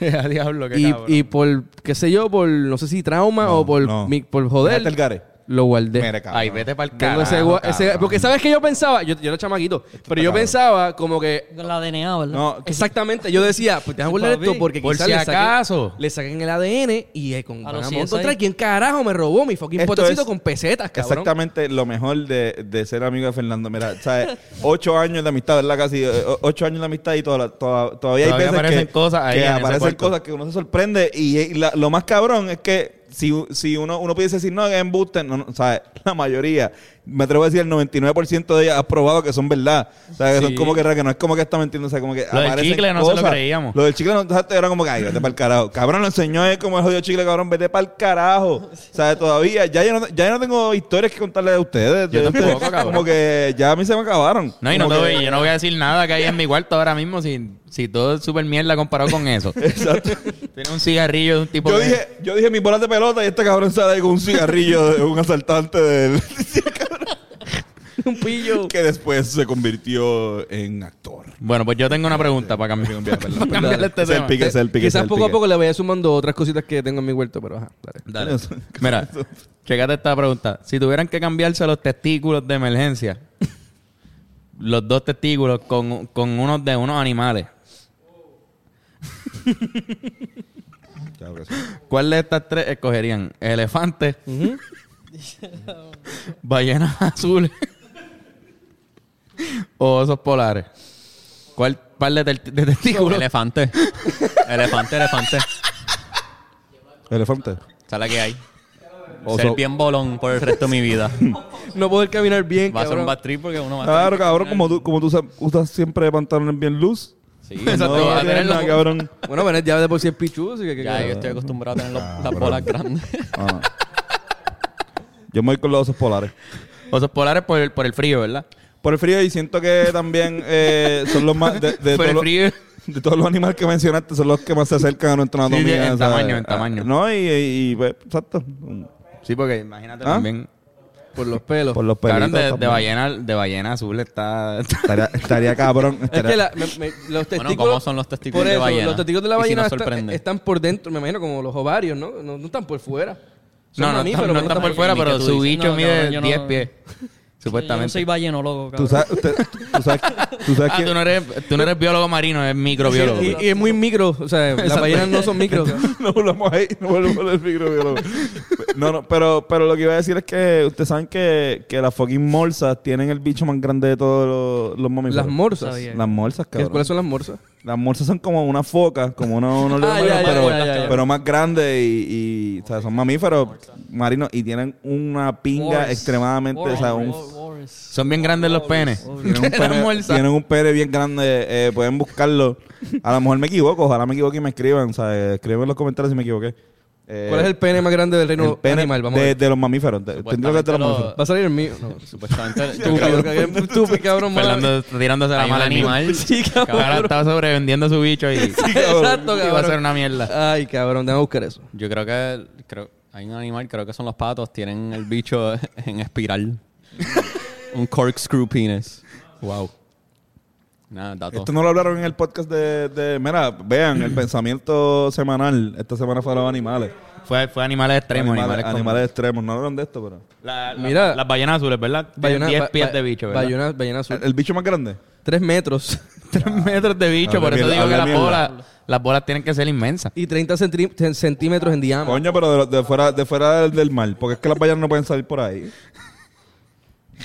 [SPEAKER 1] A diablo, qué
[SPEAKER 3] Y,
[SPEAKER 1] cabrón.
[SPEAKER 3] y por, qué sé yo, por, no sé si trauma o por,
[SPEAKER 2] no.
[SPEAKER 3] mi- por
[SPEAKER 2] Dejaste
[SPEAKER 3] joder,
[SPEAKER 2] este el gare.
[SPEAKER 3] lo guardé.
[SPEAKER 2] Mira, cabrón.
[SPEAKER 1] Ay, vete para el
[SPEAKER 3] Tengo
[SPEAKER 1] carajo,
[SPEAKER 3] ese gua- ese-
[SPEAKER 1] cabrón.
[SPEAKER 3] porque sabes que yo pensaba, yo, yo era chamaquito, pero yo pensaba como que
[SPEAKER 5] La DNA, ¿verdad?
[SPEAKER 2] No,
[SPEAKER 3] Exactamente, yo decía, pues te voy a guardar
[SPEAKER 5] Papi,
[SPEAKER 3] esto porque
[SPEAKER 1] por
[SPEAKER 3] quizás
[SPEAKER 1] si
[SPEAKER 3] le saquen-
[SPEAKER 1] acaso.
[SPEAKER 3] le saquen el ADN y eh, con
[SPEAKER 5] A
[SPEAKER 3] van
[SPEAKER 5] los
[SPEAKER 3] a
[SPEAKER 5] CSI.
[SPEAKER 3] encontrar quién carajo me robó mi fucking
[SPEAKER 2] Esto
[SPEAKER 3] potecito
[SPEAKER 2] es-
[SPEAKER 3] con pesetas, cabrón.
[SPEAKER 2] Exactamente lo mejor de, de ser amigo de Fernando. Mira, ¿sabes? Ocho años de amistad, ¿verdad? Casi eh, o- ocho años de amistad y toda la- toda- todavía hay
[SPEAKER 1] Todavía
[SPEAKER 2] veces
[SPEAKER 1] aparecen
[SPEAKER 2] que,
[SPEAKER 1] cosas ahí
[SPEAKER 2] que
[SPEAKER 1] en ese
[SPEAKER 2] aparecen
[SPEAKER 1] cuarto.
[SPEAKER 2] cosas que uno se sorprende. Y, eh, la- lo más cabrón es que si, si uno, uno pudiese decir, no, es embuste, no, no, ¿sabes? [laughs] La mayoría, me atrevo a decir, el 99% de ellas ha probado que son verdad. O sea, que son
[SPEAKER 1] Sí.
[SPEAKER 2] como que, ra- que no es como que está mintiendo, o sea, como que
[SPEAKER 1] Lo del
[SPEAKER 2] aparecen
[SPEAKER 1] chicle no se lo creíamos.
[SPEAKER 2] Lo del chicle no, ¿sabes? era como que, ay, vete para el carajo. Cabrón, lo enseñó es como el jodido chicle, cabrón, vete para el carajo. O sea, todavía, ya yo, no, ya yo no tengo historias que contarles a ustedes.
[SPEAKER 1] Yo
[SPEAKER 2] De
[SPEAKER 1] tampoco,
[SPEAKER 2] ustedes.
[SPEAKER 1] cabrón.
[SPEAKER 2] Como que ya a mí se me acabaron.
[SPEAKER 1] No, y no
[SPEAKER 2] Como
[SPEAKER 1] te
[SPEAKER 2] que-
[SPEAKER 1] voy- yo no voy a decir nada que hay en mi cuarto ahora mismo si, si todo es súper mierda comparado con eso. [laughs]
[SPEAKER 2] [laughs] Exacto.
[SPEAKER 1] Tiene un cigarrillo de un tipo
[SPEAKER 2] Yo
[SPEAKER 1] que-
[SPEAKER 2] dije, yo dije mis bolas de pelota y este cabrón sale ahí con un cigarrillo de un asaltante del... [laughs]
[SPEAKER 3] Un pillo.
[SPEAKER 2] que después se convirtió en actor.
[SPEAKER 1] Bueno, pues yo tengo una pregunta para cambiar. Para cambiarle este tema.
[SPEAKER 2] Selfie, que selfie, que
[SPEAKER 3] Quizás
[SPEAKER 2] selfie,
[SPEAKER 3] poco a
[SPEAKER 2] que-
[SPEAKER 3] poco le vaya sumando otras cositas que tengo en mi huerto, pero ajá, dale.
[SPEAKER 1] [laughs] Dale. Mira, checate esta pregunta. Si tuvieran que cambiarse los testículos de emergencia, [laughs] los dos testículos con, con unos de unos animales,
[SPEAKER 2] Claro que sí.
[SPEAKER 1] ¿cuál de estas tres escogerían? ¿Elefante? ¿Ballenas azules? ¿O osos polares? ¿Cuál par de, tel- de testículos?
[SPEAKER 4] Elefante. elefante, elefante.
[SPEAKER 2] Elefante.
[SPEAKER 4] ¿Sabes la que hay?
[SPEAKER 2] Oso.
[SPEAKER 4] Ser bien bolón por el resto de
[SPEAKER 1] [laughs]
[SPEAKER 4] mi vida.
[SPEAKER 3] No poder caminar bien,
[SPEAKER 4] Va a ser
[SPEAKER 3] cabrón.
[SPEAKER 4] un bad trip porque uno va a estar-
[SPEAKER 2] Claro, cabrón, como tú, como tú sa- usas siempre pantalones bien luz.
[SPEAKER 1] [laughs]
[SPEAKER 4] Sí,
[SPEAKER 1] Exacto,
[SPEAKER 2] No,
[SPEAKER 1] va a
[SPEAKER 2] tienes
[SPEAKER 1] tener
[SPEAKER 2] nada,
[SPEAKER 1] los- [laughs]
[SPEAKER 2] cabrón.
[SPEAKER 3] Bueno, pero ya de por sí es pichu, así que... que-
[SPEAKER 4] Ya,
[SPEAKER 3] que-
[SPEAKER 4] yo estoy acostumbrado a tener los- las
[SPEAKER 2] cabrón.
[SPEAKER 4] bolas grandes.
[SPEAKER 2] Ah. Yo me voy con los osos polares.
[SPEAKER 1] Osos polares por el, por el frío, ¿verdad?
[SPEAKER 2] Por el frío y siento que también eh, son los más... De,
[SPEAKER 1] [laughs] por
[SPEAKER 2] de todos
[SPEAKER 1] el
[SPEAKER 2] los-
[SPEAKER 1] frío.
[SPEAKER 2] de todos los animales que mencionaste, son los que más se acercan a nuestra
[SPEAKER 1] Sí, sí,
[SPEAKER 2] anatomía.
[SPEAKER 1] en
[SPEAKER 2] o sea,
[SPEAKER 1] tamaño, en
[SPEAKER 2] ah,
[SPEAKER 1] tamaño.
[SPEAKER 2] No, y, y- y, pues, exacto.
[SPEAKER 1] Sí, porque imagínate
[SPEAKER 2] ¿Ah?
[SPEAKER 1] también.
[SPEAKER 3] Por los pelos.
[SPEAKER 2] Por los pelitos.
[SPEAKER 1] Cabrón, de, de
[SPEAKER 2] también.
[SPEAKER 1] ballena, de ballena azul está.
[SPEAKER 2] Estaría, estaría
[SPEAKER 1] [laughs]
[SPEAKER 2] cabrón.
[SPEAKER 3] Es
[SPEAKER 2] estaría-
[SPEAKER 3] que la- me- me- los testículos...
[SPEAKER 4] ¿cómo son los testículos
[SPEAKER 3] por
[SPEAKER 4] de
[SPEAKER 3] eso,
[SPEAKER 4] ballena?
[SPEAKER 3] Los testículos de la
[SPEAKER 4] Y si
[SPEAKER 3] ballena
[SPEAKER 4] nos
[SPEAKER 3] están-
[SPEAKER 4] sorprende.
[SPEAKER 3] están por dentro, me imagino, como los ovarios, ¿no? No, no están por fuera. Son
[SPEAKER 1] No, no,
[SPEAKER 3] mamíferos,
[SPEAKER 1] está, no
[SPEAKER 3] pero
[SPEAKER 1] está por
[SPEAKER 5] aquí,
[SPEAKER 1] fuera,
[SPEAKER 5] ni que
[SPEAKER 1] pero
[SPEAKER 5] tú
[SPEAKER 1] su
[SPEAKER 5] dices.
[SPEAKER 1] bicho
[SPEAKER 5] No,
[SPEAKER 1] mide
[SPEAKER 5] cabrón, yo no-
[SPEAKER 1] 10
[SPEAKER 3] [laughs]
[SPEAKER 1] pies.
[SPEAKER 5] Yo no
[SPEAKER 1] Supuestamente.
[SPEAKER 5] soy ballenólogo,
[SPEAKER 2] Tú
[SPEAKER 5] cabrón.
[SPEAKER 2] sabes, usted- tú sabes, tú sabes
[SPEAKER 1] ah,
[SPEAKER 2] quién-
[SPEAKER 1] tú no, eres, tú no eres biólogo marino, eres microbiólogo.
[SPEAKER 3] Y, y es muy micro,
[SPEAKER 2] [laughs]
[SPEAKER 3] o sea, las ballenas no son micro.
[SPEAKER 2] no volvamos ahí, no volvamos al microbiólogo. No, no, pero, pero lo que iba a decir es que ustedes saben que, que las fucking morsas tienen el bicho más grande de todos los, los mamíferos.
[SPEAKER 3] [laughs] Las morsas.
[SPEAKER 5] Sabía.
[SPEAKER 2] Las morsas,
[SPEAKER 3] ¿Qué-
[SPEAKER 2] cabrón.
[SPEAKER 3] ¿Cuáles son las morsas?
[SPEAKER 2] Las morsas son como una foca, como unos unos
[SPEAKER 3] [laughs] Ah,
[SPEAKER 2] leones,
[SPEAKER 3] ya, ya,
[SPEAKER 2] pero,
[SPEAKER 3] ya, ya, ya.
[SPEAKER 2] pero más grandes y, y, o sea, son mamíferos marinos y tienen una pinga
[SPEAKER 5] Wars.
[SPEAKER 2] extremadamente, o sea, un,
[SPEAKER 5] Wars, Wars.
[SPEAKER 1] Son bien grandes
[SPEAKER 3] Oh,
[SPEAKER 1] los penes. [laughs]
[SPEAKER 3] [laughs]
[SPEAKER 2] tienen, un
[SPEAKER 1] Las
[SPEAKER 2] pene,
[SPEAKER 1] morsas.
[SPEAKER 2] tienen un pene bien grande, eh, pueden buscarlo. A lo mejor me equivoco, ojalá me equivoque y me escriban, o sea, eh, escriban en los comentarios si me equivoqué. Eh,
[SPEAKER 3] ¿Cuál es el pene más grande del reino
[SPEAKER 2] el pene
[SPEAKER 3] animal? Vamos a
[SPEAKER 2] de,
[SPEAKER 3] ver.
[SPEAKER 2] de los mamíferos? De- Tendría que ser de los
[SPEAKER 4] Supuestamente
[SPEAKER 2] mamíferos.
[SPEAKER 3] Va a salir el mío. No,
[SPEAKER 2] [laughs]
[SPEAKER 4] [laughs] Supuestamente.
[SPEAKER 3] estúpido, cabrón, estúpido, cabrón. mala-
[SPEAKER 1] Fernando está tirándose la
[SPEAKER 4] Hay un
[SPEAKER 1] mala
[SPEAKER 4] animal.
[SPEAKER 3] Sí, cabrón.
[SPEAKER 1] Ahora está sobrevendiendo su bicho [laughs]
[SPEAKER 3] [laughs]
[SPEAKER 1] y,
[SPEAKER 3] Exacto,
[SPEAKER 1] y va a ser
[SPEAKER 3] cabrón.
[SPEAKER 1] una mierda.
[SPEAKER 3] Ay, cabrón, déjame buscar eso.
[SPEAKER 4] Yo creo que creo, hay un animal, creo que son los patos, tienen el bicho [laughs] en espiral. un corkscrew penis. Wow. Nada, dato.
[SPEAKER 2] Esto no lo hablaron en el podcast de... de mira, vean,
[SPEAKER 1] [clears throat]
[SPEAKER 2] el pensamiento semanal. Esta semana fue a los animales.
[SPEAKER 1] Fue, fue animales extremos.
[SPEAKER 2] animales,
[SPEAKER 1] Animales, como-
[SPEAKER 2] animales extremos. No hablaron de esto, pero...
[SPEAKER 1] La- la-
[SPEAKER 3] Mira.
[SPEAKER 1] las ballenas azules, ¿verdad? Tienen 10
[SPEAKER 3] ba-
[SPEAKER 1] pies
[SPEAKER 3] ba-
[SPEAKER 1] de bicho, ¿verdad? [laughs]
[SPEAKER 3] Ballena, ballena azul.
[SPEAKER 2] ¿El, el bicho más grande?
[SPEAKER 3] 3 metros [laughs]
[SPEAKER 1] 3 metros de bicho,
[SPEAKER 2] Habla
[SPEAKER 1] por eso
[SPEAKER 2] mierda,
[SPEAKER 1] digo que
[SPEAKER 2] habla
[SPEAKER 1] las
[SPEAKER 2] mierda.
[SPEAKER 1] bolas, las bolas tienen que ser inmensas.
[SPEAKER 3] y 30 centri- cen- centímetros en diámetro.
[SPEAKER 2] Coño, pero de, lo- de fuera, de fuera del, del mar. Porque es que las ballenas no pueden salir
[SPEAKER 1] [laughs]
[SPEAKER 2] por ahí.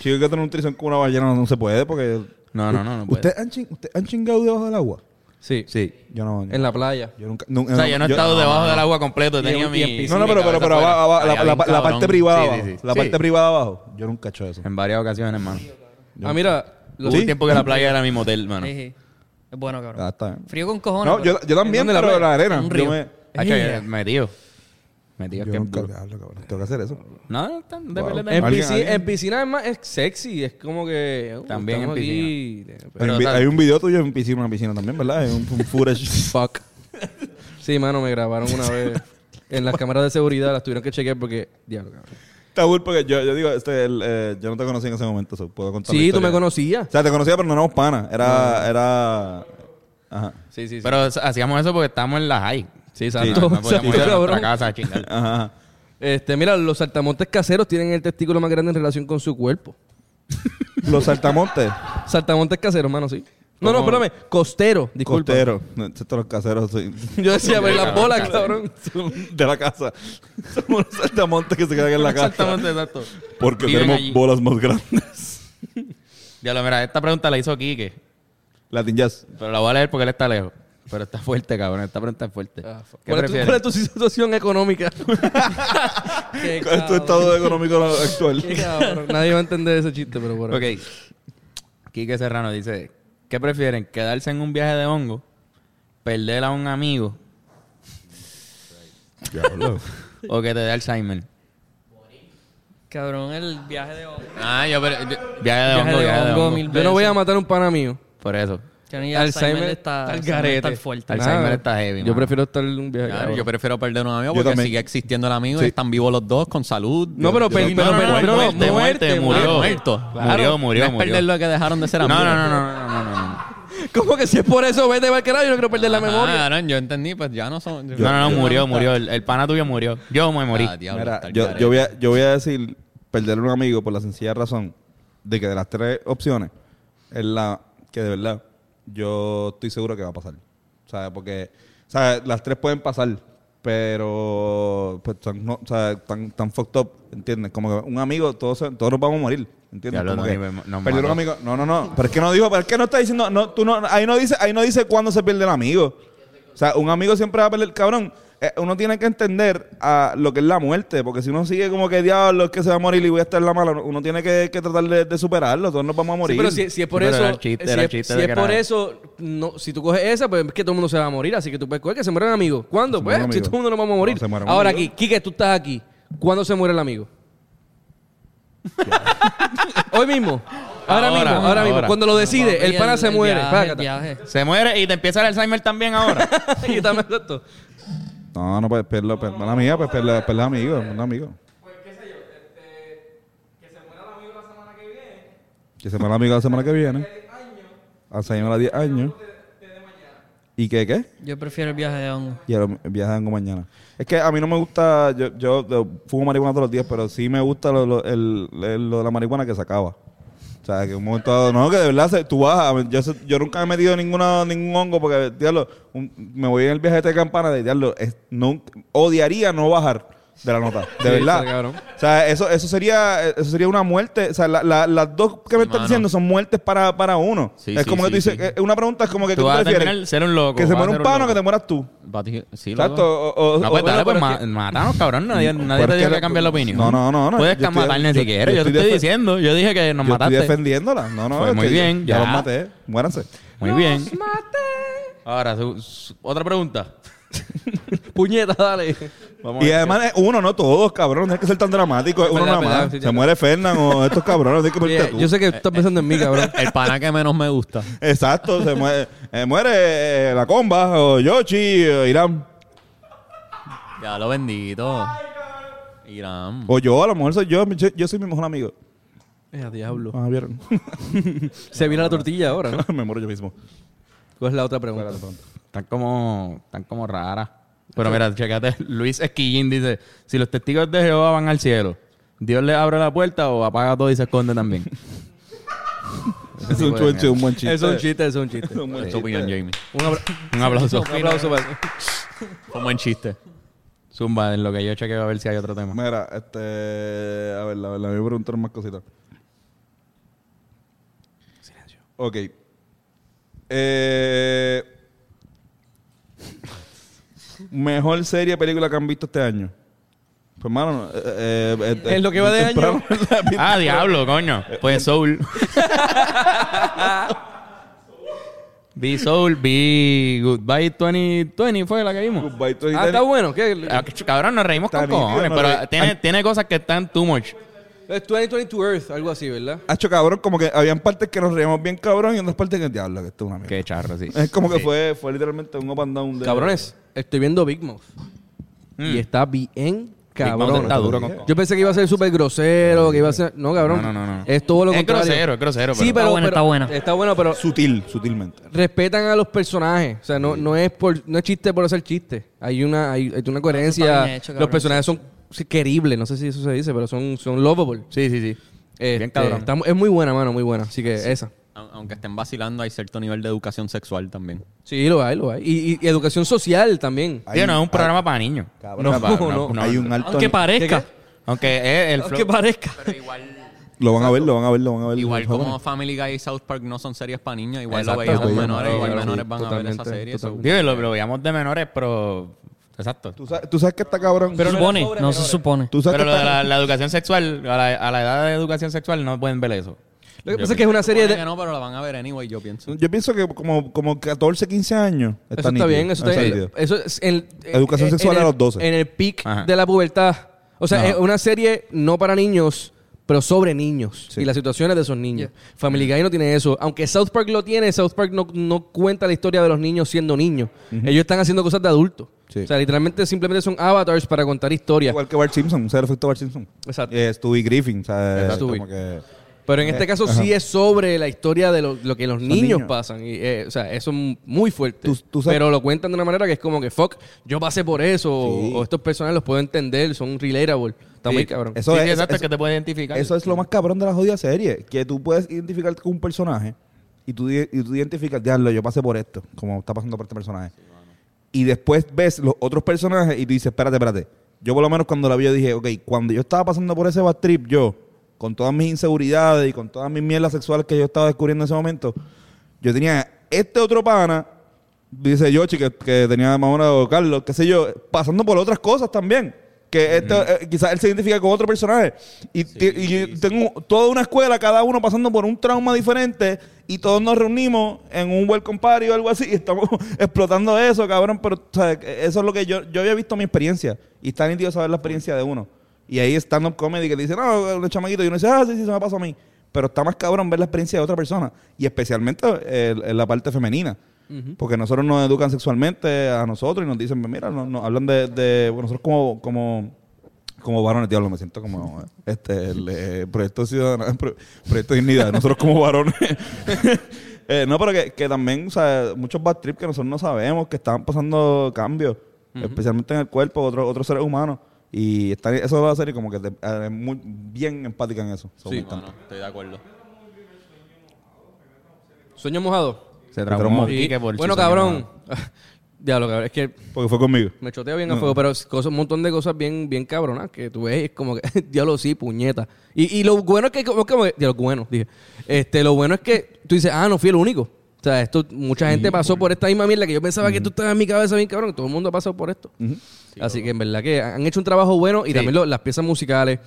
[SPEAKER 2] Chico que tener un trisón con una ballena no, no se puede porque...
[SPEAKER 1] No, no, no, no puede.
[SPEAKER 2] ¿Ustedes han, chin- ustedes han chingado debajo del agua?
[SPEAKER 3] Sí.
[SPEAKER 2] Sí, yo no.
[SPEAKER 3] En la playa.
[SPEAKER 2] yo nunca. nunca-
[SPEAKER 1] O sea, yo no he estado debajo del agua completo. Tenía
[SPEAKER 4] un-
[SPEAKER 1] mi...
[SPEAKER 4] y en
[SPEAKER 2] No,
[SPEAKER 4] piscina.
[SPEAKER 2] no, pero, pero, pero
[SPEAKER 4] Cabeza
[SPEAKER 2] abajo, abajo, la,
[SPEAKER 4] afuera.
[SPEAKER 2] la-
[SPEAKER 4] Allá bien
[SPEAKER 2] la parte
[SPEAKER 4] cabrón.
[SPEAKER 2] privada
[SPEAKER 4] Sí,
[SPEAKER 2] abajo.
[SPEAKER 4] sí, sí.
[SPEAKER 2] La
[SPEAKER 4] Sí.
[SPEAKER 2] parte privada abajo. Yo nunca he hecho eso.
[SPEAKER 1] En varias ocasiones, hermano.
[SPEAKER 3] Ah, mira.
[SPEAKER 1] Hubo
[SPEAKER 3] lo-
[SPEAKER 1] un tiempo que la playa era mi motel, hermano.
[SPEAKER 5] Eje. Es bueno,
[SPEAKER 2] Ah,
[SPEAKER 5] cabrón.
[SPEAKER 2] está bien.
[SPEAKER 5] Frío con cojones.
[SPEAKER 2] No, yo, yo también,
[SPEAKER 3] ¿En dónde la
[SPEAKER 2] pero en la
[SPEAKER 3] playa?
[SPEAKER 2] arena.
[SPEAKER 5] Un
[SPEAKER 2] Yo
[SPEAKER 5] río.
[SPEAKER 2] me-
[SPEAKER 1] Ay, que metido. Metido
[SPEAKER 2] Yo
[SPEAKER 1] que...
[SPEAKER 2] nunca. Diablo, cabrón, Tengo que hacer eso.
[SPEAKER 1] No, no, no, de
[SPEAKER 2] Wow.
[SPEAKER 1] verdad,
[SPEAKER 3] En,
[SPEAKER 1] no.
[SPEAKER 2] ¿Alguien-
[SPEAKER 3] piscina,
[SPEAKER 2] alguien?
[SPEAKER 3] en piscina es más es sexy. Es como que. uh,
[SPEAKER 1] También en
[SPEAKER 3] estamos aquí.
[SPEAKER 1] Pero,
[SPEAKER 2] Hay un vi-
[SPEAKER 1] o sea-
[SPEAKER 2] hay un video tuyo en piscina, una piscina también, ¿verdad? Hay un, un footage.
[SPEAKER 3] Fuck. Sí, mano, me grabaron
[SPEAKER 1] [laughs]
[SPEAKER 3] una vez. En las cámaras de seguridad las tuvieron que chequear porque. Diablo, cabrón.
[SPEAKER 2] Está cool porque yo, yo digo, este, el, eh, yo no te conocí en ese momento, so, puedo contar. la
[SPEAKER 3] Sí, tú
[SPEAKER 2] historia.
[SPEAKER 3] me conocías.
[SPEAKER 2] O sea, te conocía, pero no éramos pana. Era, era. Ajá.
[SPEAKER 3] Sí, sí, sí.
[SPEAKER 1] Pero hacíamos eso porque estábamos en la high.
[SPEAKER 3] sí,
[SPEAKER 1] No,
[SPEAKER 3] exacto.
[SPEAKER 1] no podíamos ir a
[SPEAKER 3] Exacto,
[SPEAKER 1] nuestra
[SPEAKER 3] cabrón.
[SPEAKER 1] casa a chingar.
[SPEAKER 2] Ajá. ajá.
[SPEAKER 3] Este, mira, los saltamontes caseros tienen el testículo más grande en relación con su cuerpo.
[SPEAKER 2] Los saltamontes.
[SPEAKER 3] Saltamontes caseros, mano, sí. No, no, espérame. Costero, disculpa.
[SPEAKER 2] Costeros. No, estos son los caseros sí,
[SPEAKER 3] [laughs] Yo decía, pero las bolas, cabrón.
[SPEAKER 2] [laughs] de la casa. Somos los saltamontes que se quedan [laughs] en la casa.
[SPEAKER 1] Exactamente, exacto.
[SPEAKER 2] Porque
[SPEAKER 1] Viven
[SPEAKER 2] tenemos
[SPEAKER 1] allí.
[SPEAKER 2] bolas más grandes.
[SPEAKER 1] Diablo, mira, esta pregunta la hizo Quique.
[SPEAKER 2] Latin Jazz.
[SPEAKER 1] Pero la voy a leer porque él está lejos. Pero está fuerte, cabrón. Esta pregunta es fuerte. ¿Qué
[SPEAKER 3] ¿Cuál es, tu,
[SPEAKER 1] prefieres?
[SPEAKER 3] cuál es tu
[SPEAKER 1] [laughs]
[SPEAKER 3] situación económica?
[SPEAKER 5] Qué
[SPEAKER 2] ¿Cuál es tu
[SPEAKER 5] cabrón.
[SPEAKER 2] estado económico actual?
[SPEAKER 3] Qué [laughs] cabrón. Nadie va a entender ese chiste, pero bueno.
[SPEAKER 1] Ok. Quique Serrano dice: ¿Qué prefieren? ¿Quedarse en un viaje de hongo? ¿Perder a un amigo? ¿O que te dé Alzheimer?
[SPEAKER 5] Cabrón, el viaje de hongo.
[SPEAKER 1] Ah, yo, pero. viaje de
[SPEAKER 5] Viaje
[SPEAKER 1] hongo,
[SPEAKER 5] de
[SPEAKER 1] viaje de
[SPEAKER 5] hongo,
[SPEAKER 1] hongo.
[SPEAKER 5] mil
[SPEAKER 3] Yo no voy a
[SPEAKER 5] veces.
[SPEAKER 3] matar a un pana mío.
[SPEAKER 1] Por eso.
[SPEAKER 5] Ya ni Alzheimer, está,
[SPEAKER 3] al
[SPEAKER 5] Alzheimer
[SPEAKER 3] garete.
[SPEAKER 5] está fuerte.
[SPEAKER 1] Alzheimer
[SPEAKER 3] Nada.
[SPEAKER 1] está heavy,
[SPEAKER 3] Yo
[SPEAKER 1] mano.
[SPEAKER 3] prefiero estar en un viaje.
[SPEAKER 4] Claro,
[SPEAKER 3] cabrón.
[SPEAKER 4] yo prefiero perder un
[SPEAKER 2] Yo
[SPEAKER 4] amigo porque
[SPEAKER 2] también.
[SPEAKER 4] sigue existiendo el amigo
[SPEAKER 2] Sí.
[SPEAKER 4] y están vivos los dos con salud. Ah,
[SPEAKER 3] No, pero, pero, pero,
[SPEAKER 1] No, no,
[SPEAKER 3] pero,
[SPEAKER 1] no,
[SPEAKER 3] pero,
[SPEAKER 1] muerte, muerte,
[SPEAKER 3] muerte,
[SPEAKER 1] murió.
[SPEAKER 4] muerto.
[SPEAKER 1] Murió, murió,
[SPEAKER 4] No es perder
[SPEAKER 1] murió.
[SPEAKER 4] lo que dejaron de ser
[SPEAKER 1] No,
[SPEAKER 4] amigos.
[SPEAKER 1] no, no, no, no, no, no. no.
[SPEAKER 3] ¿Cómo que si es por eso vete para carajo? Yo no quiero perder la
[SPEAKER 4] Ajá,
[SPEAKER 3] memoria.
[SPEAKER 4] Aaron, yo entendí, pues ya no son.
[SPEAKER 1] No, no, no, murió, murió. El, el pana tuyo murió. Yo me morí.
[SPEAKER 4] Ah, diablo,
[SPEAKER 2] Mira,
[SPEAKER 4] está el
[SPEAKER 2] yo,
[SPEAKER 4] garete.
[SPEAKER 2] yo, voy a, yo voy a decir perder a un amigo por la sencilla razón de que de las tres opciones es la que de verdad yo estoy seguro que va a pasar. ¿Sabes? Porque, ¿sabes? Las tres pueden pasar, pero pues, son, no, ¿sabes? Tan, tan fucked up, ¿entiendes? Como que un amigo, todos, se- todos nos vamos a morir. ¿Entiendes?
[SPEAKER 1] Diablo,
[SPEAKER 2] Como
[SPEAKER 1] no,
[SPEAKER 2] que
[SPEAKER 1] ni me- nos
[SPEAKER 2] perder un
[SPEAKER 1] mató.
[SPEAKER 2] amigo. No, no, no. Pero es que no dijo, pero es que no está diciendo, no, tú no, ahí no dice, ahí no dice cuándo se pierde el amigo. O sea, un amigo siempre va a perder, cabrón. eh, uno tiene que entender a lo que es la muerte, porque si uno sigue como que diablo, es que se va a morir y voy a estar en la mala, uno tiene que, que tratar de, de superarlo, todos nos vamos a morir.
[SPEAKER 3] Sí, pero si, si es por
[SPEAKER 1] Sí, pero
[SPEAKER 3] eso,
[SPEAKER 1] era el chiste,
[SPEAKER 3] si
[SPEAKER 1] era el
[SPEAKER 3] es-
[SPEAKER 1] chiste
[SPEAKER 3] si
[SPEAKER 1] de
[SPEAKER 3] es por
[SPEAKER 1] carajo.
[SPEAKER 3] eso, no, si tú coges esa, pues es que todo el mundo se va a morir. Así que tú puedes coger que se muera un amigo. ¿Cuándo?
[SPEAKER 2] Se
[SPEAKER 3] Pues,
[SPEAKER 2] muere un
[SPEAKER 3] si
[SPEAKER 2] amigo.
[SPEAKER 3] todo el mundo nos vamos a morir.
[SPEAKER 2] No, se muere un
[SPEAKER 3] Ahora
[SPEAKER 2] amigo.
[SPEAKER 3] aquí, Quique, tú estás aquí. ¿Cuándo se muere el amigo? Hoy mismo. Ahora,
[SPEAKER 1] Ahora,
[SPEAKER 3] mismo, ahora, mismo.
[SPEAKER 1] ahora.
[SPEAKER 3] Cuando lo decide, el
[SPEAKER 5] Papi,
[SPEAKER 3] pana se muere.
[SPEAKER 5] viaje, el
[SPEAKER 3] Págata.
[SPEAKER 5] viaje.
[SPEAKER 1] Se muere y te empieza el Alzheimer también ahora.
[SPEAKER 3] [laughs] Y está mal esto.
[SPEAKER 2] No, no, pues perla, perla, mala mía, pues perla, perla amigo, un amigo. este, Que se muera el amigo la semana que viene. Que se muera el amigo la semana que viene. Alzheimer a 10 años. ¿Y qué qué?
[SPEAKER 5] Yo prefiero el viaje de hongo.
[SPEAKER 2] Y ahora viajan mañana. Es que a mí no me gusta, yo, yo, yo fumo marihuana todos los días, pero sí me gusta lo, lo- el, el- lo de la marihuana que se acaba. O sea, que un momento dado, no, que de verdad se- tú bajas. Yo, se- yo nunca he metido ninguna, ningún hongo porque, diablo, un- me voy en el viaje este de campana de diablo, es- nunca- odiaría no bajar de la nota, de
[SPEAKER 3] está
[SPEAKER 2] verdad.
[SPEAKER 3] cabrón.
[SPEAKER 2] O sea, eso, eso sería eso sería una muerte. O sea, la- la- las dos que me estás
[SPEAKER 4] mano.
[SPEAKER 2] diciendo son muertes para, para uno.
[SPEAKER 4] Sí,
[SPEAKER 2] es
[SPEAKER 4] sí,
[SPEAKER 2] como que
[SPEAKER 4] sí,
[SPEAKER 2] tú dices,
[SPEAKER 4] sí.
[SPEAKER 2] que- una pregunta es como que
[SPEAKER 1] Tú
[SPEAKER 2] [laughs] ¿qué
[SPEAKER 1] vas a
[SPEAKER 2] prefieres?
[SPEAKER 1] terminar ser un loco.
[SPEAKER 2] que
[SPEAKER 1] vas
[SPEAKER 2] se
[SPEAKER 1] a
[SPEAKER 2] muera un
[SPEAKER 1] ser
[SPEAKER 2] pano o que
[SPEAKER 1] loco.
[SPEAKER 2] te mueras tú.
[SPEAKER 4] Bati- Sí, loco.
[SPEAKER 2] Exacto. O, o-
[SPEAKER 1] No, pues
[SPEAKER 2] o-
[SPEAKER 1] dale,
[SPEAKER 2] bueno,
[SPEAKER 1] pues
[SPEAKER 2] pero
[SPEAKER 1] ma-
[SPEAKER 2] es que-
[SPEAKER 1] mátanos, cabrón. Nadie, nadie
[SPEAKER 2] pero
[SPEAKER 1] te
[SPEAKER 2] es
[SPEAKER 1] dijo
[SPEAKER 2] que
[SPEAKER 1] que
[SPEAKER 2] la-
[SPEAKER 1] cambiar la opinión.
[SPEAKER 2] No, no, no, no.
[SPEAKER 1] Puedes
[SPEAKER 2] Yo estoy-
[SPEAKER 1] cambiarle
[SPEAKER 2] yo-
[SPEAKER 1] si quieres.
[SPEAKER 2] yo
[SPEAKER 1] Yo te
[SPEAKER 2] estoy
[SPEAKER 1] estoy
[SPEAKER 2] defen-
[SPEAKER 1] diciendo. Yo dije que nos
[SPEAKER 2] Yo estoy
[SPEAKER 1] mataste.
[SPEAKER 2] defendiéndola. No, no.
[SPEAKER 1] Fue
[SPEAKER 2] es
[SPEAKER 1] muy
[SPEAKER 2] que
[SPEAKER 1] bien,
[SPEAKER 2] Ya
[SPEAKER 1] ya.
[SPEAKER 2] los maté. Muéranse.
[SPEAKER 1] Muy bien. Ahora, su- su- otra pregunta.
[SPEAKER 3] Puñeta, dale.
[SPEAKER 2] Y además es uno, no todos, cabrón. No hay que ser tan dramático. Es uno
[SPEAKER 3] verdad,
[SPEAKER 2] nada
[SPEAKER 3] verdad,
[SPEAKER 2] más.
[SPEAKER 3] sí,
[SPEAKER 2] Se
[SPEAKER 3] sí.
[SPEAKER 2] muere Fernan o estos cabrones. Tienes que ponerte tú.
[SPEAKER 3] Eh, Yo sé que tú estás pensando en mí, cabrón.
[SPEAKER 1] [laughs]
[SPEAKER 4] El pana que menos me gusta.
[SPEAKER 2] Exacto. Se muere, eh, muere eh, la comba o Yoshi o Irán.
[SPEAKER 4] Ya lo bendito. Irán.
[SPEAKER 2] O yo, a lo mejor soy yo. Yo, yo soy mi mejor amigo.
[SPEAKER 3] Eh, diablo.
[SPEAKER 2] Ah, ¿vieron? [laughs]
[SPEAKER 3] Se vira la tortilla ahora, ¿no?
[SPEAKER 2] Me muero yo mismo.
[SPEAKER 3] ¿Cuál es la otra pregunta?
[SPEAKER 1] Están como, están como raras. Pero mira, checate. Luis Esquillín dice: Si los testigos de Jehová van al cielo, ¿Dios les abre la puerta o apaga todo y se esconde también?
[SPEAKER 2] Es un
[SPEAKER 1] puede
[SPEAKER 2] chiste, un buen chiste.
[SPEAKER 3] Es un chiste, es un chiste.
[SPEAKER 2] Un buen
[SPEAKER 4] Tu opinión,
[SPEAKER 2] chiste.
[SPEAKER 4] Jamie.
[SPEAKER 3] Un abra-
[SPEAKER 1] Un aplauso.
[SPEAKER 3] un aplauso para
[SPEAKER 1] [laughs]
[SPEAKER 4] Fue un buen chiste.
[SPEAKER 1] Zumba, en lo que yo chequeo a ver si hay otro tema.
[SPEAKER 2] Mira, este. A ver, a ver, a mí me preguntaron más cositas. Silencio. Ok. Eh, Mejor serie película que han visto este año. Pues, hermano, eh, eh, eh,
[SPEAKER 3] En lo que va de
[SPEAKER 2] temprano. [laughs]
[SPEAKER 1] [laughs] Ah, diablo, coño. Pues Soul. vi Soul, vi Goodbye 2020, fue la que vimos.
[SPEAKER 2] Goodbye, Tony
[SPEAKER 3] Ah, está
[SPEAKER 2] Danny.
[SPEAKER 3] bueno. ¿Qué?
[SPEAKER 1] Ah, ch- Cabrón, nos reímos con
[SPEAKER 2] Está nítido,
[SPEAKER 1] cojones,
[SPEAKER 2] no
[SPEAKER 1] pero
[SPEAKER 2] reí-
[SPEAKER 1] tiene, tiene cosas que están too much.
[SPEAKER 3] Es 2022 Earth, algo así, ¿verdad?
[SPEAKER 2] Hacho, cabrón, como que habían partes que nos reíamos bien cabrón y otras partes que diablo, que esto es una mierda.
[SPEAKER 1] Qué charro, sí.
[SPEAKER 2] Es como que fue, fue literalmente un up and down de.
[SPEAKER 3] Cabrones, estoy viendo Big Mouth. Y está bien
[SPEAKER 1] Mm. Big Mouth
[SPEAKER 3] cabrón.
[SPEAKER 1] está duro con
[SPEAKER 3] Yo pensé que iba a ser súper grosero, que iba a ser... No, cabrón.
[SPEAKER 1] No, no, no, no.
[SPEAKER 3] Es todo lo
[SPEAKER 1] Es
[SPEAKER 3] contrario.
[SPEAKER 1] grosero, es grosero,
[SPEAKER 3] Sí,
[SPEAKER 1] pero-
[SPEAKER 3] pero...
[SPEAKER 5] Está bueno,
[SPEAKER 3] pero-
[SPEAKER 5] está bueno.
[SPEAKER 3] Está bueno, pero
[SPEAKER 2] Sutil, sutilmente.
[SPEAKER 3] respetan a los personajes. O sea, no, no es por no es chiste por hacer chiste. Hay una, hay, hay una
[SPEAKER 5] está
[SPEAKER 3] coherencia.
[SPEAKER 5] bien hecho,
[SPEAKER 3] los
[SPEAKER 5] cabrón,
[SPEAKER 3] personajes son queribles, no sé si eso se dice, pero son, son lovable.
[SPEAKER 1] Sí, sí, sí.
[SPEAKER 3] Este,
[SPEAKER 1] Bien cabrón.
[SPEAKER 3] está mu- es muy buena, mano, muy buena. Así que esa.
[SPEAKER 4] Au- Aunque estén vacilando, hay cierto nivel de educación sexual también.
[SPEAKER 3] Sí, lo hay, lo hay. Y, y- y educación social también.
[SPEAKER 1] Tío, no es un programa para niños.
[SPEAKER 2] Cabrón.
[SPEAKER 1] No, pa-
[SPEAKER 3] No,
[SPEAKER 1] no,
[SPEAKER 2] Hay
[SPEAKER 1] no.
[SPEAKER 2] un alto.
[SPEAKER 5] Aunque parezca.
[SPEAKER 1] Aunque es el
[SPEAKER 2] [laughs]
[SPEAKER 1] flow.
[SPEAKER 5] Aunque parezca.
[SPEAKER 2] Lo van a ver, lo van a ver, lo van a ver.
[SPEAKER 4] Igual
[SPEAKER 2] los jóvenes.
[SPEAKER 4] como Family Guy y South Park no son series para niños, igual
[SPEAKER 1] Exacto,
[SPEAKER 4] lo veíamos
[SPEAKER 1] lo veíamos,
[SPEAKER 4] menores,
[SPEAKER 1] lo
[SPEAKER 4] igual
[SPEAKER 1] veíamos,
[SPEAKER 4] menores van a ver esa
[SPEAKER 3] totalmente,
[SPEAKER 4] serie. so-
[SPEAKER 3] totalmente.
[SPEAKER 1] Tío, lo, lo veíamos de menores, pero. Exacto.
[SPEAKER 2] ¿Tú, sabes, tú sabes que está cabrón.
[SPEAKER 5] se supone, no se supone.
[SPEAKER 2] Tú sabes
[SPEAKER 1] Pero lo
[SPEAKER 2] que
[SPEAKER 1] de la,
[SPEAKER 2] está
[SPEAKER 1] la educación sexual, a la, a la edad de educación sexual, no pueden ver eso.
[SPEAKER 3] Lo que pasa es que es una serie
[SPEAKER 4] Supone
[SPEAKER 3] de.
[SPEAKER 4] que no, pero la van a ver anyway, yo pienso.
[SPEAKER 2] Yo pienso que como, como 14, 15 años.
[SPEAKER 3] Eso está
[SPEAKER 2] nítido,
[SPEAKER 3] bien, eso
[SPEAKER 2] en
[SPEAKER 3] está
[SPEAKER 2] ese
[SPEAKER 3] bien.
[SPEAKER 2] sentido.
[SPEAKER 3] Eso es en-
[SPEAKER 2] Educación
[SPEAKER 3] en-
[SPEAKER 2] sexual
[SPEAKER 3] en
[SPEAKER 2] a
[SPEAKER 3] el-
[SPEAKER 2] los 12.
[SPEAKER 3] En el peak
[SPEAKER 1] Ajá.
[SPEAKER 3] de la pubertad. O sea,
[SPEAKER 1] Ajá.
[SPEAKER 3] es una serie no para niños, pero sobre niños.
[SPEAKER 2] Sí.
[SPEAKER 3] Y las situaciones de esos niños. Family Guy no tiene eso. Aunque South Park lo tiene, South Park no, no cuenta la historia de los niños siendo niños. Ellos están haciendo cosas de adultos.
[SPEAKER 2] Sí.
[SPEAKER 3] O sea, literalmente simplemente son avatars para contar historias.
[SPEAKER 2] Igual que Bart Simpson, o sea, el efecto Bart Simpson.
[SPEAKER 3] Exacto.
[SPEAKER 2] Eh, Stewie Griffin, o sea,
[SPEAKER 3] Exacto.
[SPEAKER 2] como que...
[SPEAKER 3] Pero en este caso sí es sobre la historia de lo, lo que los niños,
[SPEAKER 2] Eh, niños.
[SPEAKER 3] pasan. Y, eh, o sea, eso es muy fuerte.
[SPEAKER 2] Tú- tú sabes-
[SPEAKER 3] Pero lo cuentan de una manera que es como que, fuck, yo pasé por eso.
[SPEAKER 2] Sí.
[SPEAKER 3] O, o estos personajes los puedo entender, son relatable. Está muy cabrón.
[SPEAKER 2] Eso
[SPEAKER 1] Sí,
[SPEAKER 2] es,
[SPEAKER 1] sí, exacto,
[SPEAKER 2] eso-
[SPEAKER 1] que te puede identificar.
[SPEAKER 2] Eso es lo más cabrón de la jodida serie, que tú puedes identificarte con un personaje y tú, di- y tú identificas, diablo, yo pasé por esto, como está pasando por este personaje. y después ves los otros personajes y tú dices, espérate, espérate. Yo por lo menos cuando la vi yo dije, ok, cuando yo estaba pasando por ese bad trip, yo, con todas mis inseguridades y con todas mis mierdas sexuales que yo estaba descubriendo en ese momento, yo tenía este otro pana, dice Yoshi, que, que tenía más una o Carlos, qué sé yo, pasando por otras cosas también. Que esto, eh, quizás él se identifica con otro personaje. Y, ti- y yo tengo toda una escuela, cada uno pasando por un trauma diferente. Y todos nos reunimos en un welcome party o algo así. Y estamos [laughs] explotando eso, cabrón. Pero o sea, eso es lo que yo, yo había visto mi experiencia. Y está nítido saber la experiencia de uno. Y ahí stand-up comedy que te dice, no, los chamaquitos. Y uno dice, ah, sí, sí, se me pasó a mí. Pero está más cabrón ver la experiencia de otra persona. Y especialmente eh, en la parte femenina. Porque nosotros nos educan sexualmente a nosotros y nos dicen, "Pues mira, nos, nos hablan de, de- bueno, nosotros como, como, como varones, diablo, me siento como este, el eh, proyecto ciudadano, pro- proyecto dignidad, nosotros como varones. [laughs] Eh, no, pero que, que también, o sea, muchos bad trips que nosotros no sabemos, que estaban pasando cambios, especialmente en el cuerpo de otros otros seres humanos. Y está, eso va a ser como que te- eh, es muy bien empática en eso. So, me
[SPEAKER 4] No,
[SPEAKER 2] encanta.
[SPEAKER 4] no, estoy de acuerdo.
[SPEAKER 3] Sueño mojado.
[SPEAKER 1] Se
[SPEAKER 2] traumó.
[SPEAKER 1] traumó.
[SPEAKER 3] Y-
[SPEAKER 1] Quique por
[SPEAKER 3] bueno,
[SPEAKER 1] su sueño.
[SPEAKER 3] cabrón. [laughs] Diablo, cabrón. Es que
[SPEAKER 2] Porque fue conmigo.
[SPEAKER 3] me choteo bien a fuego, pero es cosas, un montón de cosas bien, bien cabronas que tú ves y es como que, [laughs] diablo, sí, puñeta. Y, y lo bueno es que, como, como que- diablo, bueno, dije. Este, lo bueno es que tú dices, ah, no fui el único. O sea, esto, mucha gente pasó por esta misma mierda que yo pensaba que tú estabas en mi cabeza bien cabrón. Todo el mundo ha pasado por esto. Así que en verdad que han hecho un trabajo bueno y también lo- las piezas musicales.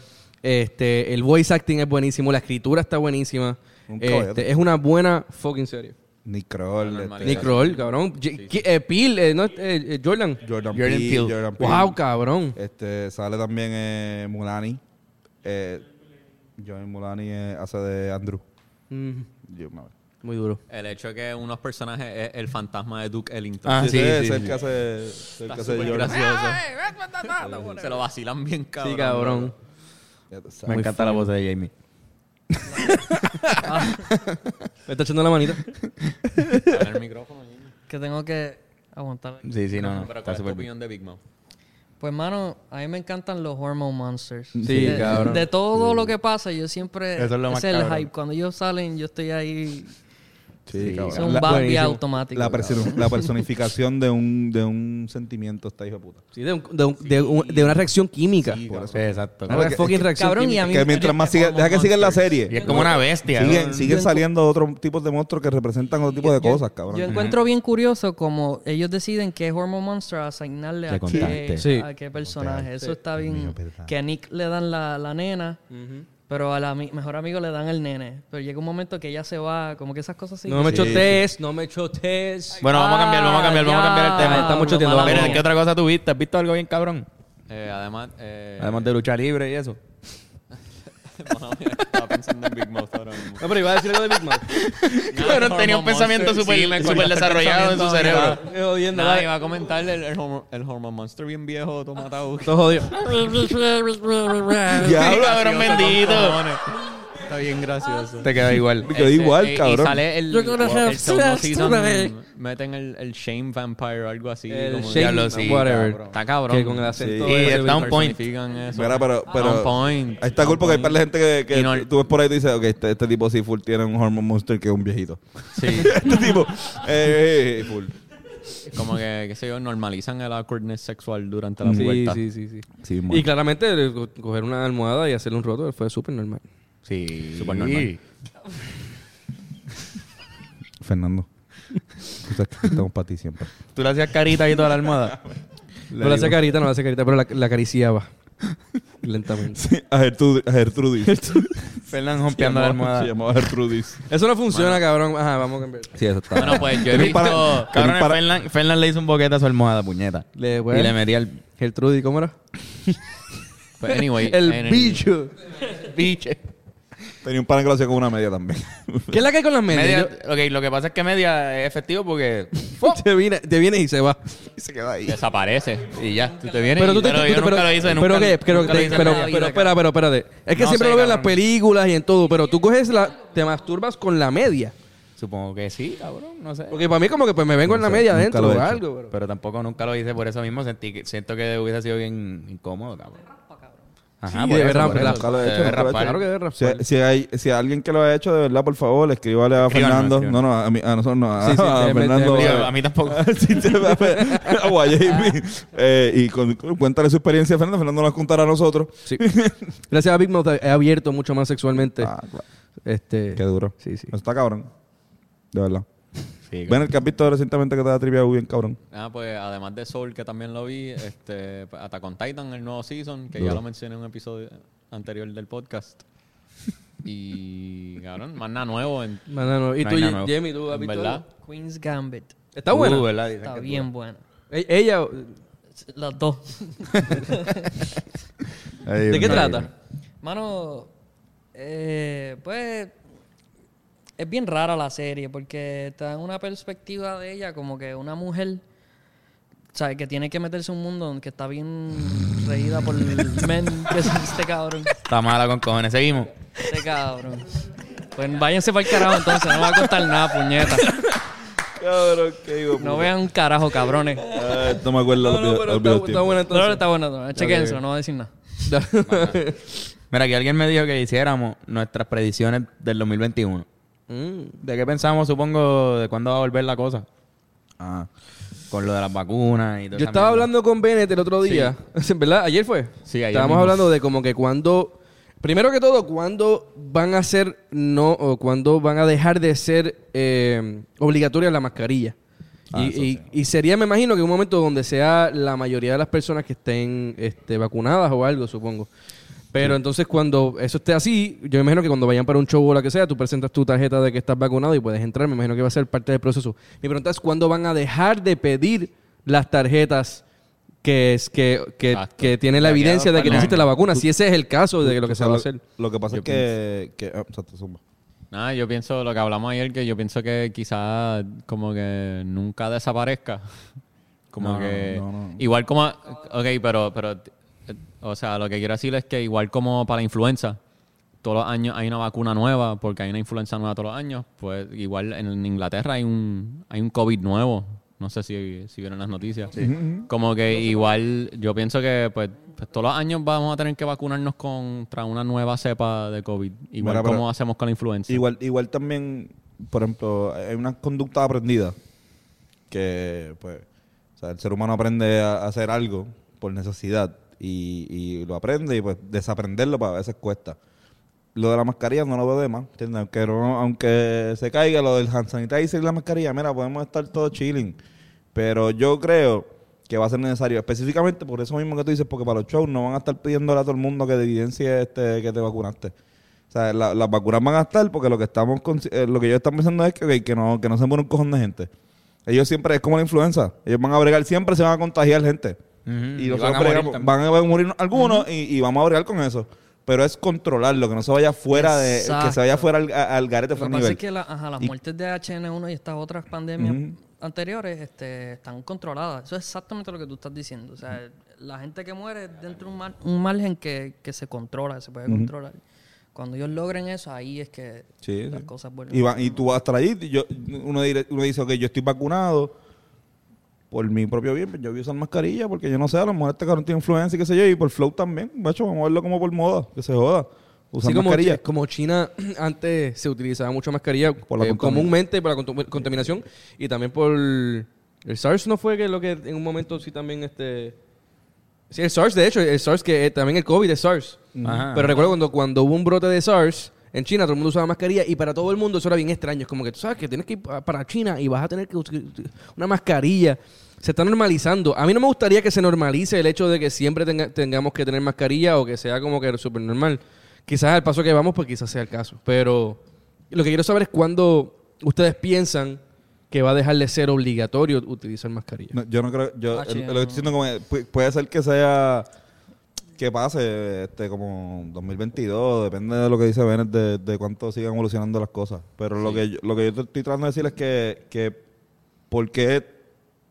[SPEAKER 3] Este, el voice acting es buenísimo, la escritura está buenísima.
[SPEAKER 2] Un
[SPEAKER 3] Este,
[SPEAKER 2] caballero.
[SPEAKER 3] es una buena fucking serie.
[SPEAKER 2] Nick Kroll, este,
[SPEAKER 3] Nick Kroll, cabrón. J- Ki- eh, Peele, eh, no, eh, eh, Jordan.
[SPEAKER 2] Jordan,
[SPEAKER 1] Jordan
[SPEAKER 2] Peele,
[SPEAKER 1] Peele.
[SPEAKER 2] Jordan Peele.
[SPEAKER 3] Wow, cabrón.
[SPEAKER 2] Este, sale también eh, Mulani. Eh, Johnny Mulani eh, hace de Andrew.
[SPEAKER 3] Mm,
[SPEAKER 2] Yo, no.
[SPEAKER 3] muy duro.
[SPEAKER 4] El hecho de que unos personajes es el fantasma de Duke Ellington.
[SPEAKER 1] Ah, sí,
[SPEAKER 2] ese
[SPEAKER 1] sí,
[SPEAKER 2] es el
[SPEAKER 1] sí.
[SPEAKER 2] que hace, es el que
[SPEAKER 4] Está
[SPEAKER 2] hace
[SPEAKER 4] súper
[SPEAKER 2] Jordan.
[SPEAKER 4] gracioso. Se lo vacilan bien, cabrón.
[SPEAKER 3] Sí, cabrón.
[SPEAKER 2] Ya tú sabes.
[SPEAKER 1] Me encanta la voz de Jamie.
[SPEAKER 3] Me está echando la manita.
[SPEAKER 4] Dale el micrófono. niño.
[SPEAKER 5] Que tengo que aguantar.
[SPEAKER 1] Sí, sí, no, no.
[SPEAKER 4] Pero
[SPEAKER 1] está
[SPEAKER 4] ¿cuál es tu
[SPEAKER 1] súper bien.
[SPEAKER 4] opinión de Big Mouth?
[SPEAKER 5] Pues, mano, a mí me encantan los Hormone Monsters.
[SPEAKER 3] Sí,
[SPEAKER 5] de,
[SPEAKER 3] cabrón.
[SPEAKER 5] de todo lo que pasa, yo siempre.
[SPEAKER 1] Eso es lo más
[SPEAKER 5] ese el
[SPEAKER 1] cabrón.
[SPEAKER 5] hype. Cuando ellos salen, yo estoy ahí
[SPEAKER 2] Sí, cabrón.
[SPEAKER 5] Es un
[SPEAKER 2] La-
[SPEAKER 5] Bambi
[SPEAKER 3] buenísimo.
[SPEAKER 5] automático.
[SPEAKER 2] La,
[SPEAKER 5] cabrón.
[SPEAKER 2] perso- la personificación de un, de un sentimiento está hijo de puta.
[SPEAKER 3] Sí, de, un- de un- de un- de una reacción química.
[SPEAKER 2] Por eso.
[SPEAKER 1] Sí, exacto.
[SPEAKER 3] Una
[SPEAKER 2] porque-
[SPEAKER 3] fucking
[SPEAKER 2] es que-
[SPEAKER 3] reacción
[SPEAKER 5] Cabrón, y
[SPEAKER 3] química.
[SPEAKER 5] a mí
[SPEAKER 2] Que mientras más sigue, deja que siga en la serie.
[SPEAKER 1] Y es como una bestia. ¿no?
[SPEAKER 2] Siguen, siguen saliendo otros tipos de monstruos que representan otro tipo de
[SPEAKER 5] Yo-
[SPEAKER 2] cosas, cabrón.
[SPEAKER 5] Yo encuentro bien curioso como ellos deciden qué Hormone Monster asignarle a
[SPEAKER 1] Te
[SPEAKER 5] qué,
[SPEAKER 1] contaste.
[SPEAKER 3] Sí.
[SPEAKER 5] a qué personaje. Eso está bien.
[SPEAKER 2] mío, verdad.
[SPEAKER 5] que a Nick le dan la, la nena, pero a la mi- mejor amigo le dan el nene. Pero llega un momento que ella se va, como que esas cosas así.
[SPEAKER 3] No me chotees, no me chotees.
[SPEAKER 1] Bueno, vamos a cambiar, vamos a cambiar, vamos a cambiar el tema.
[SPEAKER 5] Ah,
[SPEAKER 3] Estamos choteando,
[SPEAKER 5] mala
[SPEAKER 3] vamos.
[SPEAKER 1] Mira,
[SPEAKER 5] mía.
[SPEAKER 1] ¿qué otra cosa tú viste? ¿Has visto algo bien cabrón?
[SPEAKER 4] Eh, además, eh,
[SPEAKER 1] Además de lucha libre y eso.
[SPEAKER 4] bueno, [laughs] estaba pensando en Big Mouth ahora mismo.
[SPEAKER 3] No, pero iba a decir algo de Big Mouth.
[SPEAKER 4] Nada,
[SPEAKER 1] Cabrón, tenía un
[SPEAKER 4] Hormone
[SPEAKER 1] pensamiento
[SPEAKER 4] Monster,
[SPEAKER 1] súper-
[SPEAKER 4] me
[SPEAKER 1] súper
[SPEAKER 4] acuerdo.
[SPEAKER 1] desarrollado en su
[SPEAKER 4] Pensamiento,
[SPEAKER 3] [laughs]
[SPEAKER 1] cerebro.
[SPEAKER 4] mira.
[SPEAKER 3] Qué jodiendo,
[SPEAKER 4] Nada,
[SPEAKER 3] dale.
[SPEAKER 4] iba a comentarle el, el, Hormone- el Hormone Monster bien viejo,
[SPEAKER 3] Ah.
[SPEAKER 4] tomatado.
[SPEAKER 3] Todo jodido.
[SPEAKER 1] Sí,
[SPEAKER 2] Diablo,
[SPEAKER 1] cabrón bendito.
[SPEAKER 4] Está bien gracioso.
[SPEAKER 3] Ah.
[SPEAKER 1] Te queda igual.
[SPEAKER 2] quedó igual,
[SPEAKER 4] y-
[SPEAKER 2] cabrón.
[SPEAKER 4] Y sale el,
[SPEAKER 5] Yo quiero ser
[SPEAKER 4] el segundo season,
[SPEAKER 5] Saturday.
[SPEAKER 4] meten el, el Shame Vampire algo así.
[SPEAKER 3] El
[SPEAKER 4] como-
[SPEAKER 3] shake,
[SPEAKER 1] Diablo, sí,
[SPEAKER 3] whatever.
[SPEAKER 4] Está cabrón.
[SPEAKER 3] Que con el acento
[SPEAKER 1] Sí.
[SPEAKER 3] de-
[SPEAKER 1] Y está un point.
[SPEAKER 4] Personifican eso.
[SPEAKER 2] Mira, pero- pero-
[SPEAKER 4] On point.
[SPEAKER 2] Ahí está
[SPEAKER 4] On
[SPEAKER 2] cool porque hay par de
[SPEAKER 4] point.
[SPEAKER 2] gente que, que
[SPEAKER 4] Y no-
[SPEAKER 2] tú ves por ahí y dices, ok, este, este tipo sí full tiene un hormone monster que es un viejito. [laughs]
[SPEAKER 4] Sí.
[SPEAKER 2] este tipo, eh, eh, eh, full.
[SPEAKER 4] Como que, qué sé yo, normalizan el awkwardness sexual durante la
[SPEAKER 3] Sí,
[SPEAKER 4] pubertad.
[SPEAKER 3] sí, sí, sí.
[SPEAKER 2] Sí, man.
[SPEAKER 3] Y claramente eh, co- coger una almohada y hacerle un roto fue súper normal.
[SPEAKER 1] Sí.
[SPEAKER 4] Súper normal.
[SPEAKER 2] Fernando. Tú sabes que estamos para ti siempre.
[SPEAKER 1] Tú le hacías carita y toda la almohada.
[SPEAKER 3] No le hacía carita, no le hacía carita, pero la, la acariciaba. Lentamente.
[SPEAKER 2] [laughs] A Gertrudis. A Gertrudis.
[SPEAKER 1] Fernán rompeando la
[SPEAKER 2] Se
[SPEAKER 1] almohada.
[SPEAKER 2] llamaba Gertrudis.
[SPEAKER 3] Eso no funciona, cabrón. Ajá, vamos a cambiar.
[SPEAKER 2] Sí, eso está.
[SPEAKER 4] Bueno, pues yo he
[SPEAKER 2] Pero
[SPEAKER 4] visto...
[SPEAKER 2] para-
[SPEAKER 1] Cabrón,
[SPEAKER 2] Para-
[SPEAKER 1] Fernán, Fernán le hizo un boquete a su almohada, puñeta.
[SPEAKER 3] Le,
[SPEAKER 1] Y le metía el
[SPEAKER 3] Gertrudis, ¿cómo era?
[SPEAKER 4] Pues, anyway, en
[SPEAKER 3] El bicho.
[SPEAKER 1] biche.
[SPEAKER 2] Tenía un pan que lo hacía con una media también. [laughs]
[SPEAKER 3] ¿Qué es la que hay con las
[SPEAKER 1] Media, Oh.
[SPEAKER 3] medias?
[SPEAKER 1] ok, lo que pasa es que media es efectivo porque...
[SPEAKER 3] Yo- Te viene, te viene y se va.
[SPEAKER 2] y se queda ahí.
[SPEAKER 4] Desaparece.
[SPEAKER 1] Y ya.
[SPEAKER 4] Tú te vienes
[SPEAKER 3] Pero tú te
[SPEAKER 1] Pero yo nunca lo hice, nunca-
[SPEAKER 3] Pero qué, pero,
[SPEAKER 1] nunca lo
[SPEAKER 3] te-
[SPEAKER 1] hice en
[SPEAKER 3] pero,
[SPEAKER 1] la vida,
[SPEAKER 3] pero, espera, pero espérate. Es que
[SPEAKER 1] No
[SPEAKER 3] siempre
[SPEAKER 1] sé,
[SPEAKER 3] lo veo en las
[SPEAKER 1] cabrón.
[SPEAKER 3] películas y en todo, pero tú coges la, te masturbas con la media.
[SPEAKER 1] Supongo que sí, cabrón. No sé.
[SPEAKER 3] Porque para mí como que pues me vengo en la media
[SPEAKER 2] nunca
[SPEAKER 3] adentro
[SPEAKER 2] lo he
[SPEAKER 3] o
[SPEAKER 2] hecho.
[SPEAKER 3] algo, pero.
[SPEAKER 1] Pero tampoco nunca lo hice por eso mismo. Sentí que, siento que hubiese sido bien incómodo, cabrón. Ajá,
[SPEAKER 3] Sí,
[SPEAKER 1] por
[SPEAKER 3] de
[SPEAKER 1] eso,
[SPEAKER 3] verdad,
[SPEAKER 1] por eso.
[SPEAKER 2] nunca lo he
[SPEAKER 1] Te
[SPEAKER 2] hecho,
[SPEAKER 1] debe
[SPEAKER 2] nunca lo he
[SPEAKER 1] rapar.
[SPEAKER 2] hecho.
[SPEAKER 3] Claro que debe
[SPEAKER 2] Si,
[SPEAKER 3] eh, raspar.
[SPEAKER 2] si hay, si hay alguien que lo ha hecho, de verdad, por favor, escríbale a
[SPEAKER 1] Escríbanos,
[SPEAKER 2] Fernando.
[SPEAKER 1] escríbanos.
[SPEAKER 2] No, no, a mí, a nosotros no. A,
[SPEAKER 3] Sí, sí,
[SPEAKER 2] a
[SPEAKER 3] déjeme,
[SPEAKER 2] Fernando.
[SPEAKER 3] déjeme.
[SPEAKER 1] Digo, a mí tampoco.
[SPEAKER 2] [laughs]
[SPEAKER 3] [laughs]
[SPEAKER 2] Sí, te- Agua, Jamie.
[SPEAKER 3] Ah.
[SPEAKER 2] Eh, y con- con- cuéntale su experiencia a Fernando. Fernando nos contará a nosotros.
[SPEAKER 3] Sí. [laughs] Gracias a Big Mouth he abierto mucho más sexualmente.
[SPEAKER 2] Ah, claro.
[SPEAKER 3] Este,
[SPEAKER 2] Qué duro.
[SPEAKER 3] Sí, sí.
[SPEAKER 2] Está cabrón. De verdad.
[SPEAKER 1] Sí,
[SPEAKER 2] Ven el capítulo recientemente que te da trivia bien cabrón.
[SPEAKER 4] Ah, pues además de Soul, que también lo vi, este, pues, Attack on Titan, el nuevo season, que ya lo mencioné en un episodio anterior del podcast. Y, cabrón, más nada nuevo. En,
[SPEAKER 3] Mano, no. Y
[SPEAKER 1] No
[SPEAKER 3] tú,
[SPEAKER 1] hay nada
[SPEAKER 3] Je-
[SPEAKER 1] nuevo.
[SPEAKER 3] Jamie, tú has visto
[SPEAKER 4] ¿Verdad?
[SPEAKER 3] algo?
[SPEAKER 5] Queen's Gambit.
[SPEAKER 3] Está buena.
[SPEAKER 1] Uh, ¿verdad? Dicen
[SPEAKER 5] Está
[SPEAKER 1] que-
[SPEAKER 5] bien buena.
[SPEAKER 3] E- Ella,
[SPEAKER 5] Las dos.
[SPEAKER 3] ¿de qué trata?
[SPEAKER 5] Mano, eh, pues es bien rara la serie porque está en una perspectiva de ella como que una mujer ¿sabes? que tiene que meterse en un mundo que está bien reída por el men que es este cabrón.
[SPEAKER 1] Está mala con cojones. Seguimos.
[SPEAKER 5] Este cabrón. Pues váyanse para el carajo entonces, no va a costar nada, puñeta.
[SPEAKER 2] Cabrón, qué digo.
[SPEAKER 5] No vean un carajo, cabrones.
[SPEAKER 2] Ah, no me acuerdo
[SPEAKER 3] No,
[SPEAKER 2] los
[SPEAKER 3] no,
[SPEAKER 2] videos-
[SPEAKER 3] pero
[SPEAKER 2] los videos
[SPEAKER 3] está, está buena
[SPEAKER 5] No, no,
[SPEAKER 3] entonces.
[SPEAKER 5] está bueno, no, chequénselo, no voy a decir nada.
[SPEAKER 3] [laughs]
[SPEAKER 1] Mira, que alguien me dijo que hiciéramos nuestras predicciones del 2021.
[SPEAKER 3] Mm.
[SPEAKER 1] ¿De qué pensamos, supongo, de cuándo va a volver la cosa?
[SPEAKER 2] Ah.
[SPEAKER 1] Con lo de las vacunas y todo
[SPEAKER 3] Yo estaba hablando con Bennett el otro día. [laughs] En ¿Verdad? ¿Ayer fue?
[SPEAKER 4] Sí, ayer
[SPEAKER 3] Estábamos
[SPEAKER 4] mismo.
[SPEAKER 3] hablando de como que cuando... Primero que todo, cuando van a ser... No, o cuando van a dejar de ser eh, obligatorias la mascarilla.
[SPEAKER 2] Ah,
[SPEAKER 3] y,
[SPEAKER 2] eso
[SPEAKER 3] y-
[SPEAKER 2] sí.
[SPEAKER 3] y sería, me imagino, que un momento donde sea la mayoría de las personas que estén este, vacunadas o algo, supongo. Pero entonces cuando eso esté así, yo me imagino que cuando vayan para un show o lo que sea, tú presentas tu tarjeta de que estás vacunado y puedes entrar. Me imagino que va a ser parte del proceso. Mi pregunta es, ¿cuándo van a dejar de pedir las tarjetas que, es, que, que,
[SPEAKER 4] Exacto.
[SPEAKER 3] que tienen la
[SPEAKER 4] Ya queda
[SPEAKER 3] evidencia de que te
[SPEAKER 4] para
[SPEAKER 3] hiciste
[SPEAKER 4] el
[SPEAKER 3] la
[SPEAKER 4] año.
[SPEAKER 3] vacuna? Si ese es el caso de lo que
[SPEAKER 2] O
[SPEAKER 3] se
[SPEAKER 2] sea,
[SPEAKER 3] va a hacer.
[SPEAKER 2] Lo que pasa es que. que ah, exacto, zumba.
[SPEAKER 4] nada, yo pienso, lo que hablamos ayer, que yo pienso que quizás como que nunca desaparezca. [laughs] Como
[SPEAKER 2] No,
[SPEAKER 4] que...
[SPEAKER 2] no, no.
[SPEAKER 4] Igual como... Ok, pero, pero... eh, O sea, lo que quiero decir es que igual como para la influenza, todos los años hay una vacuna nueva, porque hay una influenza nueva todos los años, pues igual en Inglaterra hay un, hay un COVID nuevo. No sé si, si vieron las noticias. Como que igual yo pienso que pues, pues, todos los años vamos a tener que vacunarnos contra una nueva cepa de COVID, igual
[SPEAKER 2] Mira, pero-
[SPEAKER 4] como hacemos con la influenza.
[SPEAKER 2] Igual, igual también por ejemplo, hay una conducta aprendida que, pues, o sea, el ser humano aprende a a hacer algo por necesidad y, y lo aprende y, pues, desaprenderlo para a veces cuesta. Lo de la mascarilla no lo veo de más, ¿entiendes? Aunque, no- aunque se caiga lo del hand sanitizer y la mascarilla, mira, podemos estar todos chilling. Pero yo creo que va a ser necesario, específicamente por eso mismo que tú dices, porque para los shows no van a estar pidiéndole a todo el mundo que evidencie este, que te vacunaste. O sea, la- las vacunas van a estar porque lo que estamos consci- eh, lo que ellos están pensando es que, ok, que no, que no se muere un cojón de gente. Ellos siempre, es como la influenza, ellos van a bregar, siempre se van a contagiar gente. Y nosotros
[SPEAKER 1] van a morir
[SPEAKER 2] bregamos-
[SPEAKER 1] también.
[SPEAKER 2] van a morir algunos y, y vamos a bregar con eso. Pero es controlarlo, que no se vaya fuera de, que se vaya
[SPEAKER 5] Exacto.
[SPEAKER 2] fuera al, a- al garete
[SPEAKER 5] Lo que
[SPEAKER 2] fuera
[SPEAKER 5] pasa
[SPEAKER 2] del nivel.
[SPEAKER 5] es que la- ajá, las
[SPEAKER 2] Y-
[SPEAKER 5] muertes de HN1 y estas otras pandemias
[SPEAKER 2] Ujú.
[SPEAKER 5] anteriores este, están controladas. Eso es exactamente lo que tú estás diciendo. O sea, la gente que muere dentro de un, mar- un margen que, que se controla, que se puede controlar. Cuando ellos logren eso, ahí es que
[SPEAKER 2] Sí,
[SPEAKER 5] las
[SPEAKER 2] sí.
[SPEAKER 5] cosas vuelven.
[SPEAKER 2] Y, va- y tú vas hasta allí, y yo, uno, dire- uno dice, ok, yo estoy vacunado por mi propio bien, pero yo voy a usar mascarilla porque yo no sé, a lo mejor este cabrón tiene influenza y qué sé yo, y por flow también, macho, vamos a verlo como por moda, que se joda. Usar
[SPEAKER 3] Sí, como,
[SPEAKER 2] mascarilla.
[SPEAKER 3] chi- como China [clears throat] antes se utilizaba mucha mascarilla
[SPEAKER 2] Por la
[SPEAKER 3] eh,
[SPEAKER 2] contaminación.
[SPEAKER 3] comúnmente por la contu- contaminación y también por el SARS no fue que lo que en un momento sí también este sí el SARS de hecho el SARS que eh, también el COVID es SARS
[SPEAKER 1] Ajá.
[SPEAKER 3] pero recuerdo cuando cuando hubo un brote de SARS en China todo el mundo usaba mascarilla y para todo el mundo eso era bien extraño es como que tú sabes que tienes que ir pa- para China y vas a tener que usar una mascarilla se está normalizando. A mí no me gustaría que se normalice el hecho de que siempre tenga- tengamos que tener mascarilla o que sea como que súper normal. Quizás al paso que vamos, pues quizás sea el caso. Pero lo que quiero saber es cuándo ustedes piensan que va a dejar de ser obligatorio utilizar mascarilla.
[SPEAKER 2] No, yo no creo, yo
[SPEAKER 5] Ah,
[SPEAKER 2] el-
[SPEAKER 5] sí,
[SPEAKER 2] lo que estoy diciendo como que pu- puede ser que sea que pase este como 2022, depende de lo que dice Bennett de, de cuánto sigan evolucionando las cosas, pero lo que yo, lo que yo te estoy tratando de decir es que que por qué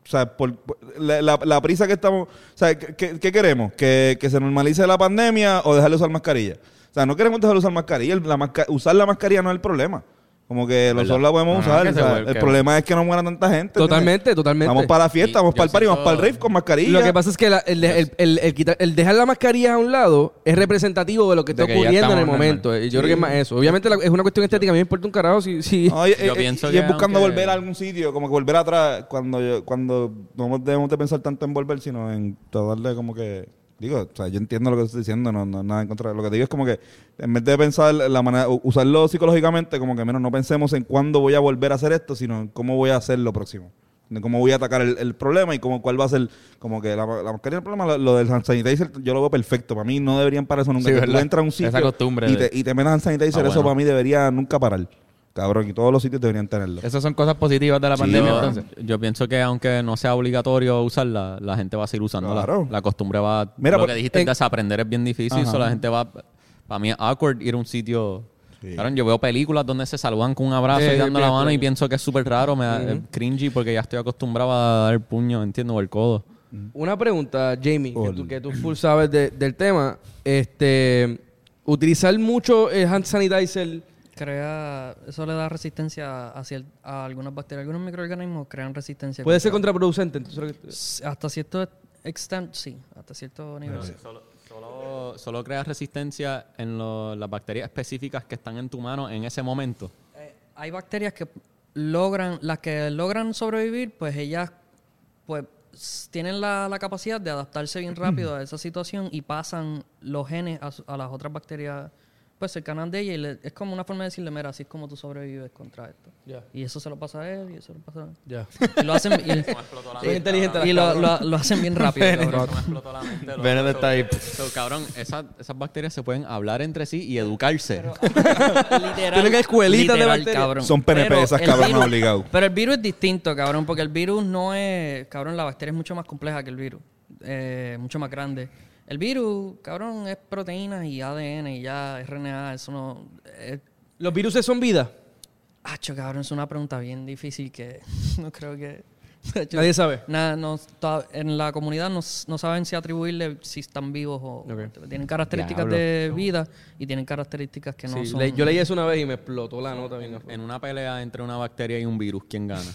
[SPEAKER 2] o sea, por, por- la, la- la prisa que estamos... O sea, ¿qué, qué- qué queremos? ¿Que, que se normalice la pandemia o dejar de usar mascarilla? O sea, no queremos dejar de usar mascarilla. El- la masca- usar la mascarilla no es el problema. Como que nosotros la podemos
[SPEAKER 4] Ah,
[SPEAKER 2] usar.
[SPEAKER 4] que se
[SPEAKER 2] o sea,
[SPEAKER 4] vuelque.
[SPEAKER 2] el problema es que no muera tanta gente. ¿entiendes?
[SPEAKER 3] Totalmente, totalmente.
[SPEAKER 2] Vamos para la fiesta,
[SPEAKER 4] Y
[SPEAKER 2] vamos
[SPEAKER 4] yo
[SPEAKER 2] para el party,
[SPEAKER 4] siento-
[SPEAKER 2] vamos para el rave con mascarilla.
[SPEAKER 3] Lo que pasa es que la- el, de- el- el- el quitar- el dejar la mascarilla a un lado es representativo de lo que
[SPEAKER 1] De que
[SPEAKER 3] está
[SPEAKER 1] ya
[SPEAKER 3] ocurriendo en el
[SPEAKER 1] estamos normal.
[SPEAKER 3] momento. Y yo creo que es más eso. Obviamente la- es una cuestión estética. A mí me importa un carajo si... si-
[SPEAKER 2] No, y,
[SPEAKER 4] Yo
[SPEAKER 2] y-
[SPEAKER 4] pienso
[SPEAKER 2] y
[SPEAKER 4] que
[SPEAKER 2] es buscando
[SPEAKER 4] aunque-
[SPEAKER 2] volver a algún sitio, como que volver atrás, cuando yo- cuando no debemos de pensar tanto en volver, sino en tratarle como que... Digo, o sea, yo entiendo lo que estoy diciendo, no, no nada en contra. Lo que digo es como que, en vez de pensar la manera, u- usarlo psicológicamente, como que menos no pensemos en cuándo voy a volver a hacer esto, sino en cómo voy a hacer lo próximo. De cómo voy a atacar el, el problema y cómo cuál va a ser, como que la, la mascarilla del problema, lo, lo del hand sanitizer, yo lo veo perfecto. Para mí no deberían parar eso nunca.
[SPEAKER 1] Sí,
[SPEAKER 2] Que tú
[SPEAKER 1] ¿verdad?
[SPEAKER 2] entras a un
[SPEAKER 1] Esa
[SPEAKER 2] sitio
[SPEAKER 1] costumbre
[SPEAKER 2] y
[SPEAKER 1] de-
[SPEAKER 2] te, y te metas hand sanitizer,
[SPEAKER 1] Ah, bueno.
[SPEAKER 2] eso para mí debería nunca parar. Cabrón, y todos los sitios deberían tenerlo.
[SPEAKER 1] Esas son cosas positivas de la pandemia,
[SPEAKER 4] yo,
[SPEAKER 1] entonces.
[SPEAKER 4] yo pienso que aunque no sea obligatorio usarla, la gente va a seguir usándola.
[SPEAKER 2] Claro.
[SPEAKER 4] La costumbre va...
[SPEAKER 2] Mira,
[SPEAKER 4] lo
[SPEAKER 2] por-
[SPEAKER 4] que dijiste,
[SPEAKER 3] en-
[SPEAKER 4] desaprender es bien difícil. so la gente va... Para mí es awkward ir a un sitio... Claro, yo veo películas donde se saludan con un abrazo
[SPEAKER 3] Eh,
[SPEAKER 4] y dando
[SPEAKER 3] bien,
[SPEAKER 4] la mano y
[SPEAKER 3] bien.
[SPEAKER 4] pienso que es súper raro, me da es cringy porque ya estoy acostumbrado a dar el puño, entiendo, o el codo.
[SPEAKER 3] [laughs] Una pregunta, Jamie, que
[SPEAKER 2] Ol.
[SPEAKER 3] tú, que tú full sabes de- del tema. Este, utilizar mucho el hand sanitizer.
[SPEAKER 5] Crea, eso le da resistencia a, cier- a algunas bacterias, algunos microorganismos crean resistencia.
[SPEAKER 3] Puede ser
[SPEAKER 5] contra-
[SPEAKER 3] contraproducente. Entonces, lo que-
[SPEAKER 5] S- Hasta cierto extent, sí, hasta cierto nivel. sí.
[SPEAKER 4] Solo, solo creas resistencia en lo- las bacterias específicas que están en tu mano en ese momento.
[SPEAKER 5] Eh, hay bacterias que logran, las que logran sobrevivir, pues ellas pues s- tienen la, la capacidad de adaptarse bien rápido a esa situación y pasan los genes a, su- a las otras bacterias pues cercanas de ella y le- es como una forma de decirle, mira, así es como tú sobrevives contra esto.
[SPEAKER 3] Ya.
[SPEAKER 5] Y eso se lo pasa a él y eso lo pasa a él.
[SPEAKER 3] Ya.
[SPEAKER 5] Y lo
[SPEAKER 3] [laughs]
[SPEAKER 5] hacen, y,
[SPEAKER 3] Son inteligentes
[SPEAKER 5] y
[SPEAKER 3] las
[SPEAKER 5] lo,
[SPEAKER 3] cabronas.
[SPEAKER 5] lo- lo hacen
[SPEAKER 3] [laughs]
[SPEAKER 5] bien rápido. cabrón.
[SPEAKER 1] Bennett está ahí.
[SPEAKER 4] So, cabrón, esa- esas bacterias se pueden hablar entre sí y educarse.
[SPEAKER 5] literal.
[SPEAKER 3] Tienen que escuelitas de
[SPEAKER 5] literal,
[SPEAKER 3] bacterias.
[SPEAKER 5] cabrón.
[SPEAKER 2] Son PNP
[SPEAKER 5] Pero
[SPEAKER 2] esas,
[SPEAKER 5] el
[SPEAKER 2] cabrón,
[SPEAKER 5] virus-
[SPEAKER 2] obligado.
[SPEAKER 5] Pero el virus es distinto, cabrón, porque el virus no es... Cabrón, la bacteria es mucho más compleja que el virus. eh, mucho más grande. El virus, cabrón, es proteínas y ADN y ya RNA. Eso no... eh,
[SPEAKER 3] ¿Los virus son vida?
[SPEAKER 5] Acho, cabrón, es una pregunta bien difícil que [laughs] no creo que... [laughs] Acho,
[SPEAKER 3] Nadie sabe.
[SPEAKER 5] Nada, no, to- en la comunidad no, s- no saben si atribuirle si están vivos o... Tienen características de vida y tienen características que no
[SPEAKER 3] Sí,
[SPEAKER 5] son...
[SPEAKER 3] le- yo leí eso una vez y me explotó la nota. bien.
[SPEAKER 4] En una pelea entre una bacteria y un virus,
[SPEAKER 1] [laughs]
[SPEAKER 4] ¿quién gana?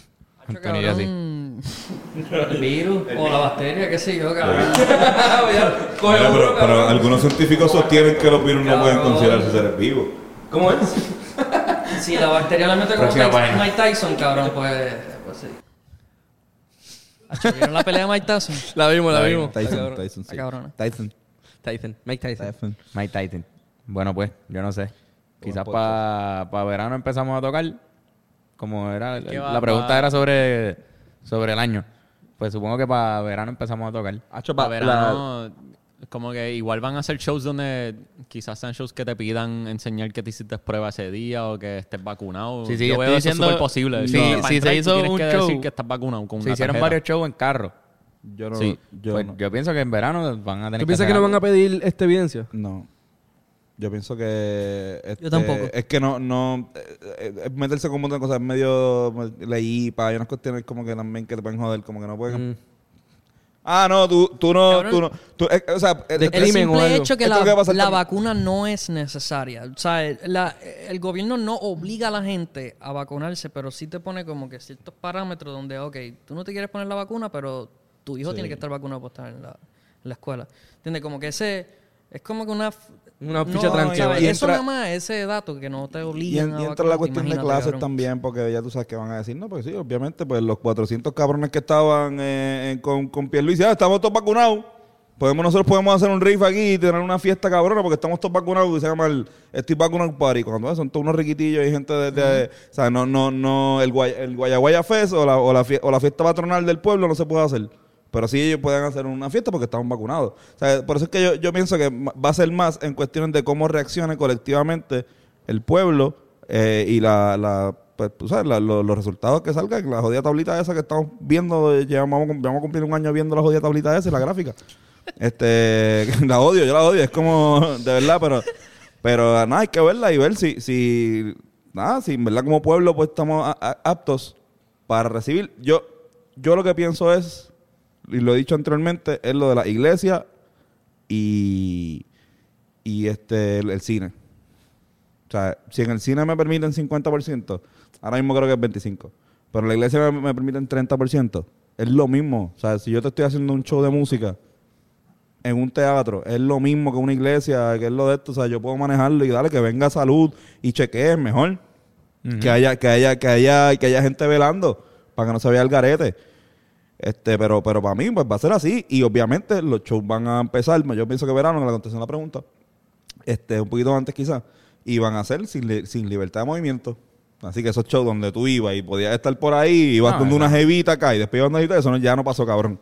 [SPEAKER 1] Antonio, ya sí.
[SPEAKER 5] El virus o la bacteria, qué sé yo, cabrón. [laughs]
[SPEAKER 2] Mira, pero, pero algunos científicos sostienen que los virus no pueden considerarse seres vivos.
[SPEAKER 3] ¿Cómo es?
[SPEAKER 5] si la bacteria la mete con
[SPEAKER 1] Próxima
[SPEAKER 5] Mike,
[SPEAKER 1] página.
[SPEAKER 5] Mike Tyson, cabrón, pues, pues sí. Acho, ¿Vieron la pelea de Mike Tyson?
[SPEAKER 3] La vimos, la vimos.
[SPEAKER 2] Tyson, Tyson,
[SPEAKER 5] Ah, cabrón.
[SPEAKER 2] sí. Tyson,
[SPEAKER 3] Tyson, Mike Tyson.
[SPEAKER 2] Tyson.
[SPEAKER 1] My Titan. Bueno, pues, yo no sé. Quizás
[SPEAKER 2] podcast.
[SPEAKER 1] para verano empezamos a tocar. Como era,
[SPEAKER 4] que
[SPEAKER 1] la
[SPEAKER 4] va
[SPEAKER 1] pregunta
[SPEAKER 4] pa-
[SPEAKER 1] era sobre, sobre el año. Pues supongo que para verano empezamos a tocar.
[SPEAKER 2] Hacho,
[SPEAKER 4] Para
[SPEAKER 2] pa-
[SPEAKER 4] verano, como que igual van a hacer shows donde quizás sean shows que te pidan enseñar que te hiciste prueba ese día o que estés vacunado.
[SPEAKER 1] Sí, sí,
[SPEAKER 4] Yo
[SPEAKER 1] yo
[SPEAKER 4] veo
[SPEAKER 1] estoy
[SPEAKER 4] eso
[SPEAKER 1] diciendo-
[SPEAKER 4] súper posible.
[SPEAKER 1] Sí,
[SPEAKER 4] Para
[SPEAKER 1] sí, se
[SPEAKER 4] entrar, tú
[SPEAKER 1] hizo
[SPEAKER 4] tienes
[SPEAKER 1] un
[SPEAKER 4] que
[SPEAKER 1] show.
[SPEAKER 4] decir que estás vacunado con
[SPEAKER 1] Se
[SPEAKER 4] una
[SPEAKER 1] hicieron
[SPEAKER 4] tarjeta.
[SPEAKER 1] varios shows en carro.
[SPEAKER 2] la- yo no,
[SPEAKER 4] Sí.
[SPEAKER 2] yo
[SPEAKER 1] Pues,
[SPEAKER 2] no.
[SPEAKER 1] Yo pienso que en verano van a tener
[SPEAKER 3] ¿Tú piensas que no van a pedir esta evidencia?
[SPEAKER 2] No. Yo pienso que. este,
[SPEAKER 5] tampoco.
[SPEAKER 2] Es que no. no eh, eh, meterse con un montón de cosas es medio. Leí para. Hay unas cuestiones como que también que te pueden joder, como que no
[SPEAKER 1] Mm.
[SPEAKER 2] pueden. Ah, no, tú, tú no.
[SPEAKER 5] Cabrón.
[SPEAKER 2] Tú no tú, eh, o sea, eh,
[SPEAKER 3] De
[SPEAKER 2] eh,
[SPEAKER 5] El
[SPEAKER 3] crimen o
[SPEAKER 5] simple
[SPEAKER 3] algo.
[SPEAKER 5] hecho que
[SPEAKER 2] Esto
[SPEAKER 5] la,
[SPEAKER 2] es lo que va a pasar
[SPEAKER 5] la
[SPEAKER 2] también.
[SPEAKER 5] vacuna no es necesaria. O sea, la- el gobierno no obliga a la gente a vacunarse, pero sí te pone como que ciertos parámetros donde, ok, tú no te quieres poner la vacuna, pero tu hijo tiene que estar vacunado para estar en la, en la escuela. ¿Entiendes? Como que ese... Es como que una... f-
[SPEAKER 3] Una ficha tranquila.
[SPEAKER 5] ¿sabes?
[SPEAKER 2] Y
[SPEAKER 5] Eso
[SPEAKER 2] entra-
[SPEAKER 5] nada más, ese dato que no te
[SPEAKER 2] y,
[SPEAKER 5] obligan
[SPEAKER 2] en-
[SPEAKER 5] a
[SPEAKER 2] y entra
[SPEAKER 5] vacunarte,
[SPEAKER 2] la cuestión de
[SPEAKER 5] imagínate,
[SPEAKER 2] clases
[SPEAKER 5] cabrón.
[SPEAKER 2] también, porque ya tú sabes que van a decir, no, porque sí, obviamente, pues los 400 cabrones que estaban eh, en- con, con Pierluisi, ah, estamos todos vacunados. Podemos, nosotros podemos hacer un riff aquí y tener una fiesta cabrona porque estamos todos vacunados y se llama el Estoy Vacunado Party. Cuando son todos unos riquitillos y gente de... de- O sea, no, no, no, el, guay, el Guayaguaya Fest o la, o, la fie- o la fiesta patronal del pueblo no se puede hacer. Pero sí ellos pueden hacer una fiesta porque estaban vacunados. O sea, por eso es que yo, yo pienso que ma- va a ser más en cuestiones de cómo reaccione colectivamente el pueblo eh, y la, la pues, tú sabes, la- lo- los resultados que salgan, la jodida tablita esa que estamos viendo, eh, llevamos, vamos a cumplir un año viendo la jodida tablita esa y la gráfica. Este, [laughs] la odio, yo la odio, es como, de verdad, pero, pero nada, hay que verla y ver si, si, nada, si en verdad como pueblo pues estamos a- a- aptos para recibir. Yo, yo lo que pienso es, y lo he dicho anteriormente, es lo de la iglesia y, y este, el, el cine. O sea, si en el cine me permiten 50%, ahora mismo creo que es 25%, pero en la iglesia me, me permiten 30%, es lo mismo. O sea, si yo te estoy haciendo un show de música en un teatro, es lo mismo que una iglesia, que es lo de esto, o sea, yo puedo manejarlo y dale que venga salud y chequee mejor. Que haya, que haya, que haya, que haya gente velando para que no se vea el garete. Este, pero, pero para mí, pues va a ser así. Y obviamente los shows van a empezar. Yo pienso que verano, en la contestación a la pregunta, este, un poquito antes quizás, y van a ser sin, li- sin libertad de movimiento. Así que esos shows donde tú ibas y podías estar por ahí, ibas
[SPEAKER 1] No,
[SPEAKER 2] con una
[SPEAKER 1] exacto.
[SPEAKER 2] jevita acá y después ibas con una jevita, eso no- ya no pasó, cabrón.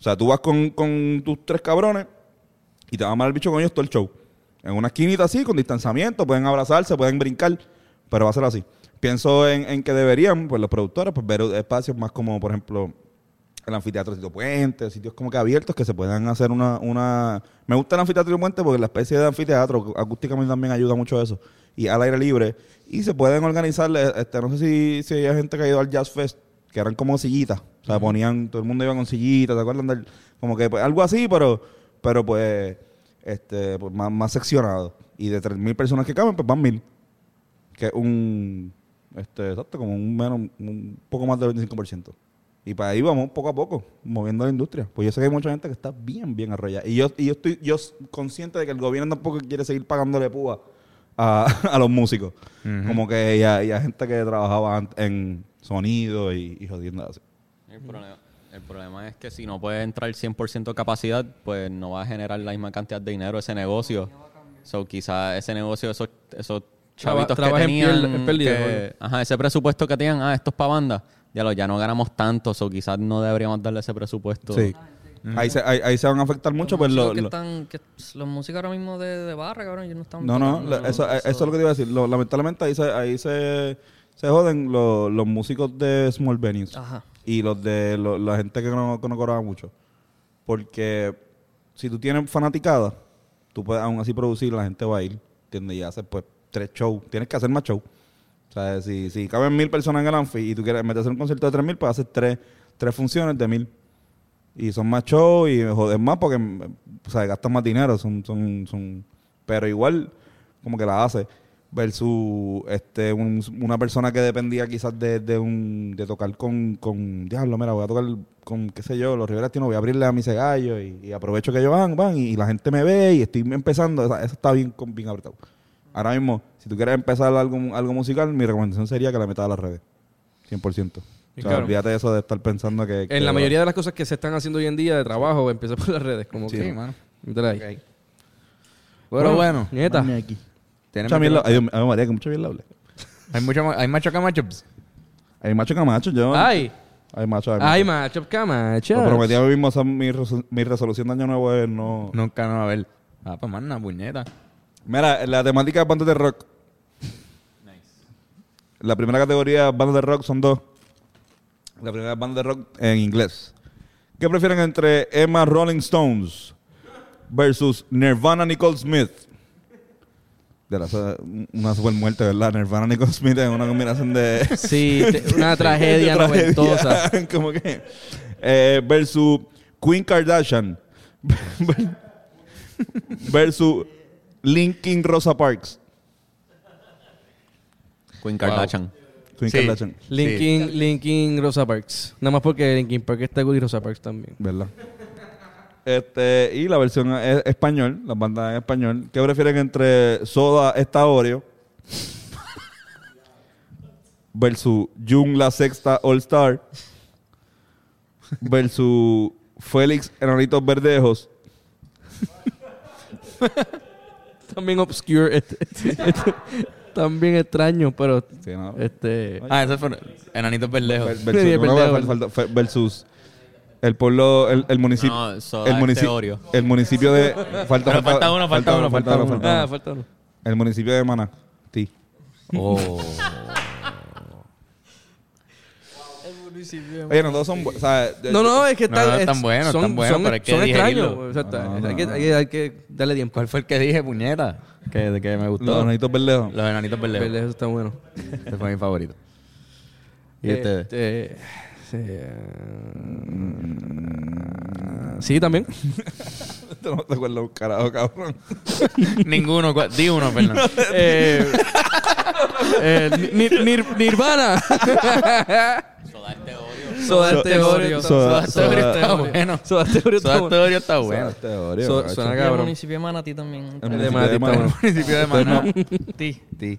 [SPEAKER 2] O sea, tú vas con, con tus tres cabrones y te va a amar el bicho con ellos todo el show. En una esquinita así, con distanciamiento, pueden abrazarse, pueden brincar, pero va a ser así. Pienso en, en que deberían, pues los productores, pues ver espacios más como, por ejemplo, el anfiteatro Tito Puente, sitios como que abiertos que se puedan hacer una, una... Me gusta el anfiteatro Tito Puente porque la especie de anfiteatro acústicamente también ayuda mucho a eso. Y al aire libre. Y se pueden organizar, eh, este, no sé si, si hay gente que ha ido al Jazz Fest, que eran como sillitas. O sea, ponían, todo el mundo iba con sillitas, ¿te acuerdan? del- como que pues, algo así, pero, pero pues, este, pues, más, más seccionado. Y de 3.000 personas que caben, pues van 1.000. Que es un, este, exacto, como un menos, un poco más del 25%. Y para ahí vamos poco a poco, moviendo la industria. Pues yo sé que hay mucha gente que está bien, bien arrollada. Y yo, y yo estoy yo s- consciente de que el gobierno tampoco quiere seguir pagándole púa a, [laughs] a los músicos. Como que y a, y a gente que trabajaba ant- en sonido y, y jodiendo así.
[SPEAKER 4] El problema, el problema es que si no puedes entrar 100% capacidad, pues no va a generar la misma cantidad de dinero ese negocio. So, quizás ese negocio, esos, esos chavitos que
[SPEAKER 3] trabaja en
[SPEAKER 4] tenían...
[SPEAKER 3] piel- en pérdida,
[SPEAKER 4] que- ajá, ese presupuesto que tenían, ah, esto es para banda. Ya lo, ya no ganamos tanto, o quizás no deberíamos darle ese presupuesto.
[SPEAKER 2] Sí. Ahí, se, ahí, ahí se van a afectar mucho,
[SPEAKER 5] Los
[SPEAKER 2] pues
[SPEAKER 5] músicos
[SPEAKER 2] lo-
[SPEAKER 5] que
[SPEAKER 2] lo-
[SPEAKER 5] están- que- los músicos ahora mismo de, de barra, cabrón, ellos no están...
[SPEAKER 2] No, no,
[SPEAKER 5] tocando,
[SPEAKER 2] la- eso, eh, eso es lo que te iba a decir. Lo- lamentablemente ahí se, ahí se, se joden lo- los músicos de small venues.
[SPEAKER 5] Ajá.
[SPEAKER 2] Y los de lo- la gente que no, que no cobraba mucho. Porque si tú tienes fanaticada, tú puedes aún así producir, la gente va a ir, ¿entiendes? Y haces pues tres shows. Tienes que hacer más shows. O sea, si, si caben mil personas en el Anfi y tú quieres meter a hacer un concierto de tres mil, pues haces tres, tres funciones de mil. Y son más shows y joder más porque mm, o sea, gastan más dinero. Son, son, son, pero igual, como que la hace. Versus este, un- una persona que dependía quizás de, de, un, de tocar con, con. Diablo, mira, voy a tocar con, qué sé yo, los Rivera Tino, voy a abrirle a mis gallos y, y aprovecho que ellos van, van y, la gente me ve y estoy empezando. O sea, eso está bien, con- bien apretado. ahora mismo, si tú quieres empezar algo, algo musical, mi recomendación sería que la metas a las redes. 100%. O sea,
[SPEAKER 3] claro.
[SPEAKER 2] olvídate de eso de estar pensando que... que-
[SPEAKER 3] En la mayoría de las cosas que se están haciendo hoy en día de trabajo, empieza por las redes. Como que,
[SPEAKER 1] mano.
[SPEAKER 3] métela ahí.
[SPEAKER 1] Ok. Pero bueno,
[SPEAKER 3] Nieta.
[SPEAKER 9] Ponme aquí.
[SPEAKER 1] tenemos
[SPEAKER 2] Mucha
[SPEAKER 1] que-
[SPEAKER 2] mierda. Ay, Dios mío, ay, María, que mucha mierda hablé.
[SPEAKER 1] hay mucho ma- hay macho camachups.
[SPEAKER 2] Hay macho camacho, yo...
[SPEAKER 3] Ay,
[SPEAKER 2] Hay macho, hay macho.
[SPEAKER 3] ay, macho, camacho.
[SPEAKER 2] Lo prometí a mí mismo, o sea, mi, reso- mi resolución de año nuevo es no...
[SPEAKER 1] Nunca no va a ver. Ah, pues manda, puñeta.
[SPEAKER 2] Mira, la temática de bandas de rock. La primera categoría de bandas de rock son dos. La primera es bandas de rock en inglés. ¿Qué prefieren entre Emma Rolling Stones versus Nirvana Nicole Smith? De la, una super muerte, ¿verdad? Nirvana Nicole Smith es una combinación de...
[SPEAKER 3] Sí, te-
[SPEAKER 1] [laughs]
[SPEAKER 2] [laughs]
[SPEAKER 3] una tragedia
[SPEAKER 2] de
[SPEAKER 3] noventosa.
[SPEAKER 2] tragedia, [laughs] Como que... eh, versus Queen Kardashian. [laughs] versus Linkin Rosa Parks.
[SPEAKER 4] Queen Kardashian.
[SPEAKER 2] Queen
[SPEAKER 1] Sí.
[SPEAKER 2] Kardashian.
[SPEAKER 3] Linkin, Linkin Rosa Parks. Nada más porque Linkin Park está cool y Rosa Parks también. [laughs]
[SPEAKER 2] ¿Verdad? Este, y la versión es español, la banda en español. ¿Qué prefieren entre Soda esta Oreo [laughs] versus Jung la sexta All Star versus Félix Enanitos Verdejos?
[SPEAKER 3] También obscure. este- este- [laughs] también extraño, pero
[SPEAKER 2] Sí, no.
[SPEAKER 3] este.
[SPEAKER 1] Ah, ese fue Enanitos Verdejos.
[SPEAKER 2] Ver- versus, no, no,
[SPEAKER 3] Verdejos.
[SPEAKER 2] fal- fal- fal- versus el pueblo, el, el municipio.
[SPEAKER 4] No, Soda
[SPEAKER 2] el,
[SPEAKER 4] este
[SPEAKER 2] municipio
[SPEAKER 4] Oreo.
[SPEAKER 2] el municipio de. Falta,
[SPEAKER 1] Pero falta uno, falta uno, falta uno.
[SPEAKER 3] Ah, falta uno.
[SPEAKER 2] El municipio de Maná. Sí.
[SPEAKER 1] Oh.
[SPEAKER 2] Oye, no todos son. bu- O sea, eh,
[SPEAKER 3] No, no, es que
[SPEAKER 1] No,
[SPEAKER 3] tal-
[SPEAKER 1] no,
[SPEAKER 3] es-
[SPEAKER 1] están buenos, están buenos, pero hay que
[SPEAKER 3] son
[SPEAKER 1] digerirlo.
[SPEAKER 3] extraños. O sea, está-
[SPEAKER 2] No, no,
[SPEAKER 3] hay, que,
[SPEAKER 2] no.
[SPEAKER 3] hay que- hay que darle tiempo.
[SPEAKER 1] ¿Cuál fue el que dije, puñeta? Que, que me gustó.
[SPEAKER 3] eh.
[SPEAKER 2] Los enanitos verdejos.
[SPEAKER 1] Los Enanitos Verdejos.
[SPEAKER 3] Verde, Eso está bueno.
[SPEAKER 1] Ese fue mi favorito. ¿Y este?
[SPEAKER 3] Este, sí, eh, sí, también.
[SPEAKER 2] Tú no te acuerdas un carajo, cabrón.
[SPEAKER 1] [laughs] Ninguno. cua- Di [laughs] uno, Fernando.
[SPEAKER 3] Eh, eh, Nir- Nir- Nirvana. Soda Stereo.
[SPEAKER 1] Soda
[SPEAKER 2] Soda- Soda-
[SPEAKER 1] está bueno.
[SPEAKER 3] Soda Stereo está
[SPEAKER 1] Soda
[SPEAKER 3] bueno.
[SPEAKER 1] Stereo está bueno.
[SPEAKER 2] Soda Stereo,
[SPEAKER 3] So-
[SPEAKER 2] macho.
[SPEAKER 3] Suena
[SPEAKER 5] Y el
[SPEAKER 3] cabrón.
[SPEAKER 5] municipio de Manatí también.
[SPEAKER 2] El
[SPEAKER 3] de
[SPEAKER 2] municipio
[SPEAKER 3] Manatí
[SPEAKER 2] de
[SPEAKER 3] está
[SPEAKER 2] Maná.
[SPEAKER 1] Principio de Maná.
[SPEAKER 5] Ti.
[SPEAKER 1] Ti.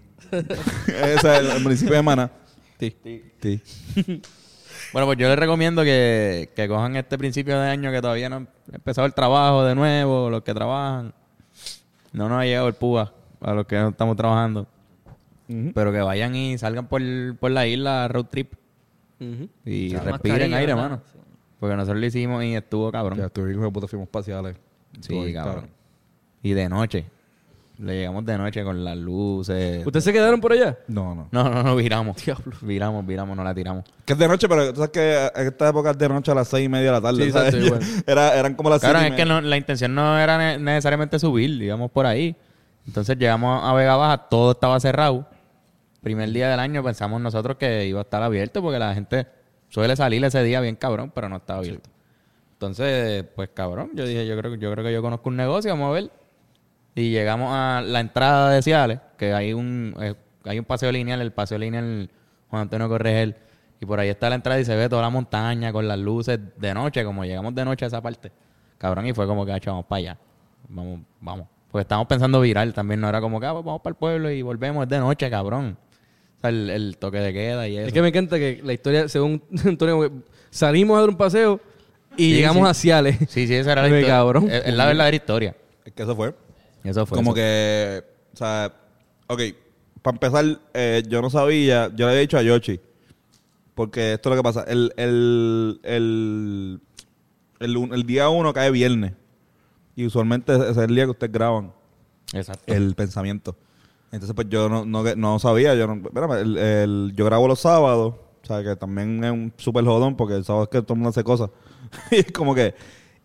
[SPEAKER 2] Ese es el- el municipio de Maná.
[SPEAKER 3] Sí.
[SPEAKER 2] Sí.
[SPEAKER 1] [laughs] Bueno, pues yo les recomiendo que, que cojan este principio de año que todavía no han empezado el trabajo de nuevo, los que trabajan. No nos ha llegado el púa a los que no estamos trabajando. Pero que vayan y salgan por, por la isla road trip
[SPEAKER 3] Ujú.
[SPEAKER 1] y respiren
[SPEAKER 5] mascarilla,
[SPEAKER 1] aire,
[SPEAKER 5] ¿verdad?
[SPEAKER 1] mano. Porque nosotros lo hicimos y estuvo cabrón.
[SPEAKER 2] Ya, tú y hijo de puta fuimos espaciales.
[SPEAKER 1] Sí,
[SPEAKER 2] Estuvo bien,
[SPEAKER 1] cabrón. Y de noche. Le llegamos de noche con las luces.
[SPEAKER 3] ¿Ustedes se quedaron por allá?
[SPEAKER 2] No, no.
[SPEAKER 1] No, no, no, viramos. Viramos, viramos, no la tiramos.
[SPEAKER 2] Que es de noche, pero tú sabes que en esta época es de noche a las seis y media de la tarde.
[SPEAKER 3] Sí,
[SPEAKER 2] ¿sabes?
[SPEAKER 3] exacto, igual.
[SPEAKER 2] [laughs] Era, eran como las
[SPEAKER 1] Claro,
[SPEAKER 2] siete y
[SPEAKER 1] es que
[SPEAKER 2] media.
[SPEAKER 1] no- la intención no era ne- necesariamente subir, digamos, por ahí. Entonces llegamos a Vega Baja, todo estaba cerrado. Primer día del año pensamos nosotros que iba a estar abierto porque la gente suele salir ese día bien cabrón, pero no estaba abierto. Entonces, pues cabrón, yo dije, yo creo, que- yo creo que yo conozco un negocio, vamos a ver. Y llegamos a la entrada de Ciales, que hay un, eh, hay un paseo lineal, el paseo lineal Juan Antonio Corregel. Y por ahí está la entrada y se ve toda la montaña con las luces de noche, como llegamos de noche a esa parte. Cabrón, y fue como que "Acho, vamos para allá. Vamos, vamos. Porque estábamos pensando viral también, no era como que "Ah, pues, vamos para el pueblo y volvemos, es de noche, cabrón. O sea, el, el toque de queda y eso.
[SPEAKER 3] Es que me encanta que la historia, según [laughs] Antonio, como que salimos a dar un paseo y
[SPEAKER 1] Sí,
[SPEAKER 3] llegamos
[SPEAKER 1] sí.
[SPEAKER 3] a Ciales.
[SPEAKER 1] Sí, sí,
[SPEAKER 3] [laughs]
[SPEAKER 1] esa era la
[SPEAKER 3] Me
[SPEAKER 1] historia.
[SPEAKER 3] cabrón.
[SPEAKER 1] Es, es la verdadera historia.
[SPEAKER 2] Es que eso fue.
[SPEAKER 1] Eso fue.
[SPEAKER 2] como
[SPEAKER 1] eso.
[SPEAKER 2] que, o sea, ok, para empezar, eh, yo no sabía, yo le había dicho a Yoshi, porque esto es lo que pasa, el, el, el, el, un- el día uno cae viernes, y usualmente ese es el día que ustedes graban
[SPEAKER 1] Exacto.
[SPEAKER 2] el pensamiento. Entonces, pues yo no, no, no sabía, yo no, espérame, el- el- yo grabo los sábados, o sea, que también es un súper jodón, porque el sábado es que todo el mundo hace cosas. [laughs] y es como que,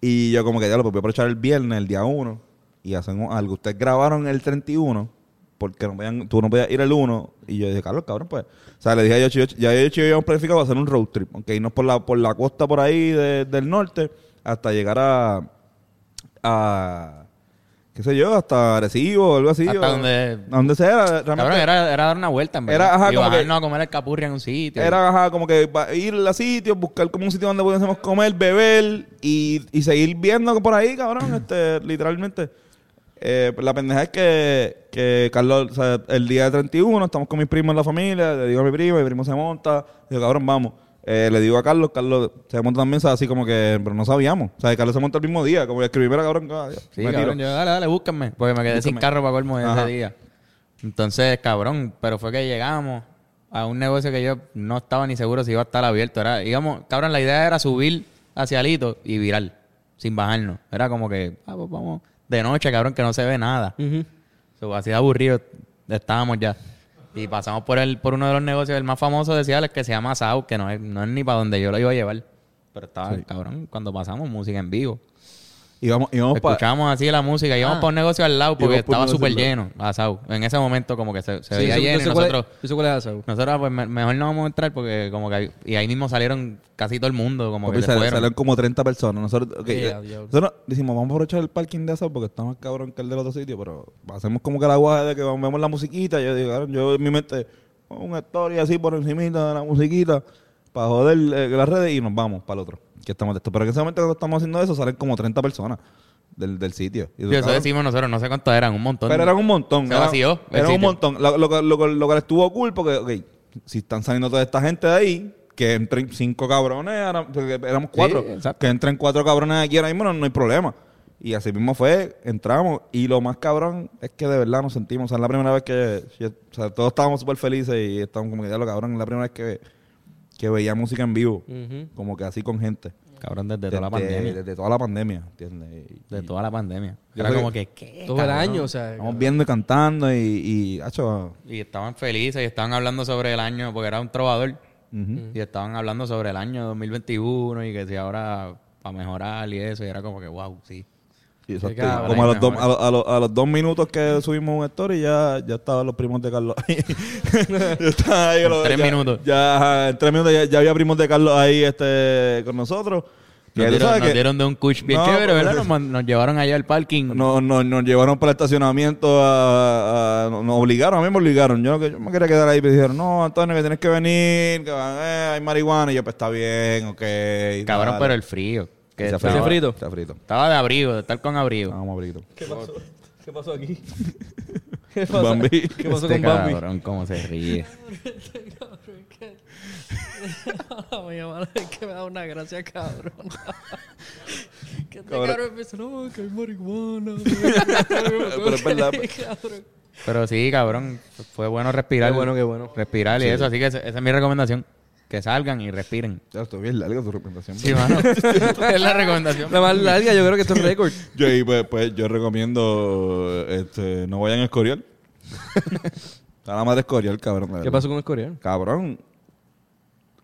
[SPEAKER 2] y yo como que, ya lo pues, voy a aprovechar el viernes, el día 1, y hacen un- algo. Ustedes grabaron el 31, porque no podían, tú no podías ir el 1, y yo dije, Carlos, cabrón, pues. O sea, le dije a Yoshi, Yoshi, ya Yoshi y yo habíamos planificado hacer un road trip, aunque irnos por la, por la costa por ahí de- del norte, hasta llegar a, a qué sé yo, hasta Arecibo o algo así.
[SPEAKER 1] Hasta
[SPEAKER 2] o-
[SPEAKER 1] donde-
[SPEAKER 2] a donde sea. Realmente
[SPEAKER 1] Cabrón, era, era dar una vuelta, en verdad.
[SPEAKER 2] Era, ajá,
[SPEAKER 1] y
[SPEAKER 2] como que-
[SPEAKER 1] bajarnos a comer el capurria en un sitio.
[SPEAKER 2] era, ajá, como que pa- ir a sitios, buscar como un sitio donde pudiésemos
[SPEAKER 1] [laughs]
[SPEAKER 2] comer, beber y, y seguir viendo por ahí, cabrón, este, literalmente. Eh, la pendeja es que, que Carlos, o sea, el día de 31, estamos con mis primos en la familia, le digo a mi primo, mi primo se monta, digo, cabrón, vamos. Eh, le digo a Carlos, Carlos se monta también, o sea, así como que, pero no sabíamos. O sea, Carlos se monta el mismo día, como que escribí, mira, cabrón, ah, ya,
[SPEAKER 1] Sí,
[SPEAKER 2] me tiro".
[SPEAKER 1] cabrón, yo, dale, dale, búscame. Porque me quedé sin carro para colmo ese
[SPEAKER 2] Ajá.
[SPEAKER 1] día. Entonces, cabrón, pero fue que llegamos a un negocio que yo no estaba ni seguro si iba a estar abierto. Era, digamos, cabrón, la idea era subir hacia Alito y virar, sin bajarnos. Era como que, ah, pues vamos, de noche, cabrón, que no se ve nada. So, así de aburrido estábamos ya. Y pasamos por el, por uno de los negocios, el más famoso de Ciales, que se llama Sau, que no es, no es ni para donde yo lo iba a llevar. Pero estaba, cabrón, cuando pasamos música en vivo.
[SPEAKER 2] Íbamos, íbamos para...
[SPEAKER 1] Escuchábamos así la música, íbamos para un negocio al lado porque
[SPEAKER 2] Ah. Íbamos por
[SPEAKER 1] estaba
[SPEAKER 2] un negocio
[SPEAKER 1] súper
[SPEAKER 2] al
[SPEAKER 1] lleno, asado. En ese momento como que se, se veía
[SPEAKER 3] yo- yo
[SPEAKER 1] lleno y
[SPEAKER 3] sé cuál es-
[SPEAKER 1] nosotros,
[SPEAKER 3] yo sé cuál es esa, güey.
[SPEAKER 1] nosotros ah, pues me- mejor no vamos a entrar porque como que... ahí- Y ahí mismo salieron casi todo el mundo, como
[SPEAKER 2] Papi,
[SPEAKER 1] que se
[SPEAKER 2] sal-
[SPEAKER 1] fueron.
[SPEAKER 2] salieron como 30 personas. Nosotros, ok,
[SPEAKER 3] Yeah,
[SPEAKER 2] eh,
[SPEAKER 3] diablo.
[SPEAKER 2] nosotros decimos, vamos a aprovechar el parking de asado porque está más cabrón que el del otro sitio, pero hacemos como que la guaja de que vamos- vemos la musiquita. Yo digo, cabrón, yo en mi mente, una historia así por encimita de la musiquita para joder eh, las redes y nos vamos para el otro. Que estamos de esto. Pero en ese momento cuando estamos haciendo eso, salen como 30 personas del, del sitio. Y yo,
[SPEAKER 1] Y eso
[SPEAKER 2] cabrón,
[SPEAKER 1] decimos nosotros, no sé cuántos eran, un montón.
[SPEAKER 2] pero eran un montón.
[SPEAKER 1] Se
[SPEAKER 2] era-
[SPEAKER 1] vació el
[SPEAKER 2] Era un
[SPEAKER 1] sitio.
[SPEAKER 2] montón. Lo, lo, lo- lo que estuvo cool, porque, ok, si están saliendo toda esta gente de ahí, que entren cinco cabrones, ahora- porque éramos cuatro. que entren cuatro cabrones aquí ahora mismo, no, no hay problema. Y así mismo fue, entramos. Y lo más cabrón es que de verdad nos sentimos. O sea, es la primera vez que. yo- o sea, todos estábamos súper felices y estábamos como que ya lo cabrón. Es la primera vez que, que veía música en vivo. Como que así con gente.
[SPEAKER 1] Cabrón, desde toda la pandemia.
[SPEAKER 2] Desde toda la pandemia, ¿entiendes? Y-
[SPEAKER 1] De toda la pandemia.
[SPEAKER 2] Yo
[SPEAKER 1] Era
[SPEAKER 2] creo
[SPEAKER 1] como que, ¿qué?
[SPEAKER 3] Todo el
[SPEAKER 1] cabrón?
[SPEAKER 3] año, o sea.
[SPEAKER 2] Estamos viendo y cantando y. y hacho,
[SPEAKER 1] Y estaban felices y estaban hablando sobre el año, porque era un trovador. Y estaban hablando sobre el año 2021 y que si ahora para mejorar y eso. Y era como que, wow, sí.
[SPEAKER 2] Sí, exacto.
[SPEAKER 1] Qué cabrón.
[SPEAKER 2] Como a los, dos,
[SPEAKER 1] Mejor.
[SPEAKER 2] a, los- a los- a los dos minutos que subimos un story, ya, ya estaban los primos de Carlos
[SPEAKER 1] [laughs]
[SPEAKER 2] ahí. Ya estaban ahí,
[SPEAKER 1] En
[SPEAKER 2] los-
[SPEAKER 1] tres
[SPEAKER 2] ya-
[SPEAKER 1] minutos.
[SPEAKER 2] Ya, ajá, en tres minutos ya, ya había primos de Carlos ahí este, con nosotros. Y
[SPEAKER 1] Nos
[SPEAKER 2] tú
[SPEAKER 1] dieron,
[SPEAKER 2] sabes
[SPEAKER 1] nos
[SPEAKER 2] que-
[SPEAKER 1] dieron de un coach bien
[SPEAKER 2] No,
[SPEAKER 1] chévere,
[SPEAKER 2] pues,
[SPEAKER 1] ¿verdad? Nos, man- nos llevaron allá al parking.
[SPEAKER 2] no- no- nos llevaron para el estacionamiento, a, a- nos obligaron, a mí me obligaron. Yo, no que- yo me quería quedar ahí, pero dijeron, no, Antonio, que tienes que venir, que van, eh, hay marihuana. Y yo, pues está bien, ok.
[SPEAKER 1] Cabrón,
[SPEAKER 2] dale.
[SPEAKER 1] pero el frío. Que
[SPEAKER 2] Y se
[SPEAKER 1] estaba,
[SPEAKER 2] frito.
[SPEAKER 3] frito.
[SPEAKER 2] Se frito.
[SPEAKER 1] estaba de abrigo, de estar con abrigo.
[SPEAKER 2] Vamos, abrito.
[SPEAKER 3] ¿Qué pasó aquí?
[SPEAKER 2] Bambi.
[SPEAKER 3] ¿Qué pasó
[SPEAKER 1] Este
[SPEAKER 3] con Bambi?
[SPEAKER 1] cabrón, cómo se ríe.
[SPEAKER 5] [laughs] Mi hermano, es que me da una gracia, cabrón.
[SPEAKER 2] [laughs]
[SPEAKER 5] que este
[SPEAKER 2] Cabrón.
[SPEAKER 5] cabrón empieza, no, que hay marihuana.
[SPEAKER 2] [laughs] Pero es verdad.
[SPEAKER 5] [laughs] cabrón.
[SPEAKER 1] Pero sí, cabrón, fue bueno respirar.
[SPEAKER 3] Qué bueno, qué bueno.
[SPEAKER 1] Respirar y eso. Así que esa, esa es mi recomendación. Que salgan y respiren.
[SPEAKER 2] Ya, estuvo bien larga tu representación.
[SPEAKER 1] Sí, mano. es la recomendación.
[SPEAKER 3] La más larga, yo creo que
[SPEAKER 1] [laughs]
[SPEAKER 3] esto es récord.
[SPEAKER 2] Yo, y pues, pues, yo recomiendo este, no vayan a
[SPEAKER 3] [laughs]
[SPEAKER 2] Escorial. Está la madre Escorial, cabrón. de
[SPEAKER 3] ¿Qué
[SPEAKER 2] verdad.
[SPEAKER 3] pasó con
[SPEAKER 1] [laughs]
[SPEAKER 3] el coreano?
[SPEAKER 2] Cabrón.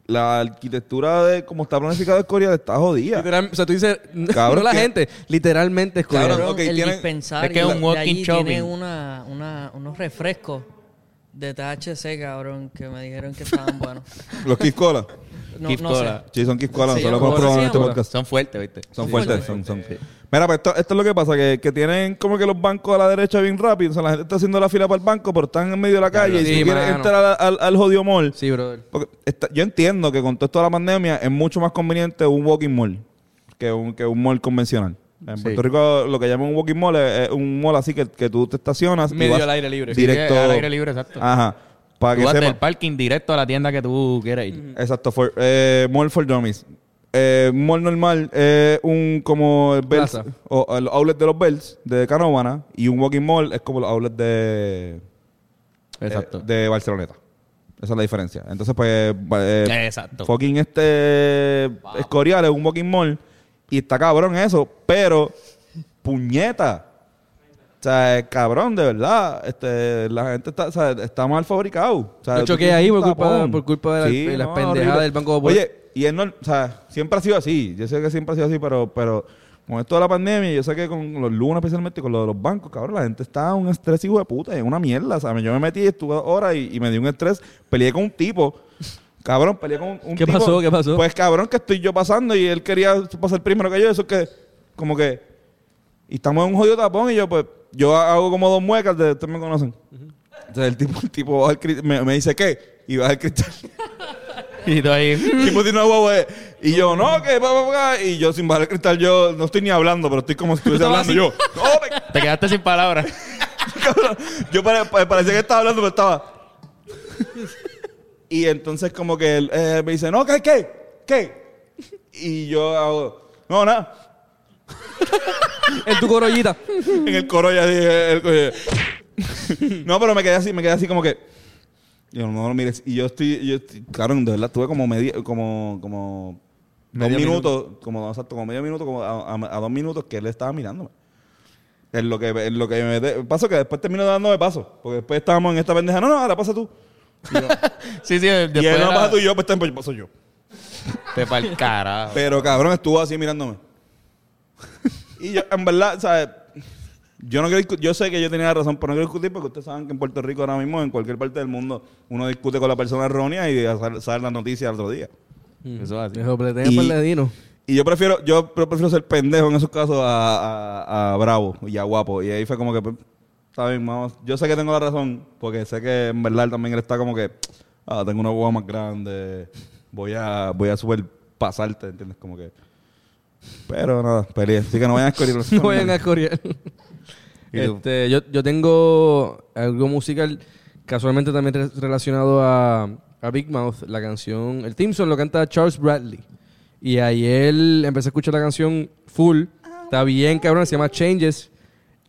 [SPEAKER 2] La arquitectura de como está planificado Escorial está jodida.
[SPEAKER 3] Literal, o sea, tú dices, [laughs]
[SPEAKER 2] Cabrón,
[SPEAKER 3] no la
[SPEAKER 2] que-
[SPEAKER 3] gente, literalmente es coreano.
[SPEAKER 2] Cabrón,
[SPEAKER 5] Cabrón,
[SPEAKER 2] ok,
[SPEAKER 5] el
[SPEAKER 2] tienen-
[SPEAKER 5] dispensario
[SPEAKER 1] es que es un
[SPEAKER 5] de
[SPEAKER 1] walking
[SPEAKER 5] allí
[SPEAKER 1] shopping.
[SPEAKER 5] tiene una, una, unos refrescos de THC, cabrón, que me dijeron que estaban buenos.
[SPEAKER 2] Los Kiss Cola.
[SPEAKER 5] No,
[SPEAKER 1] Kif
[SPEAKER 5] no sé.
[SPEAKER 1] Cola.
[SPEAKER 2] Sí, son Kiss Cola.
[SPEAKER 5] Sí,
[SPEAKER 2] Nosotros los
[SPEAKER 5] Cola,
[SPEAKER 2] hemos probado en
[SPEAKER 5] sí,
[SPEAKER 2] este
[SPEAKER 5] Cola.
[SPEAKER 1] [laughs]
[SPEAKER 2] podcast.
[SPEAKER 1] Son fuertes, ¿viste?
[SPEAKER 2] Son fuertes. Son, son, sí. Mira, pues esto, esto es lo que pasa, que, que tienen como que los bancos a la derecha bien rápido. O sea, la gente está haciendo la fila para el banco, pero están en medio de la calle. y
[SPEAKER 3] sí,
[SPEAKER 2] si quieres
[SPEAKER 3] mano.
[SPEAKER 2] entrar al, al, al jodido mall,
[SPEAKER 3] Sí, brother.
[SPEAKER 2] Porque está- yo entiendo que con todo esto de la pandemia es mucho más conveniente un walking mall que un, que un mall convencional. En Puerto Rico lo que llaman un walking mall es, es un mall así que, que tú te estacionas y
[SPEAKER 3] Medio
[SPEAKER 2] vas
[SPEAKER 3] al aire libre.
[SPEAKER 2] directo.
[SPEAKER 1] Sí, al aire libre, exacto.
[SPEAKER 2] Ajá. Para
[SPEAKER 1] Tú
[SPEAKER 2] que
[SPEAKER 1] vas
[SPEAKER 2] sepan.
[SPEAKER 1] del parking directo a la tienda que tú quieras ir.
[SPEAKER 2] Exacto. for- eh, mall for dummies. Eh, mall normal es un como el Bells,
[SPEAKER 3] Plaza.
[SPEAKER 2] o, o los outlets de los Bells de Canóvana y un walking mall es como los outlets de
[SPEAKER 1] Exacto.
[SPEAKER 2] eh, de Barceloneta. Esa es la diferencia. Entonces, pues. va- eh,
[SPEAKER 1] Exacto.
[SPEAKER 2] Fucking este. Escorial es un walking mall. Y está cabrón eso. Pero. Puñeta. O sea, eh, cabrón, de verdad. Este, la gente está, o sea, está mal fabricado. O sea,
[SPEAKER 3] Yo
[SPEAKER 2] tú
[SPEAKER 3] choqué
[SPEAKER 2] tienes
[SPEAKER 3] ahí
[SPEAKER 2] un
[SPEAKER 3] por culpa-
[SPEAKER 2] tapón.
[SPEAKER 3] por culpa de la- de las pendejadas
[SPEAKER 2] horrible.
[SPEAKER 3] del Banco Popular.
[SPEAKER 2] Oye, y él no, o sea, siempre ha sido así. Yo sé que siempre ha sido así, pero, pero con esto de la pandemia, yo sé que con los lunes especialmente, con lo de los bancos, cabrón, la gente está un estrés hijo de puta, es una mierda, ¿sabes? Yo me metí, estuve horas y, y me di un estrés, peleé con un tipo. Cabrón, peleé con un un
[SPEAKER 3] ¿Qué
[SPEAKER 2] tipo.
[SPEAKER 3] pasó? ¿Qué pasó?
[SPEAKER 2] Pues cabrón, que estoy yo pasando y él quería pasar primero que yo, eso es que, como que, y estamos en un jodido tapón y yo pues, yo hago como dos muecas, de, ustedes me conocen. Entonces el tipo, el tipo baja el cristal, me, me dice, ¿qué? Y baja el cristal. [laughs]
[SPEAKER 1] Y tú ahí.
[SPEAKER 2] El tipo tiene una guagua, eh. Y yo,
[SPEAKER 3] [laughs]
[SPEAKER 2] no, que va, va, va. Y yo, sin bajar el cristal, yo no estoy ni hablando, pero estoy como si estuviese hablando. Yo, "No, me-
[SPEAKER 1] Te quedaste sin palabras. [laughs]
[SPEAKER 2] Cabrón, Yo pare- pa- parecía que estaba hablando, pero estaba. Y entonces, como que él eh, me dice, no, ¿qué? ¿Qué? ¿Qué? Y yo hago, no, nada. [laughs]
[SPEAKER 3] En
[SPEAKER 1] [laughs]
[SPEAKER 3] tu corollita.
[SPEAKER 2] En el coro ya dije, el coro- [laughs] no, pero me quedé así, me quedé así como que. Yo no lo mires. Y yo estoy, yo estoy- claro, de verdad, tuve como media, como, como dos
[SPEAKER 1] Medio
[SPEAKER 2] minutos, como exacto, como medio minuto, como a, a- a dos minutos que él estaba mirándome. En lo que, en lo que me de- paso, que después terminó dándome paso. Porque después estábamos en esta pendeja, no, no, ahora pasa tú.
[SPEAKER 1] Sí, sí, después
[SPEAKER 2] y él no
[SPEAKER 1] era-
[SPEAKER 2] pasa tú y yo, pues está en- paso yo.
[SPEAKER 1] Te pa'l
[SPEAKER 2] [laughs]
[SPEAKER 1] carajo.
[SPEAKER 2] Pero cabrón, estuvo
[SPEAKER 1] [laughs]
[SPEAKER 2] así mirándome. y yo, en verdad, ¿sabes? Yo no quiero discu- yo sé que yo tenía la razón, pero no quiero discutir porque ustedes saben que en Puerto Rico ahora mismo, en cualquier parte del mundo, uno discute con la persona errónea y sal- sale la noticia al otro día.
[SPEAKER 1] Eso es así.
[SPEAKER 3] Me sopleteé por
[SPEAKER 2] Y-
[SPEAKER 3] el dedino.
[SPEAKER 2] Y yo prefiero, yo pre- prefiero ser pendejo en esos casos a, a- a bravo y a guapo. Y ahí fue como que, pues, está bien, vamos. Yo sé que tengo la razón, porque sé que en verdad él también él está como que, ah, tengo una boba más grande, voy a, voy a super pasarte, ¿entiendes? Como que. Pero nada, peleé. Así que no vayan a escoger los
[SPEAKER 3] [laughs] No vayan a correr.
[SPEAKER 1] [laughs] ¿Y tú?
[SPEAKER 3] Este, yo, yo tengo algo musical casualmente también re- relacionado a, a Big Mouth, la canción, el Timson lo canta Charles Bradley. Y ayer empecé a escuchar la canción full, está bien cabrón, se llama Changes,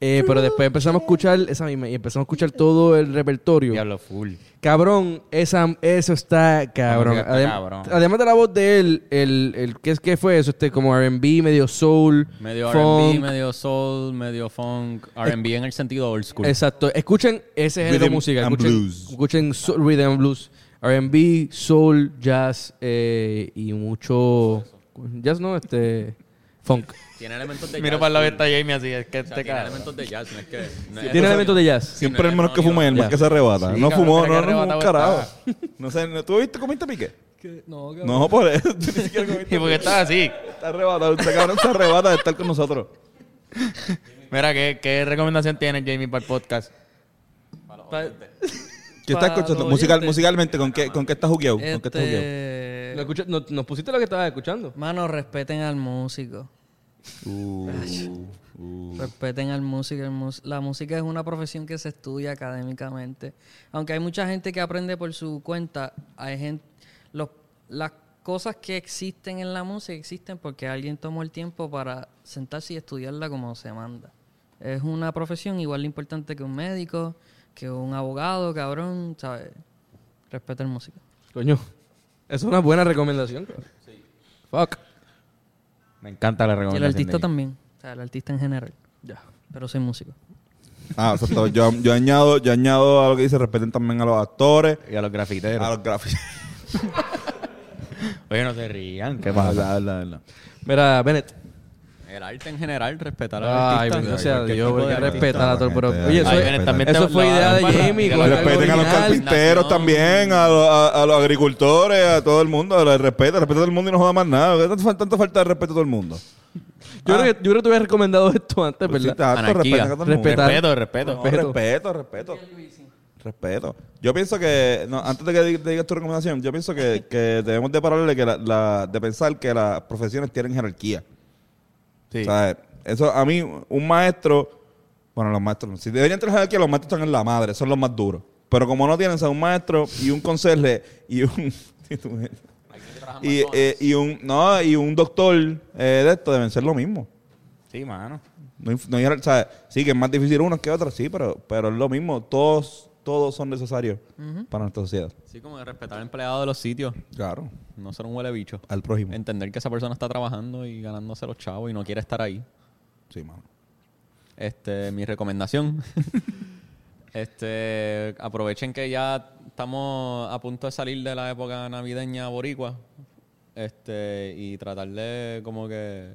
[SPEAKER 3] Eh, pero después empezamos a escuchar esa misma y empezamos a escuchar todo el repertorio.
[SPEAKER 1] Diablo full.
[SPEAKER 3] Cabrón, esa, eso está cabrón.
[SPEAKER 1] música está
[SPEAKER 3] Adem-
[SPEAKER 1] cabrón.
[SPEAKER 3] Además de la voz de él, el, el, ¿qué, es- ¿qué fue eso? Este como RB, medio soul,
[SPEAKER 4] Medio
[SPEAKER 3] funk.
[SPEAKER 4] R&B, medio soul, medio funk. R&B en el sentido old school.
[SPEAKER 3] Exacto. Escuchen ese género de
[SPEAKER 2] Rhythm
[SPEAKER 3] música.
[SPEAKER 2] and
[SPEAKER 3] Escuchen,
[SPEAKER 2] blues.
[SPEAKER 3] escuchen soul, rhythm and blues, R&B, soul, jazz eh, y mucho... Jazz no, este... Funk.
[SPEAKER 4] Tiene elementos de jazz.
[SPEAKER 1] Miro para la venta Jamie así, es que
[SPEAKER 4] O sea,
[SPEAKER 1] este
[SPEAKER 4] tiene
[SPEAKER 1] cabrón.
[SPEAKER 4] elementos de jazz. No es que, no es-
[SPEAKER 3] Tiene elementos de jazz.
[SPEAKER 2] Siempre
[SPEAKER 4] no,
[SPEAKER 2] el menos
[SPEAKER 4] no,
[SPEAKER 2] que
[SPEAKER 4] digo-
[SPEAKER 2] fuma y el más
[SPEAKER 3] Ya.
[SPEAKER 2] que se arrebata.
[SPEAKER 1] Sí,
[SPEAKER 2] no
[SPEAKER 1] cabrón,
[SPEAKER 2] fumó,
[SPEAKER 1] mira
[SPEAKER 2] no,
[SPEAKER 1] qué
[SPEAKER 2] no, no, un
[SPEAKER 1] arrebatado
[SPEAKER 2] carajo. [laughs] No sé, ¿no- ¿tú viste, comiste pique?
[SPEAKER 5] No, cabrón.
[SPEAKER 2] No, por eso. [laughs] Tú ni siquiera comiste
[SPEAKER 1] Y porque estás así.
[SPEAKER 2] pique. Está arrebatado. Este cabrón se arrebata de estar con nosotros.
[SPEAKER 1] Mira, ¿qué, qué recomendación tienes, Jamie, para el podcast?
[SPEAKER 2] ¿Qué estás
[SPEAKER 5] Para
[SPEAKER 2] escuchando?
[SPEAKER 5] los
[SPEAKER 2] Musical,
[SPEAKER 5] oyentes.
[SPEAKER 2] musicalmente, ¿con qué, ¿con qué estás jugueado? ¿Con qué estás jugueado?
[SPEAKER 5] Este,
[SPEAKER 3] ¿Lo escucha- no- ¿Nos pusiste lo que estabas escuchando?
[SPEAKER 5] Mano, respeten al músico.
[SPEAKER 2] Uh,
[SPEAKER 3] Mm.
[SPEAKER 5] Respeten al músico. el mus- La música es una profesión que se estudia académicamente. Aunque hay mucha gente que aprende por su cuenta, hay gente, los, las cosas que existen en la música existen porque alguien tomó el tiempo para sentarse y estudiarla como se manda. Es una profesión igual de importante que un médico, que un abogado, cabrón, ¿sabes? Respeten al músico.
[SPEAKER 3] Coño. Eso es una buena recomendación. cabrón. Fuck.
[SPEAKER 1] Me encanta la
[SPEAKER 5] Y el
[SPEAKER 1] recomendación.
[SPEAKER 5] artista
[SPEAKER 1] de
[SPEAKER 5] también. O sea, el artista en general. Ya. Pero soy músico.
[SPEAKER 2] Ah, exacto. Yo, yo, añado, yo añado a lo que dice, respeten también a los actores,
[SPEAKER 1] Jamie. Y a los
[SPEAKER 2] a
[SPEAKER 1] grafiteros.
[SPEAKER 2] los gráficos.
[SPEAKER 1] Oye, no se rían. ¿Qué pasa?
[SPEAKER 2] La verdad, la verdad.
[SPEAKER 3] Mira, Bennett.
[SPEAKER 4] El arte en general, respetar al
[SPEAKER 3] Ay, pues,
[SPEAKER 4] artista.
[SPEAKER 3] bendito
[SPEAKER 4] Cualquier
[SPEAKER 3] sea
[SPEAKER 4] tipo
[SPEAKER 3] Dios,
[SPEAKER 4] de
[SPEAKER 3] porque
[SPEAKER 4] artista.
[SPEAKER 3] respetar a todo el
[SPEAKER 2] la
[SPEAKER 3] pueblo.
[SPEAKER 2] gente, la
[SPEAKER 3] Oye, eso,
[SPEAKER 2] gente.
[SPEAKER 3] es-
[SPEAKER 1] Bennett, también
[SPEAKER 3] eso
[SPEAKER 1] te-
[SPEAKER 3] fue
[SPEAKER 1] la-
[SPEAKER 3] idea de
[SPEAKER 1] la-
[SPEAKER 3] Jamie.
[SPEAKER 1] la-
[SPEAKER 3] con
[SPEAKER 1] la-
[SPEAKER 3] algo
[SPEAKER 2] Respeten a los
[SPEAKER 3] original.
[SPEAKER 2] carpinteros también, a los, a, a los agricultores, a todo el mundo. Les respeta, respeta a todo el mundo y no joda más nada. ¿Qué tanto, tanta falta de respeto a todo el mundo? Ah,
[SPEAKER 3] Yo, creo que, yo creo que tú habías recomendado esto antes,
[SPEAKER 2] Pues sí,
[SPEAKER 3] ¿verdad?
[SPEAKER 2] está harto,
[SPEAKER 4] Anarquía.
[SPEAKER 2] respeten a todo el mundo.
[SPEAKER 3] Respetar.
[SPEAKER 1] Respeto, respeto.
[SPEAKER 2] No, respeto,
[SPEAKER 3] Respeto.
[SPEAKER 2] respeto. Respeto. Yo pienso que, no, antes de que di- te digas tu recomendación, yo pienso que, que debemos de pararle que la- la- de pensar que las profesiones tienen jerarquía.
[SPEAKER 1] Sí.
[SPEAKER 2] O sea, eso a mí, un maestro, bueno, los maestros, si deberían tener jerarquía, los maestros están en la madre, son los más duros. Pero como no tienen, o sea, un maestro y un conserje y un... [laughs] y, eh, y un no y un doctor eh, de esto deben ser lo mismo
[SPEAKER 1] Sí, mano.
[SPEAKER 2] no, hay- no hay jer- o sea, sí, que es más difícil unos que otros, sí, pero, pero es lo mismo. Todos, todos son necesarios para nuestra sociedad.
[SPEAKER 4] Sí, como que respetar al empleado de los sitios.
[SPEAKER 2] Claro.
[SPEAKER 4] No ser un huele bicho.
[SPEAKER 2] Al prójimo.
[SPEAKER 4] Entender que esa persona está trabajando y ganándose los chavos y no quiere estar ahí.
[SPEAKER 2] Sí, mano.
[SPEAKER 4] Este, mi recomendación. [laughs] este, aprovechen que ya estamos a punto de salir de la época navideña boricua. Este, y tratar de como que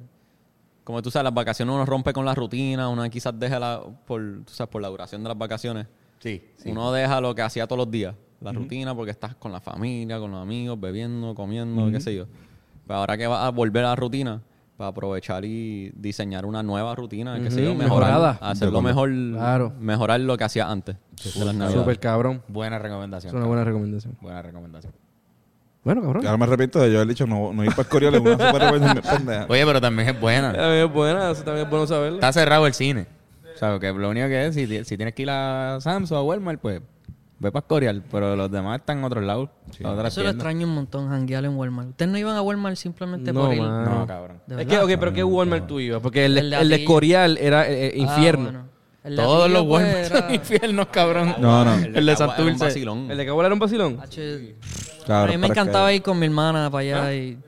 [SPEAKER 4] como tú sabes, las vacaciones uno rompe con la rutina, uno quizás deja la, por, tú sabes, por la duración de las vacaciones.
[SPEAKER 1] Sí, sí.
[SPEAKER 4] Uno deja lo que hacía todos los días, la rutina, porque estás con la familia, con los amigos, bebiendo, comiendo, qué sé yo. Pero ahora que vas a volver a la rutina, para aprovechar y diseñar una nueva rutina, qué sé yo,
[SPEAKER 3] Ujú,
[SPEAKER 4] mejorar,
[SPEAKER 3] mejorada.
[SPEAKER 4] hacerlo mejor,
[SPEAKER 3] Claro.
[SPEAKER 4] mejorar lo que hacía antes de las navidades.
[SPEAKER 3] Súper cabrón.
[SPEAKER 1] Buena
[SPEAKER 3] Es
[SPEAKER 1] recomendación.
[SPEAKER 3] una buena recomendación.
[SPEAKER 1] Buena recomendación.
[SPEAKER 3] Bueno, cabrón.
[SPEAKER 2] Ahora me arrepiento de yo haber dicho no, no ir para el Coriolis. una super pendeja.
[SPEAKER 1] Oye, pero también es buena.
[SPEAKER 3] También es buena, eso también es bueno saberlo.
[SPEAKER 1] Está cerrado el cine. sea, que lo único que es, si, ti- si tienes que ir a Samsung o a Walmart, pues ve para Escorial, pero los demás están en otros lados. a otras
[SPEAKER 5] Eso lo
[SPEAKER 1] tiendas.
[SPEAKER 5] extraño un montón, janguear en Walmart. Ustedes no iban a Walmart simplemente
[SPEAKER 3] No,
[SPEAKER 5] por ir.
[SPEAKER 3] mano.
[SPEAKER 1] No, cabrón.
[SPEAKER 5] De
[SPEAKER 3] Es
[SPEAKER 5] verdad.
[SPEAKER 3] que, ok, pero ¿qué Walmart tú ibas? Porque el,
[SPEAKER 5] El de
[SPEAKER 3] el de
[SPEAKER 5] Atillo.
[SPEAKER 3] Escorial era eh, eh,
[SPEAKER 5] Ah,
[SPEAKER 3] infierno.
[SPEAKER 5] bueno. El
[SPEAKER 1] Todos
[SPEAKER 5] latillo,
[SPEAKER 1] los
[SPEAKER 5] pues,
[SPEAKER 1] Walmart
[SPEAKER 5] era-
[SPEAKER 1] son infiernos, cabrón.
[SPEAKER 2] No, no.
[SPEAKER 1] El de
[SPEAKER 4] Cagua era un
[SPEAKER 1] Santurce.
[SPEAKER 4] vacilón.
[SPEAKER 3] Mm. ¿El de Caguala era un vacilón?
[SPEAKER 5] H- a
[SPEAKER 2] Cabrón,
[SPEAKER 5] mí me
[SPEAKER 2] para
[SPEAKER 5] encantaba
[SPEAKER 2] que-
[SPEAKER 5] ir con mi hermana para allá y...
[SPEAKER 3] De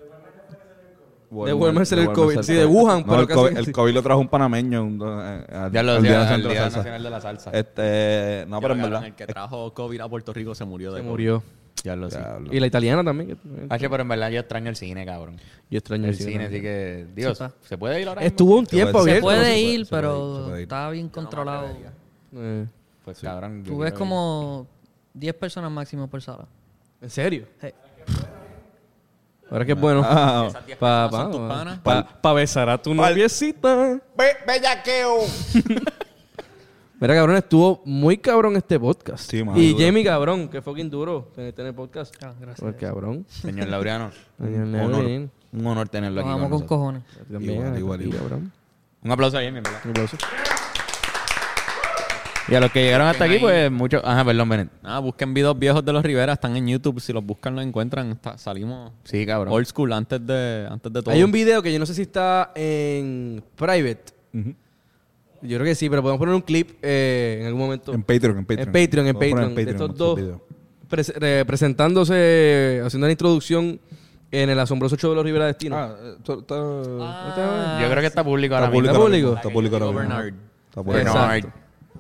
[SPEAKER 3] Walmart salió el
[SPEAKER 2] de
[SPEAKER 3] COVID. Sí, de
[SPEAKER 2] salió-
[SPEAKER 3] Wuhan,
[SPEAKER 2] No,
[SPEAKER 3] pero
[SPEAKER 2] el,
[SPEAKER 3] casi-
[SPEAKER 2] COVID, el COVID lo trajo un panameño. un- eh, al-
[SPEAKER 1] Ya lo
[SPEAKER 2] al
[SPEAKER 1] decía,
[SPEAKER 2] Día
[SPEAKER 1] al
[SPEAKER 2] Nacional de
[SPEAKER 1] Día
[SPEAKER 2] la Salsa.
[SPEAKER 1] Nacional de la Salsa.
[SPEAKER 2] Este, no,
[SPEAKER 4] Ya,
[SPEAKER 2] pero en
[SPEAKER 4] cabrón,
[SPEAKER 2] verdad.
[SPEAKER 4] El que trajo COVID a Puerto Rico se murió de
[SPEAKER 3] Se
[SPEAKER 4] COVID.
[SPEAKER 3] murió.
[SPEAKER 4] Ya lo sé.
[SPEAKER 2] Diablo.
[SPEAKER 3] Y la italiana también.
[SPEAKER 1] Ah, che, pero en verdad yo extraño el cine, cabrón.
[SPEAKER 3] Yo extraño
[SPEAKER 1] El, cine, así que... Dios,
[SPEAKER 5] Sí, pa.
[SPEAKER 1] ¿se puede ir ahora mismo?
[SPEAKER 3] Estuvo un
[SPEAKER 2] Se puede-
[SPEAKER 3] tiempo
[SPEAKER 2] se
[SPEAKER 5] Se
[SPEAKER 3] abierto.
[SPEAKER 5] puede
[SPEAKER 2] puede,
[SPEAKER 5] ir,
[SPEAKER 2] se puede
[SPEAKER 5] pero
[SPEAKER 2] ir, se puede ir.
[SPEAKER 5] estaba bien controlado.
[SPEAKER 3] Eh,
[SPEAKER 1] Pues cabrón. yo
[SPEAKER 5] Tú ves
[SPEAKER 1] quiero ir.
[SPEAKER 5] como 10 personas máximo por sala.
[SPEAKER 3] ¿En serio?
[SPEAKER 5] Sí.
[SPEAKER 3] Ahora que es bueno.
[SPEAKER 2] Ah,
[SPEAKER 3] Para
[SPEAKER 4] tus panas.
[SPEAKER 3] besar a tu noviecita.
[SPEAKER 8] Be- bellaqueo.
[SPEAKER 3] Mira, cabrón, estuvo muy cabrón este podcast.
[SPEAKER 2] Sí, mano,
[SPEAKER 3] y
[SPEAKER 2] duro.
[SPEAKER 3] Jamie, cabrón, que fucking duro tener tener podcast.
[SPEAKER 5] Ah, gracias.
[SPEAKER 3] Pues, cabrón.
[SPEAKER 1] Señor
[SPEAKER 5] [laughs]
[SPEAKER 1] Laureano,
[SPEAKER 3] Señor
[SPEAKER 1] un
[SPEAKER 3] Laureano.
[SPEAKER 1] honor, un honor tenerlo
[SPEAKER 5] Nos
[SPEAKER 1] aquí
[SPEAKER 5] vamos
[SPEAKER 1] con
[SPEAKER 5] con
[SPEAKER 1] nosotros.
[SPEAKER 5] cojones.
[SPEAKER 3] También,
[SPEAKER 2] Igual,
[SPEAKER 3] a
[SPEAKER 2] igual,
[SPEAKER 3] ti,
[SPEAKER 2] igual.
[SPEAKER 3] cabrón.
[SPEAKER 1] Un aplauso a Jamie, en ¿verdad?
[SPEAKER 3] Un aplauso.
[SPEAKER 1] Y a los que llegaron hasta
[SPEAKER 4] Busquen
[SPEAKER 1] aquí,
[SPEAKER 4] ahí.
[SPEAKER 1] pues muchos... Ajá, perdón, Benet.
[SPEAKER 4] Ah, busquen videos viejos de los Rivera, están en YouTube. Si los buscan, los encuentran. Está- salimos
[SPEAKER 1] Sí, cabrón.
[SPEAKER 4] old school antes de, antes de todo.
[SPEAKER 3] Hay un video que yo no sé si está en private. Yo creo que sí, pero podemos poner un clip eh, en algún momento.
[SPEAKER 2] En Patreon, en Patreon.
[SPEAKER 3] En Patreon, en
[SPEAKER 2] Vamos a poner
[SPEAKER 3] Patreon.
[SPEAKER 2] en
[SPEAKER 3] de
[SPEAKER 2] Patreon
[SPEAKER 3] estos
[SPEAKER 2] muchos
[SPEAKER 3] dos
[SPEAKER 2] videos.
[SPEAKER 3] pres- eh, presentándose, haciendo una introducción en el asombroso show de los Rivera Destino.
[SPEAKER 2] Ah, eh, to- to-
[SPEAKER 3] Ah.
[SPEAKER 1] Yo creo que está público ahora
[SPEAKER 2] Está público
[SPEAKER 1] mismo.
[SPEAKER 2] ahora
[SPEAKER 3] público.
[SPEAKER 2] mismo, Está público ahora mismo.
[SPEAKER 4] Bernard.
[SPEAKER 2] Está público.
[SPEAKER 1] Bernard.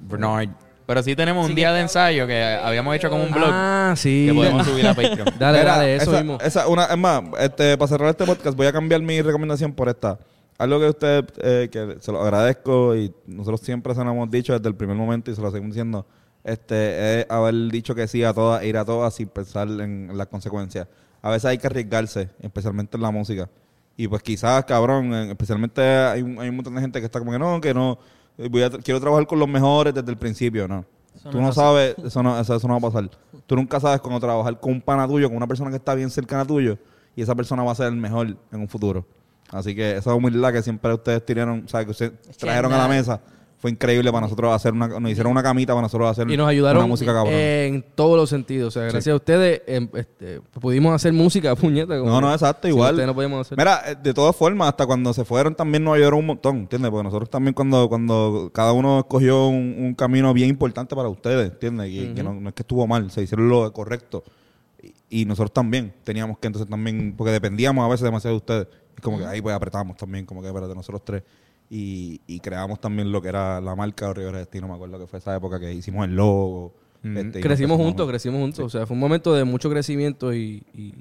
[SPEAKER 1] Bernard. Pero sí tenemos un día de ensayo que habíamos hecho como un blog
[SPEAKER 3] Ah, sí.
[SPEAKER 1] que podemos subir a
[SPEAKER 3] [laughs]
[SPEAKER 1] Patreon.
[SPEAKER 3] Dale,
[SPEAKER 2] Mira,
[SPEAKER 3] dale, eso
[SPEAKER 2] esa-
[SPEAKER 3] mismo.
[SPEAKER 2] esa una, es más, este, para cerrar este podcast, voy a cambiar mi recomendación por esta. Algo que usted, eh, que se lo agradezco y nosotros siempre se lo hemos dicho desde el primer momento y se lo seguimos diciendo, este, es haber dicho que sí a todas, ir a todas sin pensar en las consecuencias. A veces hay que arriesgarse, especialmente en la música. Y pues quizás, cabrón, eh, especialmente hay, un- hay un montón de gente que está como que no, que no, eh, voy a tra- quiero trabajar con los mejores desde el principio, ¿no? Tú no sabes, eso no, eso, eso no va a pasar. Tú nunca sabes cuando trabajar con un pana tuyo, con una persona que está bien cercana a tuyo, y esa persona va a ser el mejor en un futuro. Así que esa humildad que siempre ustedes tiraron, o sea, que ustedes trajeron a la
[SPEAKER 5] nada.
[SPEAKER 2] mesa, fue increíble para nosotros hacer una, nos hicieron una camita para nosotros hacer
[SPEAKER 3] Y nos ayudaron eh,
[SPEAKER 2] una música cabrón.
[SPEAKER 3] en todos los sentidos. O sea, gracias a ustedes em, este, pudimos hacer música, [laughs] puñeta. como
[SPEAKER 2] No, no,
[SPEAKER 3] que
[SPEAKER 2] exacto,
[SPEAKER 3] sin
[SPEAKER 2] igual.
[SPEAKER 3] ustedes no podíamos hacer.
[SPEAKER 2] Mira, eh, de todas formas, hasta cuando se fueron también nos ayudaron un montón, ¿entiendes? Porque nosotros también cuando, cuando cada uno escogió un, un camino bien importante para ustedes, ¿entiendes? Y que no, no es que estuvo mal, se hicieron lo correcto. Y, y nosotros también teníamos que entonces también, porque dependíamos a veces demasiado de ustedes. Y como que ahí pues apretamos también, como que pero de nosotros tres. Y, y creamos también lo que era la marca de Rivera Destino, me acuerdo que fue esa época que hicimos el logo. este, y
[SPEAKER 3] crecimos
[SPEAKER 2] empezamos-
[SPEAKER 3] juntos, crecimos juntos. O sea, fue un momento de mucho crecimiento y, y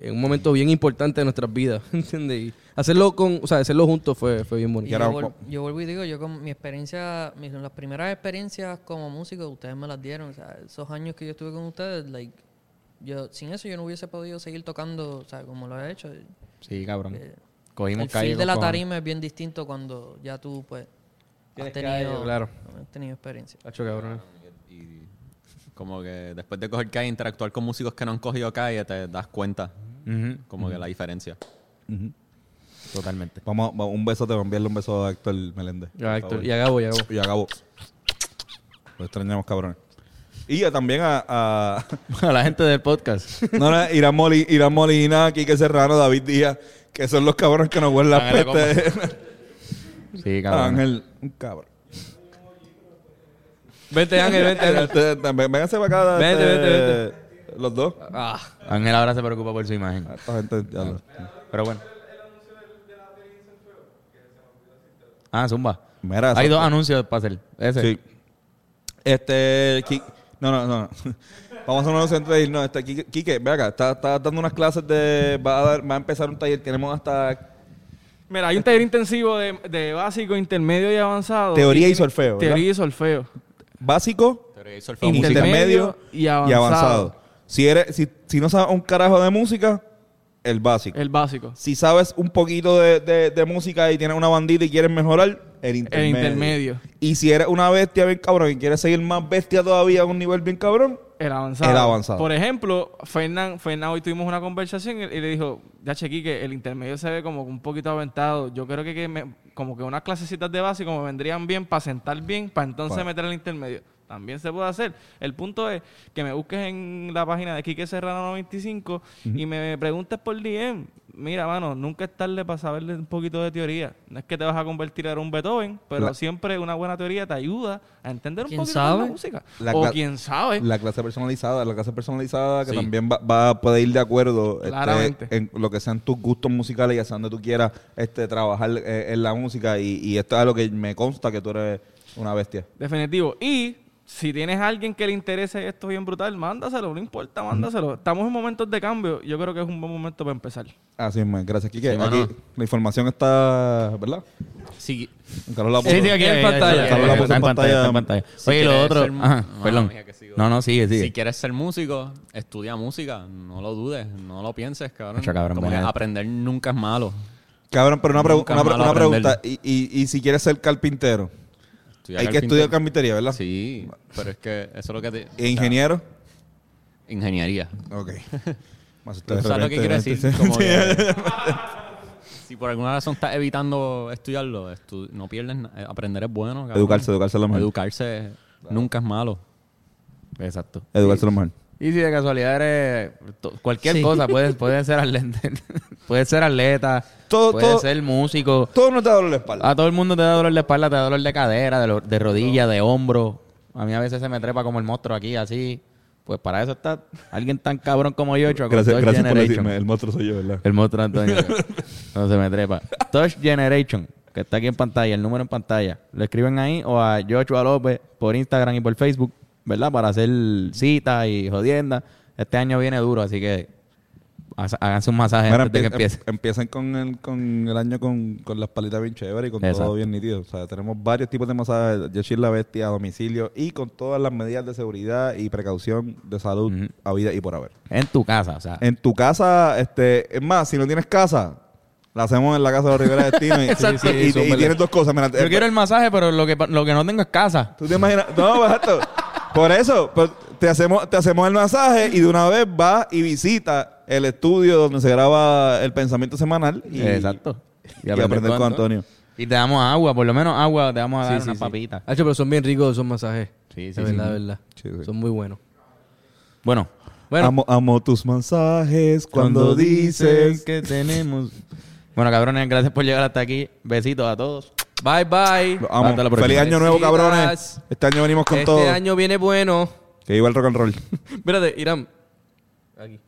[SPEAKER 3] f- un momento bien importante de nuestras vidas, [laughs] ¿entiendes? Y hacerlo con, o sea, hacerlo juntos fue, fue bien
[SPEAKER 5] Y
[SPEAKER 3] bonito.
[SPEAKER 2] ahora-
[SPEAKER 5] yo, vol- yo vuelvo y digo, yo con mi experiencia, mis, las primeras experiencias como músico, ustedes me las dieron. O sea, esos años que yo estuve con ustedes, like, yo, sin eso yo no hubiese podido seguir tocando, o sea, como lo he hecho.
[SPEAKER 1] Sí, cabrón.
[SPEAKER 5] Eh,
[SPEAKER 1] Cogimos
[SPEAKER 5] El
[SPEAKER 1] calle
[SPEAKER 5] feel
[SPEAKER 1] con
[SPEAKER 5] de la
[SPEAKER 1] cojones.
[SPEAKER 5] tarima es bien distinto cuando ya tú, pues, has
[SPEAKER 3] Tienes
[SPEAKER 5] tenido,
[SPEAKER 3] calle, claro.
[SPEAKER 5] has tenido experiencia.
[SPEAKER 3] Hacho, cabrón.
[SPEAKER 4] Y como que después de coger calle, interactuar con músicos que no han cogido calle, te das cuenta
[SPEAKER 1] Ujú,
[SPEAKER 4] como que la diferencia.
[SPEAKER 1] Totalmente.
[SPEAKER 2] Vamos, vamos, un beso, te voy a enviarle un beso a Héctor Meléndez.
[SPEAKER 3] Ya,
[SPEAKER 2] Por favor.
[SPEAKER 3] Héctor, y acabo,
[SPEAKER 2] [laughs]
[SPEAKER 3] y acabo.
[SPEAKER 2] Y acabó. Lo extrañamos, cabrones. Y a- también a, a-
[SPEAKER 1] [laughs]
[SPEAKER 2] [laughs]
[SPEAKER 1] A la gente del podcast.
[SPEAKER 2] no, no, Irán, Moli- Irán Molina, Quique Serrano, David Díaz, que son los cabrones que nos huelen las
[SPEAKER 1] Ángel,
[SPEAKER 2] pestes. [laughs]
[SPEAKER 1] Sí, cabrón.
[SPEAKER 2] Ángel, un cabrón.
[SPEAKER 3] Vete, Ángel, vete, Ángel.
[SPEAKER 2] Este, también, Vénganse para acá.
[SPEAKER 3] Vente,
[SPEAKER 2] este,
[SPEAKER 3] vente,
[SPEAKER 2] Los dos.
[SPEAKER 3] Ah.
[SPEAKER 1] Ángel ahora se preocupa por su imagen.
[SPEAKER 2] Ah, Esta gente, ya lo-
[SPEAKER 1] Pero bueno. Ah, Zumba.
[SPEAKER 2] Mira,
[SPEAKER 1] Hay
[SPEAKER 2] eso-
[SPEAKER 1] dos anuncios para hacer. Ese.
[SPEAKER 2] Sí. Este, Qui- no, no, no. [laughs] Vamos a un centro de irnos. Este, Quique, Quique, ve acá, está, está dando unas clases de. Va a, dar- va a empezar un taller. Tenemos hasta
[SPEAKER 6] Mira, hay un taller intensivo de, de básico, intermedio y avanzado.
[SPEAKER 2] Teoría y
[SPEAKER 6] tiene-
[SPEAKER 2] solfeo, ¿verdad?
[SPEAKER 6] Teoría y solfeo.
[SPEAKER 2] básico,
[SPEAKER 4] Pero hizo el
[SPEAKER 2] Fue
[SPEAKER 4] famoso-
[SPEAKER 2] música. intermedio
[SPEAKER 6] Intermedio y avanzado.
[SPEAKER 2] Si, eres, si, si no sabes un carajo de música, el básico.
[SPEAKER 6] El básico.
[SPEAKER 2] Si sabes un poquito de, de- de música y tienes una bandita y quieres mejorar, el
[SPEAKER 6] El
[SPEAKER 2] intermedio.
[SPEAKER 6] intermedio.
[SPEAKER 2] Y si eres una bestia bien cabrón y quieres seguir más bestia todavía a un nivel bien cabrón,
[SPEAKER 6] El avanzado.
[SPEAKER 2] El avanzado.
[SPEAKER 6] Por ejemplo, Fernán, Fernán hoy tuvimos una conversación y, y le dijo, ya chequi que el intermedio se ve como un poquito aventado. Yo creo que, que me- como que unas clasecitas de básico me vendrían bien para sentar bien, para entonces
[SPEAKER 2] Pa-
[SPEAKER 6] meter el intermedio. También se puede hacer. El punto es que me busques en la página de Quique Serrano 95 y me preguntes por DM. Mira, mano, nunca es tarde para saberle un poquito de teoría. No es que te vas a convertir en un Beethoven, pero
[SPEAKER 2] La-
[SPEAKER 6] siempre una buena teoría te ayuda a entender un
[SPEAKER 5] ¿Quién
[SPEAKER 6] poquito más
[SPEAKER 5] sabe?
[SPEAKER 6] la música.
[SPEAKER 2] La
[SPEAKER 6] o
[SPEAKER 2] cla-
[SPEAKER 6] quién sabe.
[SPEAKER 2] La clase personalizada, la clase personalizada que
[SPEAKER 4] Sí.
[SPEAKER 2] también va, va- puede ir de acuerdo este,
[SPEAKER 6] Claramente.
[SPEAKER 2] en lo que sean tus gustos musicales y hacia donde tú quieras este, trabajar eh, en la música. Y, y esto es algo que me consta que tú eres una bestia.
[SPEAKER 6] Definitivo. Y si tienes a alguien que le interese esto bien brutal, mándaselo, no importa, mándaselo. Estamos en momentos de cambio. Yo creo que es un buen momento para empezar.
[SPEAKER 2] Así es, Ah, man. gracias, Kike.
[SPEAKER 4] Sí, mano.
[SPEAKER 2] Aquí la información está, ¿verdad?
[SPEAKER 4] Sí,
[SPEAKER 2] Carlos la puso.
[SPEAKER 1] Sí, sí, aquí
[SPEAKER 3] En
[SPEAKER 1] ahí,
[SPEAKER 3] pantalla.
[SPEAKER 1] ahí,
[SPEAKER 2] Carlos
[SPEAKER 1] ahí,
[SPEAKER 2] la puso
[SPEAKER 1] está
[SPEAKER 2] en
[SPEAKER 1] en pantalla. está
[SPEAKER 2] pantalla.
[SPEAKER 1] en pantalla.
[SPEAKER 4] Si
[SPEAKER 1] Oye, lo
[SPEAKER 4] quieres
[SPEAKER 1] otro.
[SPEAKER 4] ser mu-
[SPEAKER 1] Ajá,
[SPEAKER 4] Mamá
[SPEAKER 1] perdón.
[SPEAKER 4] mía, que sigo.
[SPEAKER 1] No, no, sigue,
[SPEAKER 4] Si
[SPEAKER 1] sigue.
[SPEAKER 4] quieres ser músico, estudia música. No lo dudes, no lo pienses, cabrón.
[SPEAKER 1] Hacho, cabrón,
[SPEAKER 4] Como que
[SPEAKER 1] buena.
[SPEAKER 4] aprender nunca es malo.
[SPEAKER 2] Cabrón, pero una, pregu-
[SPEAKER 4] Nunca
[SPEAKER 2] una pre-
[SPEAKER 4] malo
[SPEAKER 2] una
[SPEAKER 4] aprender.
[SPEAKER 2] pregunta. Y, y- y si quieres ser carpintero,
[SPEAKER 4] Estudiar
[SPEAKER 2] hay que
[SPEAKER 4] carpintería.
[SPEAKER 2] estudiar carpintería, ¿verdad?
[SPEAKER 4] Sí, pero es que eso es lo que te... o
[SPEAKER 2] ¿E
[SPEAKER 4] sea,
[SPEAKER 2] ingeniero?
[SPEAKER 4] ingeniería. [laughs]
[SPEAKER 2] Ok. Más
[SPEAKER 4] ¿Sabes lo que quiero decir? Como que- si por alguna razón estás evitando estudiarlo, estu- no pierdes nada. Aprender es bueno,
[SPEAKER 2] [laughs]
[SPEAKER 4] cabrón.
[SPEAKER 2] Educarse, educarse es lo mejor.
[SPEAKER 4] Educarse nunca es malo.
[SPEAKER 1] Exacto.
[SPEAKER 2] Educarse lo mejor.
[SPEAKER 1] Y si de casualidad eres to- cualquier
[SPEAKER 5] Sí.
[SPEAKER 1] cosa, puedes, puedes ser atleta, [laughs] puedes ser atleta,
[SPEAKER 2] Todo-
[SPEAKER 1] puedes
[SPEAKER 2] todo-
[SPEAKER 1] ser músico.
[SPEAKER 2] Todo no te da la espalda.
[SPEAKER 1] A todo el mundo te da dolor de espalda, te da dolor de cadera, de, lo- de rodilla, de hombro. A mí a veces se me trepa como el monstruo aquí, así. Pues para eso está alguien tan cabrón como yo, Choco.
[SPEAKER 2] Gracias,
[SPEAKER 1] Touch
[SPEAKER 2] gracias por
[SPEAKER 1] Generation.
[SPEAKER 2] decirme. El monstruo soy yo, ¿verdad?
[SPEAKER 1] El monstruo Antonio.
[SPEAKER 2] [laughs]
[SPEAKER 1] no se me trepa. Touch Generation, que está aquí en pantalla, el número en pantalla. Lo escriben ahí o a Joshua López por Instagram y por Facebook, ¿verdad? Para hacer citas y jodienda. Este año viene duro, así que ha- háganse un masaje
[SPEAKER 2] Mira,
[SPEAKER 1] antes de que
[SPEAKER 2] empie-
[SPEAKER 1] empiece.
[SPEAKER 2] em- empiecen con el, con el año con, con las palitas bien chéveres y con
[SPEAKER 1] Exacto.
[SPEAKER 2] todo bien nítido. O sea, tenemos varios tipos de masajes. Yoshir la Bestia a domicilio y con todas las medidas de seguridad y precaución de salud
[SPEAKER 1] Ujú. Ah.
[SPEAKER 2] a vida y por haber.
[SPEAKER 1] En tu casa, o sea.
[SPEAKER 2] En tu casa, este, es más, si no tienes casa, la hacemos en la casa de los Rivera Destino. y,
[SPEAKER 1] [laughs] Exacto.
[SPEAKER 2] y- y- y tienes dos cosas. Mira, eh,
[SPEAKER 1] Yo quiero el masaje, pero lo que, pa- lo que no tengo es casa.
[SPEAKER 2] [laughs] ¿Tú te imaginas? No, pues, exacto. Por eso, pues, te, hacemos, te hacemos el masaje y de una vez vas y visita el estudio donde se graba el pensamiento semanal. Y,
[SPEAKER 1] Exacto.
[SPEAKER 2] Y, aprender con Antonio.
[SPEAKER 1] Y te damos agua, por lo menos agua, te vamos a
[SPEAKER 3] Sí,
[SPEAKER 1] dar
[SPEAKER 3] sí,
[SPEAKER 1] unas
[SPEAKER 3] sí.
[SPEAKER 1] papitas.
[SPEAKER 3] Hacho, pero son bien ricos esos masajes.
[SPEAKER 1] Sí, sí,
[SPEAKER 3] De
[SPEAKER 1] sí.
[SPEAKER 3] verdad, de verdad.
[SPEAKER 2] Sí, sí.
[SPEAKER 3] Son muy buenos.
[SPEAKER 1] Bueno,
[SPEAKER 3] Bueno.
[SPEAKER 2] Amo, amo tus mensajes cuando, dices que...
[SPEAKER 1] tenemos. Bueno, cabrones, gracias por llegar hasta aquí. Besitos a todos.
[SPEAKER 3] Bye, bye.
[SPEAKER 2] Lo amo.
[SPEAKER 1] Hasta la próxima.
[SPEAKER 2] Feliz año nuevo, cabrones.
[SPEAKER 3] Besitas.
[SPEAKER 2] Este año venimos con
[SPEAKER 3] este
[SPEAKER 2] todo.
[SPEAKER 3] año viene bueno.
[SPEAKER 2] Que iba el rock and roll.
[SPEAKER 3] Espérate, Irán. Aquí.